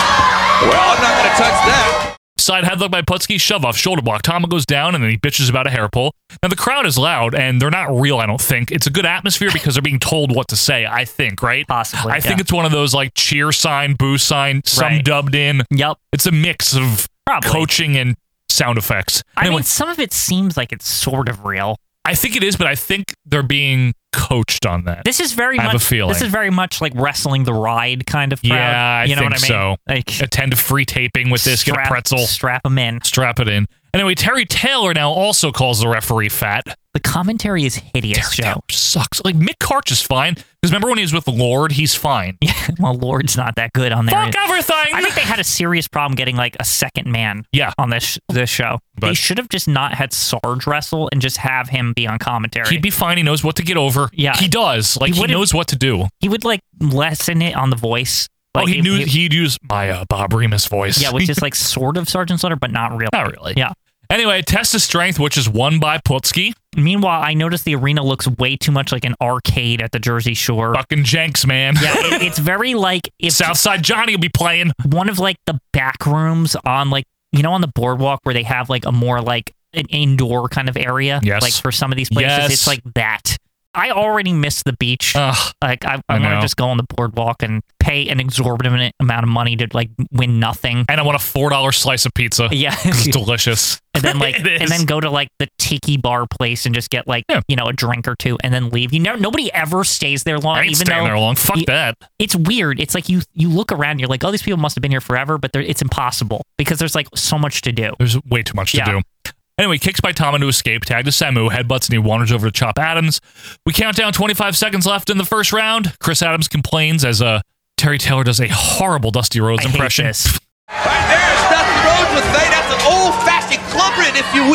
Well, I'm not going to touch that.
Side headlock by Putski, shove off, shoulder block. Tama goes down and then he bitches about a hair pull. Now, the crowd is loud and they're not real, I don't think. It's a good atmosphere because they're being told what to say, I think, right? Possibly. I think
yeah.
it's one of those like cheer sign, boo sign, some
Right.
dubbed in.
Yep.
It's a mix of coaching and sound effects.
I mean, some of it seems like it's sort of real.
I think it is, but I think they're being coached on that.
This is very
I have
much.
a feeling.
This is very much like wrestling the ride kind of crowd.
Yeah, I
you know
think
what I mean?
so. Attend to free taping with this. get a
Strap-
pretzel.
Strap him in.
Strap it in. Anyway, Terry Taylor now also calls the referee fat.
The commentary is hideous.
Terry Taylor sucks. Like Mick Karch is fine because remember when he was with Lord, he's fine.
Yeah, well, Lord's not that good on there.
Fuck everything.
I think they had a serious problem getting like a second man.
Yeah.
on this this show, they should have just not had Sarge wrestle and just have him be on commentary.
He'd be fine. He knows what to get over.
Yeah.
he does. Like
He
he,
would've-
knows what to do.
he would like lessen it on the voice.
Oh,
Like,
he knew he'd use my uh, Bob Remus voice.
Yeah, which is like sort of Sergeant Slaughter, but not really.
Not really.
Yeah.
Anyway, test of strength, which is won by Putski.
Meanwhile, I noticed the arena looks way too much like an arcade at the Jersey Shore.
Fucking Jenks, man.
Yeah, it, it's very like if
Southside Johnny will be playing
one of like the back rooms on like you know on the boardwalk where they have like a more like an indoor kind of area.
Yes.
Like for some of these places,
Yes. Uh,
it's like that. I already miss the beach. like I, I,
I
want
know.
to just go on the boardwalk and pay an exorbitant amount of money to like win nothing.
and I want a four dollar slice of pizza.
Yeah.
it's delicious.
and then like
It is.
and then go to like the tiki bar place and just get like you know a drink or two and then leave. You know nobody ever stays there long.
I ain't
even
staying
though
there long. Fuck
Y-
that.
It's weird. It's like you you look around, and you're like, oh, these people must have been here forever, but they're- it's impossible because there's like so much to do.
There's way too much to do. Anyway, kicks by Tama to escape, tag to Samu, headbutts, and he wanders over to Chop Adams. We count down 25 seconds left in the first round. Chris Adams complains as uh, Terry Taylor does a horrible Dusty Rhodes impression.
There's nothing wrong with that. That's an old-fashioned clubbering, if you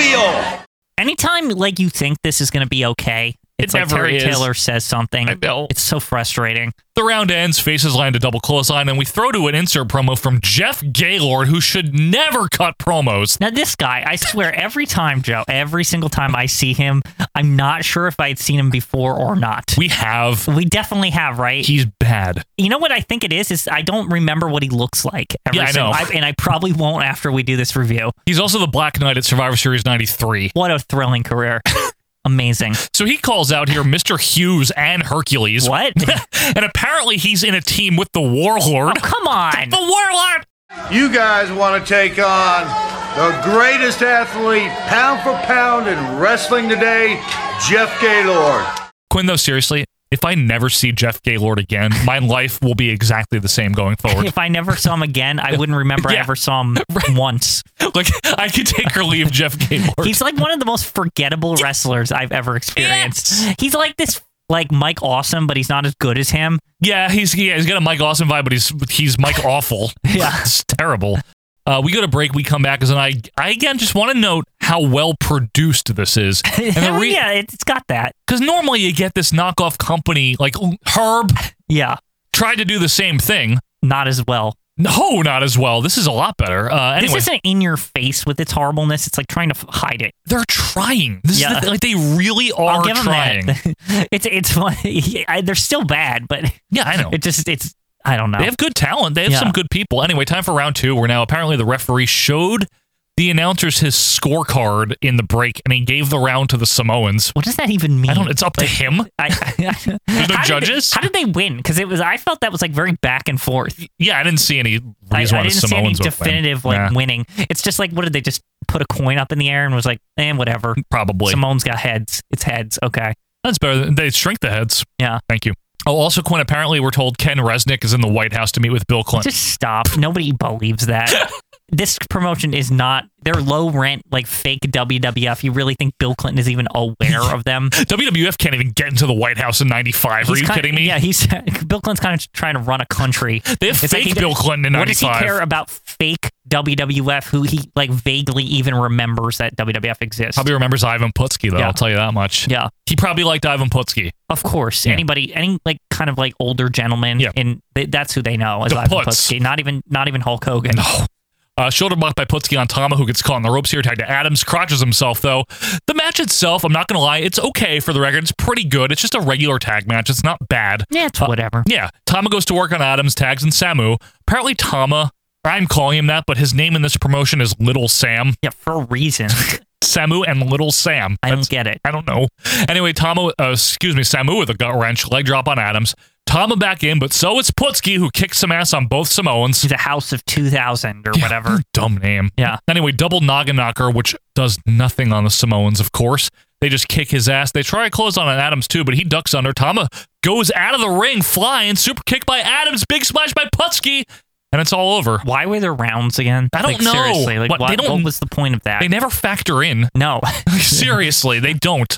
will.
Anytime like you think this is gonna be okay,
It
it's like
never
Terry
is.
Taylor says something. It's so frustrating.
The round ends, faces land a double clothesline, and we throw to an insert promo from Jeff Gaylord, who should never cut promos.
Now this guy, I swear, every time, Joe, every single time I see him, I'm not sure if I had seen him before or not.
We have.
We definitely have, right?
He's bad.
You know what I think it is? Is I don't remember what he looks like. Every
Yeah, I
single-
know.
and I probably won't after we do this review.
He's also the Black Knight at Survivor Series 93.
What a thrilling career. Amazing.
So he calls out here Mr. Hughes and Hercules.
What?
and apparently he's in a team with the Warlord.
Oh, come on.
The Warlord!
You guys want to take on the greatest athlete, pound for pound, in wrestling today, Jeff Gaylord.
Quinn, though, seriously, if I never see Jeff Gaylord again, my life will be exactly the same going forward.
if I never saw him again, I wouldn't remember I ever saw him once.
like I could take or leave Jeff Gaylord.
He's like one of the most forgettable wrestlers I've ever experienced. He's like this like Mike Awesome, but he's not as good as him.
Yeah, he's yeah, he's got a Mike Awesome vibe, but he's he's Mike Awful. yeah, it's terrible. Uh, we go to break. We come back, and I I again just want to note how well produced this is. And
Hell yeah, it's got that.
Because normally you get this knockoff company like Herb.
Yeah,
tried to do the same thing.
Not as well.
No, not as well. This is a lot better. Uh, anyway,
This isn't in your face with its horribleness. It's like trying to f- hide it.
They're trying. This is the thing, like they really are trying.
it's it's fun. I- They're still bad, but
yeah, I know.
It just it's. I don't know.
They have good talent. They have
Yeah.
some good people. Anyway, time for round two. Where now apparently the referee showed the announcers his scorecard in the break, and he gave the round to the Samoans.
What does that even mean?
I don't. It's up to him.
I,
They're the
How did they-
judges.
how did they win? Because it was I felt that was like very back and forth.
yeah, I didn't see any reason
I, I
why the
didn't see any
Samoans would win.
definitive like
Nah.
winning. It's just like what did they just put a coin up in the air and was like, eh, whatever.
Probably.
Samoan's got heads. It's heads. Okay.
That's better. Than, they shrink the heads.
Yeah.
Thank you. Oh, also, Quinn. Apparently, we're told Ken Resnick is in the White House to meet with Bill Clinton.
Just stop. Nobody believes that. this promotion is not. They're low rent, like fake WWF. You really think Bill Clinton is even aware of them?
WWF can't even get into the White House in '95. Are
He's
you
kinda-
kidding me?
Yeah, he's Bill Clinton's kind of trying to run a country.
They have
like
fake
he-
Bill Clinton in
What does he
95.
care about fake WWF? Who he like vaguely even remembers that WWF exists?
Probably remembers Ivan Putski though.
Yeah.
I'll tell you that much.
Yeah.
He probably liked Ivan Putski.
Of course,
Yeah.
anybody, any like kind of like older gentleman, and th- that's who they know as
The
Ivan
Puts.
Putski. Not even, not even Hulk Hogan.
No. Uh, shoulder block by Putski on Tama, who gets caught in the ropes here. Tag to Adams, crotches himself though. The match itself, I'm not gonna lie, it's okay for the record. It's pretty good. It's just a regular tag match. It's not bad.
Yeah, it's whatever.
Yeah, Tama goes to work on Adams, tags and Samu. Apparently, Tama. I'm calling him that, but his name in this promotion is Little Sam.
Yeah, for a reason.
Samu and Little Sam.
I don't get it.
I don't know. Anyway, Tama, uh, excuse me, Samu with a gut wrench, leg drop on Adams. Tama back in, but so is Putski, who kicks some ass on both Samoans.
The House of 2000 or whatever.
Dumb name.
Yeah.
Anyway, double noggin knocker, which does nothing on the Samoans, of course. They just kick his ass. They try to close on Adams too, but he ducks under. Tama goes out of the ring, flying super kick by Adams, big splash by Putski, and it's all over.
Why were there rounds again?
I don't
Like,
know.
Seriously, like
What-
why-
they don't-
what was the point of that?
They never factor in.
no,
Seriously, they don't.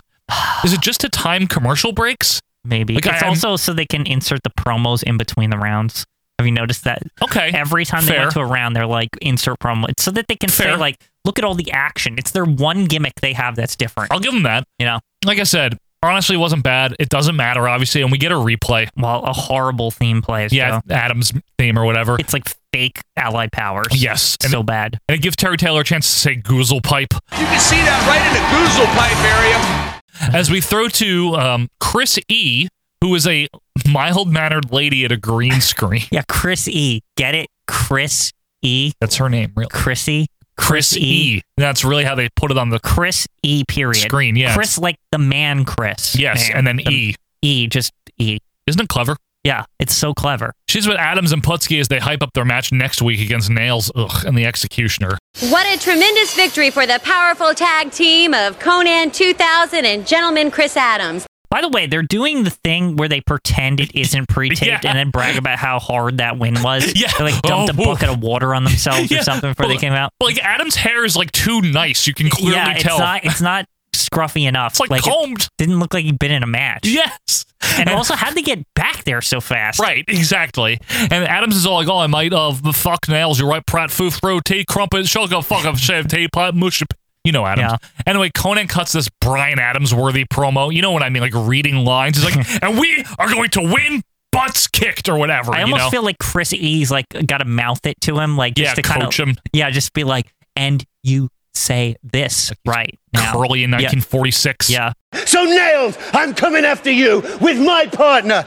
Is it just to time commercial breaks?
maybe
Like,
it's
I- I'm-
also so they can insert the promos in between the rounds. Have you noticed that?
Okay.
Every time they
Eh, Fair.
went to a round, they're like insert promo so that they can say
Fair.
like, look at all the action. It's their one gimmick they have that's different.
I'll give them that.
You know,
Like I said, honestly, it wasn't bad. It doesn't matter, obviously, and we get a replay.
while a horrible theme plays.
Yeah,
though.
Adam's theme or whatever.
It's like fake allied powers.
Yes, and
so
it-
bad.
And it gives Terry Taylor a chance to say goozle pipe.
You can see that right in the goozle pipe area.
As we throw to um, Chris E., who is a mild mannered lady at a green screen.
Yeah, Chris E. Get it? Chris E.
That's her name, really.
Chrissy.
Chris, e. That's really how they put it on the
Chris E. Period.
screen. Yeah.
Chris like the man Chris.
Yes,
name.
and then
The-
E.
E. Just E.
Isn't it clever?
Yeah, it's so clever.
She's with Adams and Putski as they hype up their match next week against Nails ugh, and the Executioner.
What a tremendous victory for the powerful tag team of Conan 2000 and Gentleman Chris Adams.
By the way, they're doing the thing where they pretend it isn't pre-taped
Yeah.
and then brag about how hard that win was.
Yeah.
They like dumped
Oh,
a
woo.
bucket of water on themselves
Yeah,
or something before
well,
they came out.
But like Adam's hair is like too nice. You can clearly
yeah, it's
tell.
not it's not scruffy enough.
It's like,
it
combed.
didn't look like he'd been in a match.
Yes.
And also, how'd they get back there so fast?
Right, exactly. And Adams is all like, oh, I might of the fuck nails, you're right, Pratt, foof, bro, tea, crumpet, shulk, a fuck up, shave, tea, pot, mush. You know Adams. Anyway, Conan cuts this Brian Adams worthy promo. You know what I mean? Like reading lines. He's like, and we are going to win butts kicked or whatever.
I
you
almost
know?
feel like Chris E's like got to mouth it to him, like just
Yeah,
to kind
coach him.
Yeah, just be like, and you say this right now.
Curly in
Yeah.
1946.
Yeah.
So, Nails, I'm coming after you with my partner,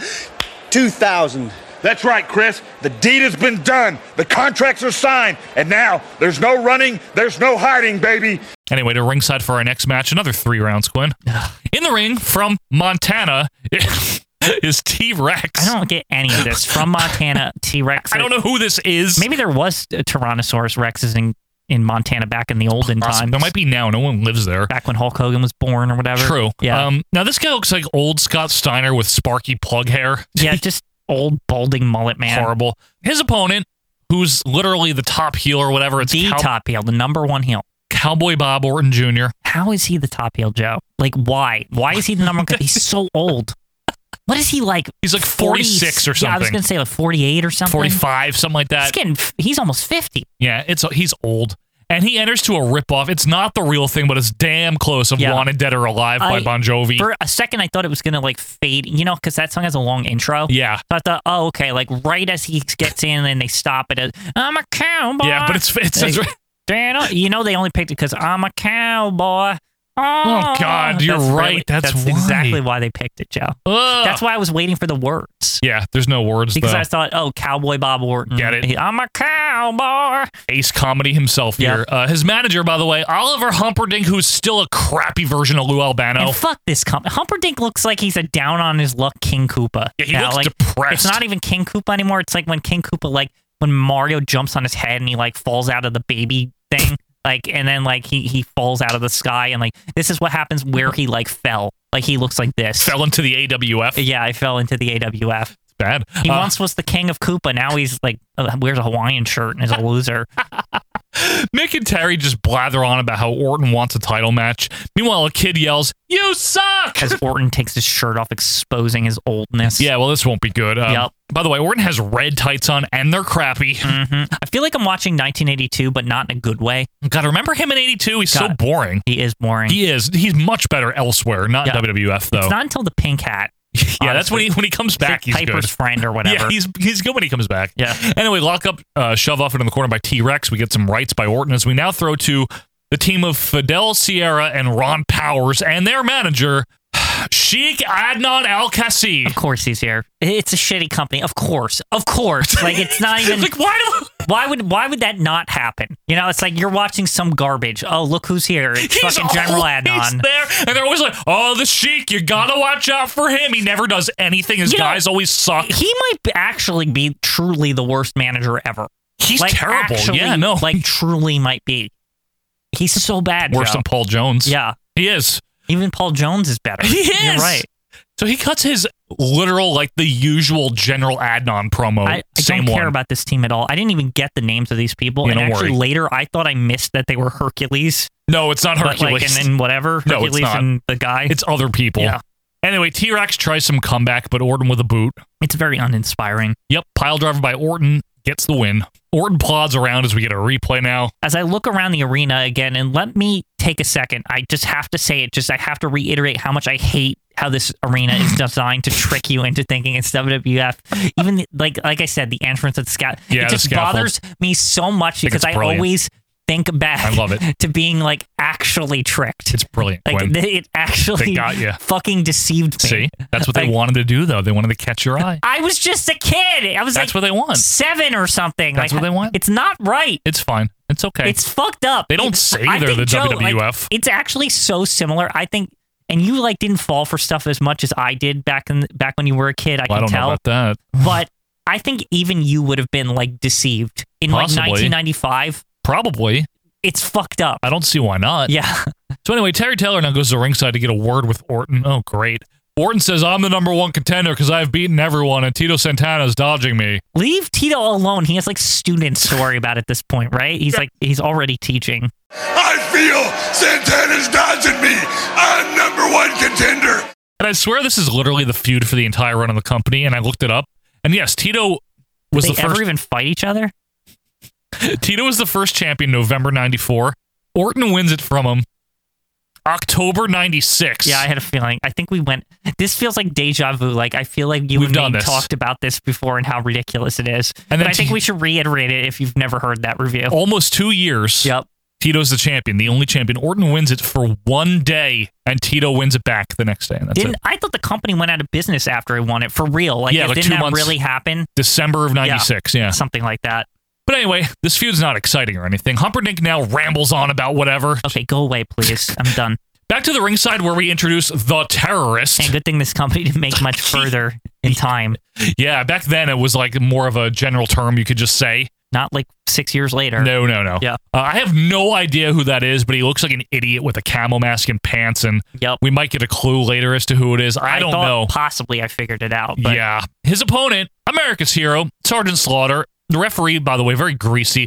2000.
That's right, Chris. The deed has been done. The contracts are signed. And now there's no running, there's no hiding, baby.
Anyway, to ringside for our next match, another three rounds, Quinn. In the ring from Montana is T Rex.
I don't get any of this from Montana T Rex.
I don't know who this is.
Maybe there was uh, Tyrannosaurus Rexes in in Montana back in the olden times.
There might be now. No one lives there.
back when Hulk Hogan was born or whatever.
True.
Yeah.
Um, now this guy looks like old Scott Steiner with sparky plug hair.
yeah. Just old balding mullet man.
Horrible. His opponent, who's literally the top heel or whatever, it's
The
Cow-
top heel, the number one heel.
Cowboy Bob Orton Jr.
How is he the top heel, Joe? Like, why? Why is he the number one? 'Cause He's so old. What is he like?
He's like 46 or
Yeah, I was
something.
gonna say like forty-eight or something.
45, something like
He's
that.
getting. f- He's almost fifty.
Yeah, it's he's old. And he enters to a ripoff. It's not the real thing, but it's damn close of
Yeah.
Wanted Dead or Alive by
I-
Bon Jovi.
For a second, I thought it was gonna like fade. You know, because that song has a long intro.
Yeah.
So I thought, oh, okay, like right as he gets in, and they stop it. As, I'm a cowboy.
Yeah, but it's it's,
Like, "Dan, you know, they only picked it because I'm a cowboy.
Oh, God, you're
That's
right.
really-
that's
that's
why.
exactly why they picked it, Joe. That's why I was waiting for the words
Yeah, there's no words
because
though.
I thought, oh, Cowboy Bob Orton. Get it? I'm a cowboy.
Ace comedy himself here. Uh, his manager, by the way, Oliver Humperdinck, who's still a crappy version of Lou Albano.
And fuck this company. Humperdinck looks like he's a down on his luck King Koopa.
Yeah, he
now,
looks
like,
depressed.
It's not e- even King Koopa anymore. It's like when King Koopa, like when Mario jumps on his head and he like falls out of the baby thing, like, and then like he he falls out of the sky and like this is what happens where he like fell. Like he looks like this.
Fell into the AWF.
Yeah, I fell into the AWF. It's
bad.
He
Uh,
once was the king of Koopa. Now he's like uh, wears a Hawaiian shirt and is a loser.
Mick and Terry just blather on about how Orton wants a title match. Meanwhile, a kid yells, You suck!
As Orton takes his shirt off, exposing his oldness.
Yeah, well, this won't be good. Um,
Yep.
By the way, Orton has red tights on, and they're crappy.
hmm I feel like I'm watching 1982, but not in a good way.
God, remember him in '82? He's so
God.
boring.
He is boring.
He is. He's much better elsewhere, not
Yeah.
WWF though.
It's not until the pink hat.
yeah, that's when he when he comes back. He's
Piper's
good.
friend or whatever.
Yeah, he's he's good when he comes back.
Yeah.
Anyway, lock up, uh, shove off into the corner by T Rex. We get some rights by Orton as we now throw to the team of Fidel Sierra and Ron Powers and their manager Sheik Adnan Al Kassi.
of course he's here. It's a shitty company. Of course, of course. Like it's not even.
like why do
why would why would that not happen? You know, it's like you're watching some garbage. Oh, look who's here! It's
He's
fucking General
always
Adnan.
there, and they're always like, "Oh, the Sheik, you gotta watch out for him. He never does anything. His
You know,
guys always suck."
He might be- actually be truly the worst manager ever.
He's terrible. Yeah, no.
like truly might be. He's so bad.
Worse
Joe.
than Paul Jones.
Yeah,
he is.
Even Paul Jones is better.
He is
You're right.
So he cuts his literal, like the usual General Adnan promo.
I, I
Oh, same
don't care
one.
about this team at all. I didn't even get the names of these people.
Yeah,
and
don't
actually,
worry.
later I thought I missed that they were Hercules.
No, it's not
But, like,
Hercules.
and then whatever.
No, it's
Hercules
not.
and the guy.
It's other people.
Yeah.
Anyway, T Rex tries some comeback, but Orton with a boot.
It's very uninspiring.
Yep. Pile driver by Orton gets the win. Orton plods around as we get a replay now.
As I look around the arena again, and let me take a second, I just have to say it. Just I have to reiterate how much I hate how this arena is designed to trick you into thinking it's WWF. Even the- like like I said, the entrance at the scout.
Yeah,
it
the
just
scaffold.
bothers me so much
think
because
it's
I
brilliant.
always think back.
I love it.
to being like actually tricked.
It's brilliant.
Like
Gwen.
th- it actually
They got ya.
fucking deceived me.
See, that's what they
Like,
wanted to do, though. They wanted to catch your eye.
I was just a kid. I was
That's
like
what they want.
seven or something.
That's
like,
what they want.
It's not right.
It's fine. It's okay.
It's fucked up.
They don't
It-
say
I
they're
think,
the
Joe, like,
WWF.
it's actually so similar. I think, and you like didn't fall for stuff as much as I did back in back when you were a kid. I
Well, I
can
don't
tell.
know about that.
But I think even you would have been like deceived in
Possibly.
like 1995.
Probably.
It's fucked up.
I don't see why not.
Yeah.
So anyway, Terry Taylor now goes to ringside to get a word with Orton. Oh, great. Orton says, I'm the number one contender because I've beaten everyone and Tito Santana's dodging me.
Leave Tito alone. He has like students to worry about at this point, right? He's like he's already teaching.
I feel Santana's dodging me. I'm number one contender.
And I swear this is literally the feud for the entire run of the company. And I looked it up. And yes, Tito was
Did
the
they ever
first.
even fight each other?
Tito was the first champion November 94. Orton wins it from him October 96.
Yeah, I had a feeling. I think we went. This feels like deja vu. Like I feel like you
We've
and me
done this.
talked about this before and how ridiculous it is.
And
And
then
I think
t-
we should reiterate it if you've never heard that review.
Almost two years.
Yep.
Tito's the champion, the only champion. Orton wins it for one day, and Tito wins it back the next day. And that's
Didn't
it.
I thought the company went out of business after I won it for real? Like,
Yeah, like
didn't
two
that
months-
really happen?
December of 96. Yeah.
Something like that.
But anyway, this feud's not exciting or anything. Humperdinck now rambles on about whatever.
Okay, go away, please. I'm done.
Back to the ringside where we introduce the terrorist.
And good thing this company didn't make much further in time.
Yeah, back then it was like more of a general term you could just say.
Not like six years later.
No, no, no.
Yeah.
Uh, I have no idea who that is, but he looks like an idiot with a camo mask and pants, and
yep.
we might get a clue later as to who it is. I, don't
thought
know.
Possibly, I figured it out. But
yeah. His opponent, America's hero, Sergeant Slaughter, the referee, by the way, very greasy.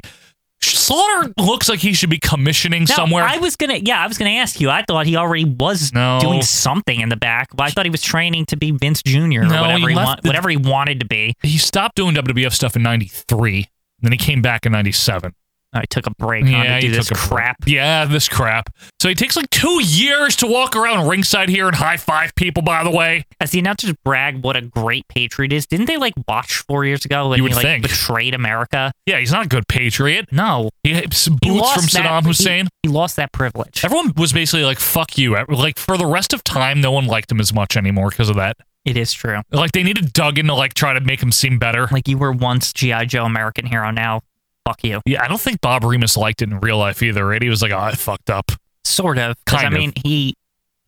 Slaughter looks like he should be commissioning
No,
somewhere.
I was gonna, yeah, I was gonna ask you. I thought he already was
No.
doing something in the back. Well, I thought he was training to be Vince Jr. or
No,
whatever
he
he,
left
want,
the-
whatever he wanted to be.
he stopped doing WWF stuff in 93, and then he came back in 97.
I took a break on to
he
do this
took a break.
crap.
Yeah, this crap. So he takes like two years to walk around ringside here and high five people. By the way,
as the announcers brag what a great patriot is, didn't they like watch four years ago when
You
he
would
like
think.
betrayed America?
Yeah, he's not a good patriot.
No,
he boots from Saddam Hussein.
He, lost that privilege.
Everyone was basically like, "Fuck you!" Like for the rest of time, no one liked him as much anymore because of that.
It is true.
Like they needed Duggan to like try to make him seem better.
Like you were once GI Joe American hero. Now, fuck you.
Yeah, I don't think Bob Remus liked it in real life either. Right? He was like, "Oh, I fucked up."
Sort of. Because I
Kind of.
mean, he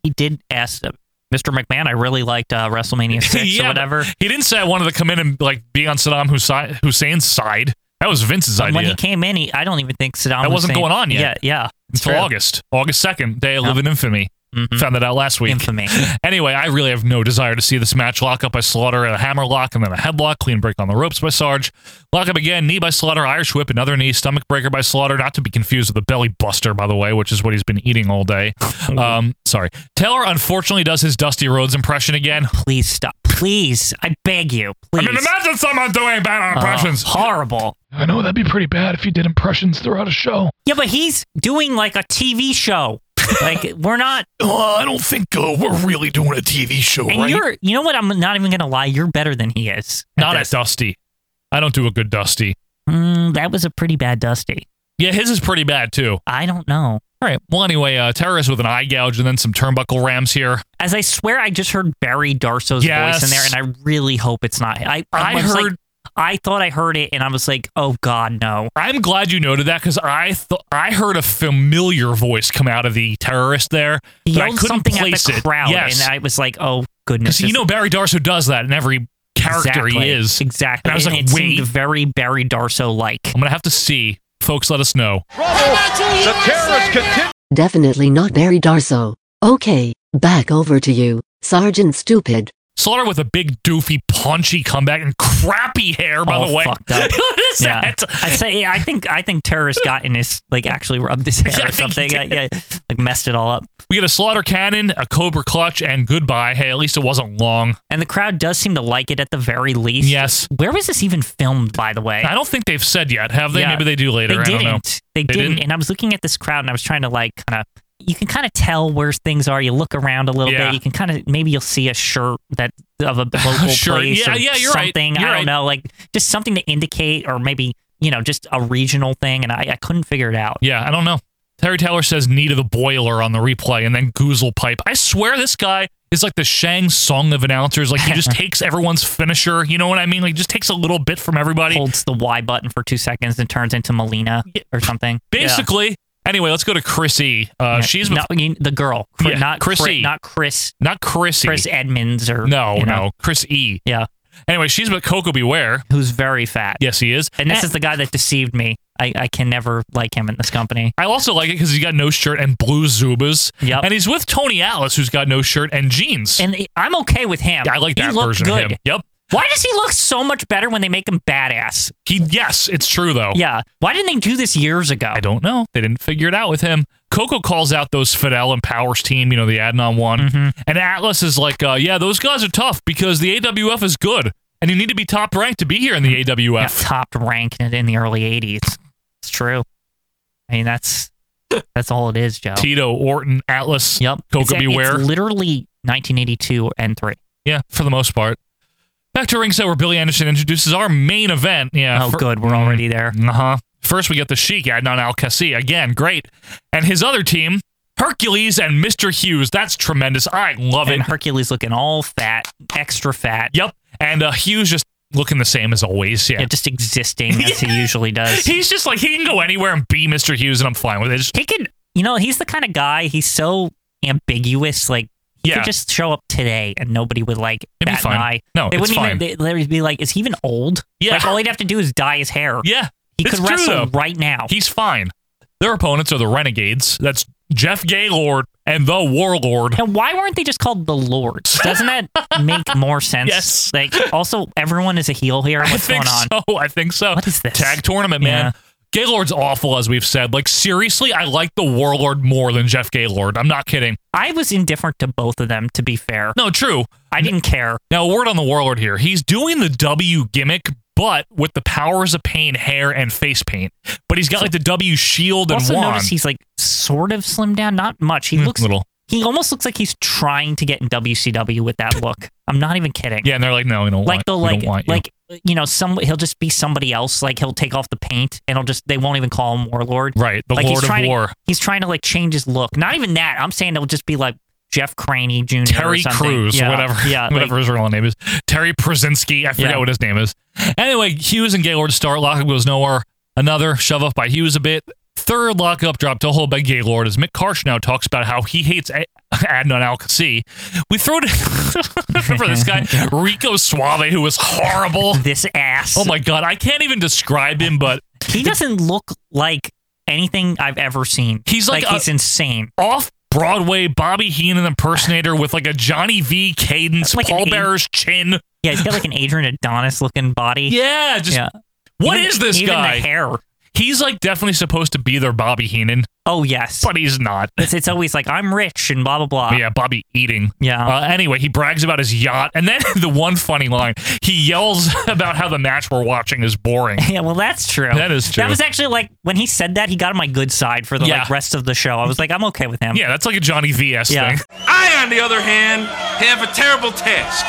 he did ask uh, Mr. McMahon. I really liked uh, WrestleMania six
Yeah,
or
but
whatever.
He didn't say I wanted to come in and like be on Saddam Hussein, Hussein's side. That was Vince's
But
idea.
when he came in, he, I don't even think Saddam.
that wasn't
Hussein-
going on yet.
Yeah, yeah. it's
Until
true.
August, August second, day I live in infamy.
Mhm.
Found that out last week.
Infamy.
anyway, I really have no desire to see this match. Lock up by Slaughter, a hammer lock, and then a headlock. Clean break on the ropes by Sarge. Lock up again, knee by Slaughter, Irish whip, another knee, stomach breaker by Slaughter. Not to be confused with the belly buster, by the way, which is what he's been eating all day. Um, sorry. Taylor unfortunately does his Dusty Rhodes impression again.
Please stop. Please, I beg you. Please.
I mean, imagine someone doing bad
Oh,
impressions.
horrible.
I know that'd be pretty bad if you did impressions throughout a show.
Yeah, but he's doing like a TV show. Like we're not.
Oh, I don't think uh, we're really doing a TV show,
And
right?
you're, you know what? I'm not even gonna lie. You're better than he is. at
Not
this.
at Dusty. I don't do a good Dusty.
Mm, that was a pretty bad Dusty.
Yeah, his is pretty bad too.
I don't know.
All right. Well, anyway, uh, terrorist with an eye gouge and then some turnbuckle rams here.
As I swear, I just heard Barry Darso's
Yes.
voice in there, and I really hope it's not. I I,
I
was like-
heard-
I thought I heard it, and I was like, "Oh God, no!"
I'm glad you noted that because I th- I heard a familiar voice come out of the terrorist there.
He
but I
yelled
couldn't
something
place
at the
it.
crowd,
Yes.
and I was like, "Oh goodness!"
Because you
this-
know Barry Darso does that in every character
exactly,
he is.
exactly.
And I was like,
it
wait,
seemed very Barry Darso like.
I'm gonna have to see. Folks, let us know.
The terrorists continue.
Definitely not Barry Darso. Okay, back over to you, Sergeant Stupid.
Slaughter with a big doofy punchy comeback and crappy hair. By
All
the way,
fucked up.
what is
Yeah.
that?
I say, yeah, I think, I think terrorist got in his like actually rubbed his hair or something. Yeah, yeah, like messed it all up.
We get a slaughter cannon, a cobra clutch, and goodbye. Hey, at least it wasn't long.
And the crowd does seem to like it at the very least.
Yes.
Where was this even filmed, by the way?
I don't think they've said yet, have they?
Yeah.
Maybe they do later.
They
I
didn't.
don't know. They
They, didn't.
didn't?
And I was looking at this crowd and I was trying to like kind of. You can kind of tell where things are. You look around a little
Yeah.
bit. You can kind of maybe you'll see a shirt that of a local
Sure.
place
Yeah,
or
yeah, you're right.
something.
You're
I don't
right.
know, like just something to indicate, or maybe you know, just a regional thing. And I, I couldn't figure it out.
Yeah, I don't know. Terry Taylor says knee to the boiler on the replay and then goozle pipe. I swear this guy is like the Shang Song of announcers. Like he just takes everyone's finisher. You know what I mean? Like just takes a little bit from everybody.
Holds the Y button for two seconds and turns into Melina or something.
Basically. Anyway, let's go to Chrissy. Uh,
Yeah.
she's
No, you- the girl, Cri-
Yeah,
not Chris,
Chrissy.
not Chris,
not Chrissy.
Chris Edmonds or
no,
you
no,
know,
Chris E.
yeah,
Anyway, she's with Coco Beware.
who's very fat.
Yes, he is.
And this
Eh.
is the guy that deceived me. I, I can never like him in this company.
I also like it because he's got no shirt and blue Zubas.
Yep.
And he's with Tony Alice, who's got no shirt and jeans.
And I'm okay with him.
I like
He
that
looked
version
good.
of him. Yep.
Why does he look so much better when they make him badass?
He yes, it's true though.
Yeah. Why didn't they do this years ago?
I don't know. They didn't figure it out with him. Coco calls out those Fidel and Powers team, you know, the Adnan one.
Mm-hmm.
And Atlas is like, uh, yeah, those guys are tough because the AWF is good. And you need to be top ranked to be here in the AWF.
Got topped rank in, in the early '80s. It's true. I mean, that's that's all it is, Joe.
Tito, Orton, Atlas, yep.
It's-
Coco
it's
Beware.
literally 1982 and three.
yeah, for the most part. Back to ringside where Billy Anderson introduces our main event. Yeah.
Oh,
fir-
good. We're already there.
Uh huh. First, we get the Sheik, Adnan Al Kasi. Again, great. And his other team, Hercules and Mr. Hughes. That's tremendous. I love
And
it.
Hercules looking all fat, extra fat.
Yep. And uh, Hughes just looking the same as always. Yeah.
Yeah, just existing as he usually does.
He's just like, he can go anywhere and be Mr. Hughes, and I'm fine with it. Just-
he could you know he's the kind of guy he's so ambiguous like he
Yeah.
could just show up today and nobody would like
It'd be
bat an
fine.
eye.
No,
they
it's
wouldn't
fine.
even they, they'd be like is he even old
Yeah.
like all he'd have to do is dye his hair
yeah.
he
It's
could
true,
wrestle
though.
right now
He's fine. Their opponents are the Renegades. That's Jeff Gaylord and the Warlord.
and why weren't they just called the lords doesn't that make more sense
Yes.
like also everyone is a heel here
I
what's
think
going on
so. I think so.
what is this
Tag tournament, man. Gaylord's awful, as we've said. Like, seriously, I like the Warlord more than Jeff Gaylord. I'm not kidding.
i was indifferent to both of them to be fair
No, true.
i didn't care
Now, a word on the Warlord here. He's doing the W gimmick, but with the powers of pain hair and face paint. But he's got like the W shield and
also
wand.
notice he's like sort of slimmed down, not much. He
Mm,
looks
little.
He almost looks like he's trying to get in WCW with that look. I'm not even kidding.
yeah, and they're like, no, we don't
like
want,
they'll
we
like
don't want you.
like you know some he'll just be somebody else. Like he'll take off the paint and he'll just they won't even call him Warlord.
Right, the
like,
Lord of
he's trying to-
War.
he's trying to like change his look. Not even that. I'm saying it'll just be like Jeff Craney Jr. or
Terry
something.
Crews,
yeah.
whatever,
Yeah, like,
whatever his real name is. Terry Przinski, I forget
Yeah.
what his name is. Anyway, Hughes and Gaylord start. Lockup goes nowhere. Another shove up by Hughes a bit. Third lockup drop to hold by Gaylord as Mick Karsh now talks about how he hates a- Adnan Al Qasi. We throw to remember this guy Rico Suave, who was horrible.
This ass.
Oh my god, I can't even describe him, but
he doesn't look like anything I've ever seen.
He's like a-
he's insane.
off Broadway Bobby Heenan impersonator with like a Johnny V cadence,
Like an
Paul
eight-
Bearer's chin.
Yeah, he's got like an Adrian Adonis looking body.
Yeah, just
Yeah.
what
Even-
is this
even the
guy?
hair.
He's like definitely supposed to be their Bobby Heenan,
Oh yes,
but he's not.
it's, it's always like I'm rich and blah blah blah.
Yeah, Bobby eating.
Yeah.
Uh, anyway, he brags about his yacht, and then the one funny line he yells about how the match we're watching is boring.
Yeah, well, that's true.
That is true.
That was actually like when he said that, he got on my good side for the
Yeah.
like rest of the show. I was like, I'm okay with him.
Yeah, that's like a Johnny VS
Yeah.
thing.
I, on the other hand, have a terrible task.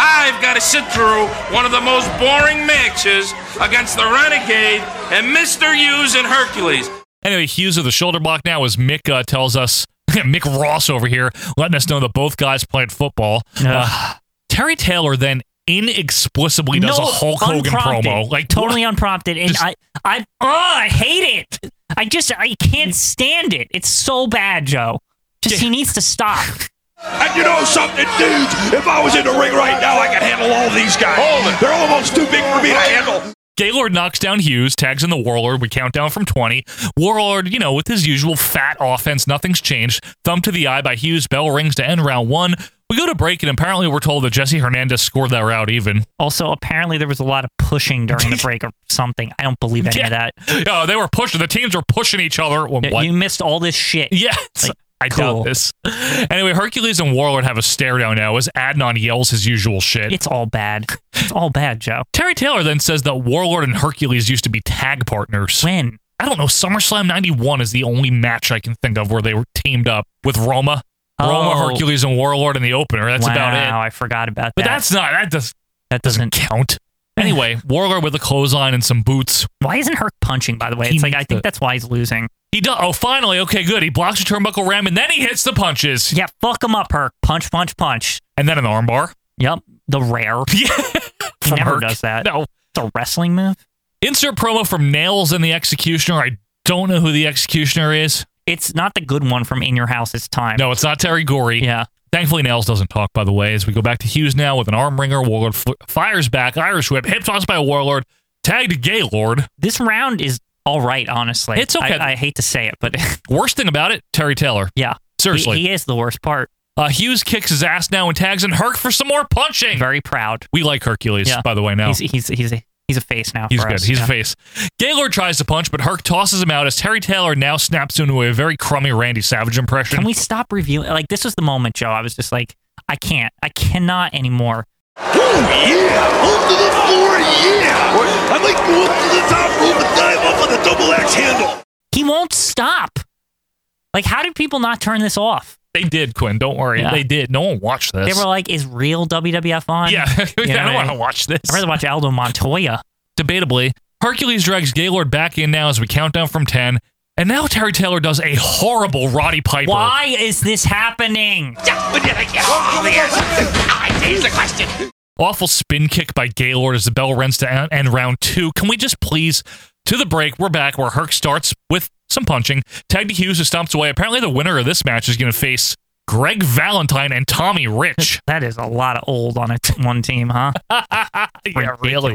I've got to sit through one of the most boring matches against the Renegade and Mr. Hughes and Hercules.
Anyway, Hughes of the shoulder block now as Mick uh, tells us, Mick Ross over here, letting us know that both guys played football. Uh, Terry Taylor then inexplicably does a Hulk Hogan
unprompted.
promo. Like,
totally unprompted, and I, I, oh, I hate it. I just, I can't stand it. It's so bad, Joe. Just he needs to stop.
And you know something, dudes? If I was in the ring right now, I could handle all these guys. They're almost too big for me to handle.
Gaylord knocks down Hughes, tags in the Warlord. We count down from 20. Warlord, you know, with his usual fat offense, nothing's changed. Thumb to the eye by Hughes. Bell rings to end round one. We go to break, and apparently we're told that Jesse Hernandez scored that route even.
Also, apparently there was a lot of pushing during the break or something. I don't believe any of that.
Oh, they were pushing. The teams were pushing each other. Well,
Yeah,
what?
You missed all this shit.
Yeah. I doubt this. Anyway, Hercules and Warlord have a stare down now as Adnan yells his usual shit.
It's all bad. It's all bad, Joe.
Terry Taylor then says that Warlord and Hercules used to be tag partners.
When?
I don't know. SummerSlam 91 is the only match I can think of where they were teamed up with Roma. Roma,
Oh.
Hercules, and Warlord in the opener. That's
wow,
about it.
I forgot about
But
that.
that's not, that, does,
that doesn't
count. Anyway, Warlord with a clothesline and some boots.
Why isn't Herc punching, by the way? It's like, I think that's why he's losing.
He does. Oh, finally. Okay, good. He blocks a turnbuckle ram and then he hits the punches.
Yeah, fuck him up, Herc. Punch, punch, punch.
And then an armbar.
Yep. The rare.
Yeah.
He
From
never
Herc.
does that.
No.
It's a wrestling move.
Insert promo from Nails and the Executioner. I don't know who the Executioner is.
It's not the good one from In Your House It's Time.
No, it's not Terry Gorey.
Yeah.
Thankfully, Nails doesn't talk, by the way, as we go back to Hughes now with an arm wringer. Warlord fl- fires back, Irish whip, hip toss by a Warlord, tag to Gaylord.
This round is all right, honestly.
It's okay.
I, I hate to say it, but
Worst thing about it, Terry Taylor.
yeah.
Seriously.
He, he is the worst part.
Uh, Hughes kicks his ass now and tags in Herc for some more punching.
Very proud.
We like Hercules,
Yeah.
by the way, now.
He's, he's, he's, a, he's a face now.
He's
for
good.
us.
He's
Yeah.
a face. Gaylord tries to punch, but Herc tosses him out as Terry Taylor now snaps into a very crummy Randy Savage impression.
Can we stop reviewing? Like, this was the moment, Joe. I was just like, I can't. I cannot anymore.
Oh, yeah! Up to the floor, yeah! I'd like to go up to the top rope and dive off on the double axe handle.
He won't stop. Like, how did people not turn this off?
They did, Quinn. Don't worry.
Yeah.
They did. No one watched this.
They were like, is real WWF on?
yeah, I
You know what
don't want to
mean?
watch this.
I'd rather watch Aldo Montoya.
Debatably, Hercules drags Gaylord back in now as we count down from 10. And now Terry Taylor does a horrible Roddy Piper.
Why is this happening?
I change the question.
Awful spin kick by Gaylord as the bell runs to en- end round two. Can we just please, to the break, we're back where Herc starts with some punching. Tag to Hughes, who stomps away. Apparently, the winner of this match is going to face Greg Valentine and Tommy Rich.
That is a lot of old on a t- one team, huh?
yeah, really.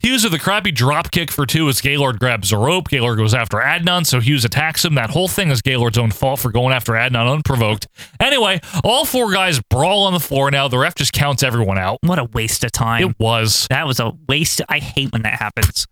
Hughes with a crappy drop kick for two as Gaylord grabs a rope. Gaylord goes after Adnan, so Hughes attacks him. That whole thing is Gaylord's own fault for going after Adnan unprovoked. Anyway, all four guys brawl on the floor now. The ref just counts everyone out.
What a waste of time.
It was.
That was a waste. I hate when that happens.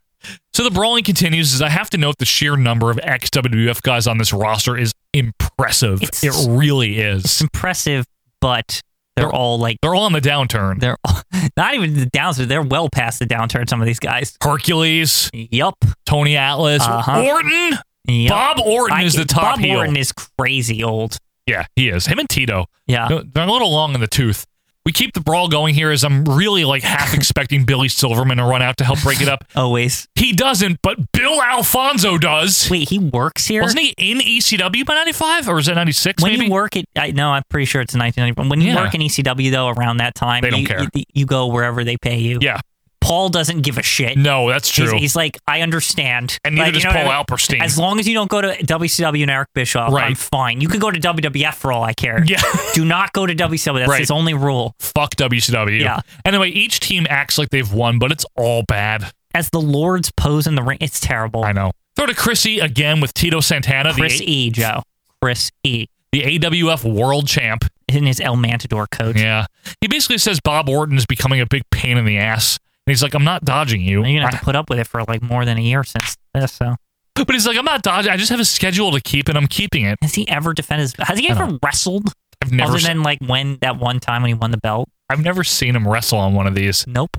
So the brawling continues. As I have to note, the sheer number of ex WWF guys on this roster is impressive. it really is.
Impressive, but They're all like
they're all on the downturn.
They're all, not even the downturn. They're well past the downturn. Some of these guys.
Hercules.
Yup.
Tony Atlas.
Uh-huh.
Orton.
Yup.
Bob Orton
I-
is the top
Bob
heel.
Orton is crazy old.
Yeah, he is. Him and Tito.
Yeah.
They're- They're a little long in the tooth. We keep the brawl going here as I'm really like half expecting Billy Silverman to run out to help break it up.
Always.
He doesn't, but Bill Alfonso does.
Wait, he works here?
Wasn't he in ECW by 95 or is it 96
When
maybe?
you work at, I no, I'm pretty sure it's 1991. When you
Yeah.
work in ECW though, around that time,
They don't
you,
care.
You, you go wherever they pay you.
Yeah.
Paul doesn't give a shit.
no, that's true.
He's, E he's like, I understand.
And neither
Like,
does
you know what
Paul
I mean?
Alperstein.
As long as you don't go to WCW and Eric Bischoff, I'm
Right.
fine. You can go to WWF for all I care.
Yeah.
Do not go to WCW. That's
Right.
his only rule.
Fuck WCW.
Yeah.
Anyway, each team acts like they've won, but it's all bad.
As the Lords pose in the ring, it's terrible.
I know. Throw to Chrissy again with Tito Santana,
Chris
the,
E. Joe. Chris E.
the AWF World Champ.
In his El Matador coat.
Yeah. He basically says Bob Orton is becoming a big pain in the ass. And he's like, I'm not dodging you.
You're gonna have to put up with it for like more than a year since this. So
But he's like, I'm not dodging. I just have a schedule to keep, and I'm keeping it.
has he ever defended? His, has he
I don't-
ever wrestled?
I've never,
other
se-
than like when that one time when he won the belt.
I've never seen him wrestle on one of these.
Nope.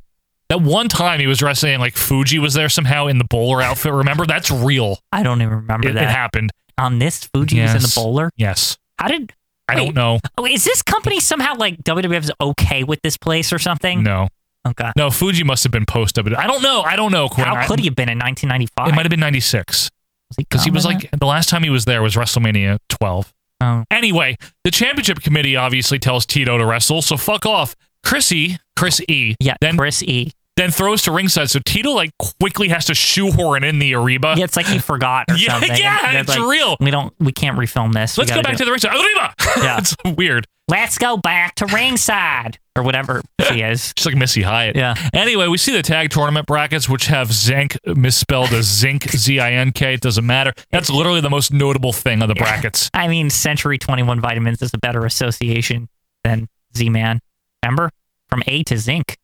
That one time he was wrestling, like Fuji was there somehow in the bowler outfit. Remember, that's real.
I don't even remember
It, it
that.
happened.
On this, Fuji was in the
Yes.
bowler.
Yes.
How did?
I
wait,
don't know.
Oh, is this company somehow like WWF is okay with this place or something?
No.
Okay.
No, Fuji must have been post of it. I don't know. I don't know, Quinn.
How
I-
could he have been in 1995?
It might have been 96. Because he was
coming
like, the last time he was there was WrestleMania 12.
Oh.
Anyway, the championship committee obviously tells Tito to wrestle, so fuck off. Chrissy, Chris E,
Yeah,
then
Chris E.
then throws to ringside, so Tito like quickly has to shoehorn in the Ariba.
Yeah, it's like he forgot or
Yeah,
something.
yeah,
And they're
it's real.
We don't. We can't refilm this.
Let's go back to the ringside. Arriba!
Yeah.
it's weird.
Let's go back to ringside or whatever she is.
Just like Missy Hyatt.
Yeah.
Anyway, we see the tag tournament brackets, which have Zinc misspelled as Zinc, Z I N K. It doesn't matter. That's literally the most notable thing of the brackets.
I mean, Century 21 Vitamins is a better association than Z Man. Remember? From A to Zinc.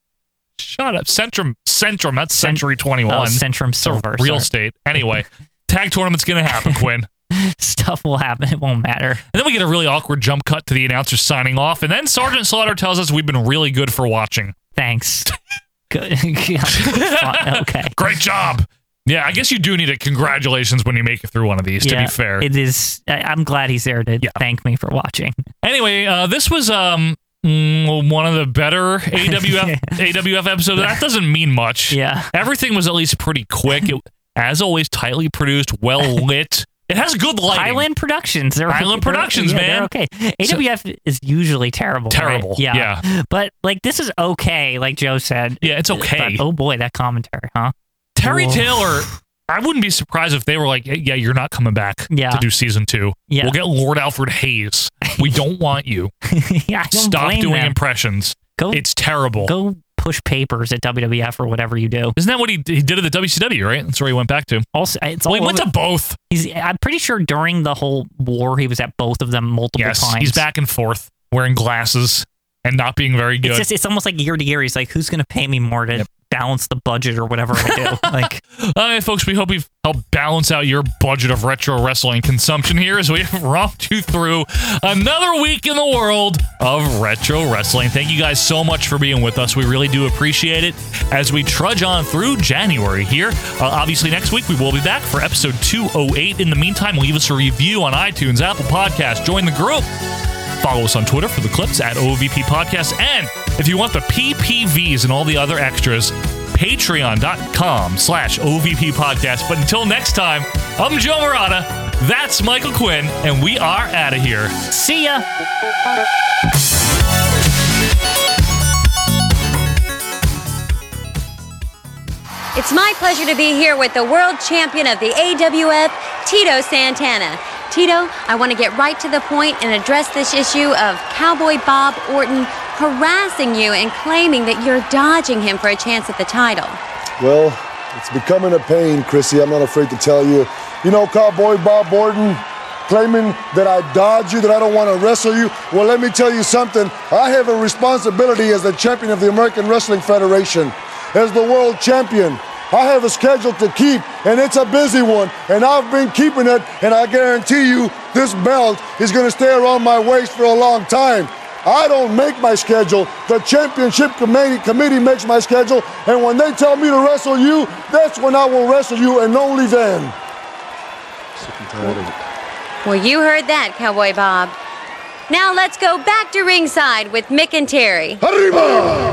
Shut up. Centrum. Centrum. That's Century 21.
Oh, Centrum
It's a
Silver.
real
sorry.
estate. Anyway, tag tournament's going to happen, Quinn.
Stuff will happen. It won't matter.
And then we get a really awkward jump cut to the announcer signing off. And then Sergeant Slaughter tells us we've been really good for watching.
Thanks. Good. Fun. okay.
Great job. Yeah, I guess you do need a congratulations when you make it through one of these, to be fair.
It is. I, I'm glad he's there to thank me for watching.
Anyway, uh, this was um mm, one of the better AWF AWF episodes. That doesn't mean much.
Yeah.
Everything was at least pretty quick. It, as always, tightly produced, well lit. It has good lighting.
Highland Productions. They're
Highland
they're-
Productions,
yeah, they're
man.
okay. AWF is usually terrible. right?
Terrible,
Yeah. But like this is okay, like Joe said.
Yeah, it's okay.
But, oh boy, that commentary, huh?
Terry
Whoa.
Taylor. I wouldn't be surprised if they were like, "Yeah, you're not coming back
Yeah.
to do season two.
Yeah.
We'll get Lord Alfred Hayes. We don't want you.
yeah, I don't
Stop
blame
doing
them.
impressions.
Go-
it's terrible.
Go push papers at WWF or whatever you do.
Isn't that what he, he did at the WCW? Right? That's where he went back to.
Also, it's all
Well, he went
over-
to both.
He's. I'm pretty sure during the whole war, he was at both of them multiple
Yes,
times.
he's back and forth wearing glasses and not being very good.
It's just. It's almost like year to year. He's like, who's going to pay me more to balance the budget or whatever I do? like,
All right, folks, we hope we've helped balance out your budget of retro wrestling consumption here as we have romped you through another week in the world of retro wrestling. Thank you guys so much for being with us. We really do appreciate it as we trudge on through January here. Uh, obviously, next week we will be back for episode 208. In the meantime, leave us a review on iTunes, Apple Podcasts, join the group. Follow us on Twitter for the clips at OVP Podcast. And if you want the PPVs and all the other extras, patreon.com slash OVP Podcast. But until next time, I'm Joe Morata. That's Michael Quinn, and we are out of here.
see ya.
It's my pleasure to be here with the world champion of the AWF, Tito Santana. Tito, I want to get right to the point and address this issue of Cowboy Bob Orton harassing you and claiming that you're dodging him for a chance at the title.
Well, it's becoming a pain, Chrissy. I'm not afraid to tell you. You know, Cowboy Bob Orton claiming that I dodge you, that I don't want to wrestle you. Well, let me tell you something. I have a responsibility as the champion of the American Wrestling Federation, as the world champion. I have a schedule to keep, and it's a busy one, and I've been keeping it, and I guarantee you this belt is going to stay around my waist for a long time. I don't make my schedule. The championship committee, committee makes my schedule. And when they tell me to wrestle you, that's when I will wrestle you and only then.
Well, you heard that, Cowboy Bob. Now let's go back to ringside with Mick and Terry.
Arriba!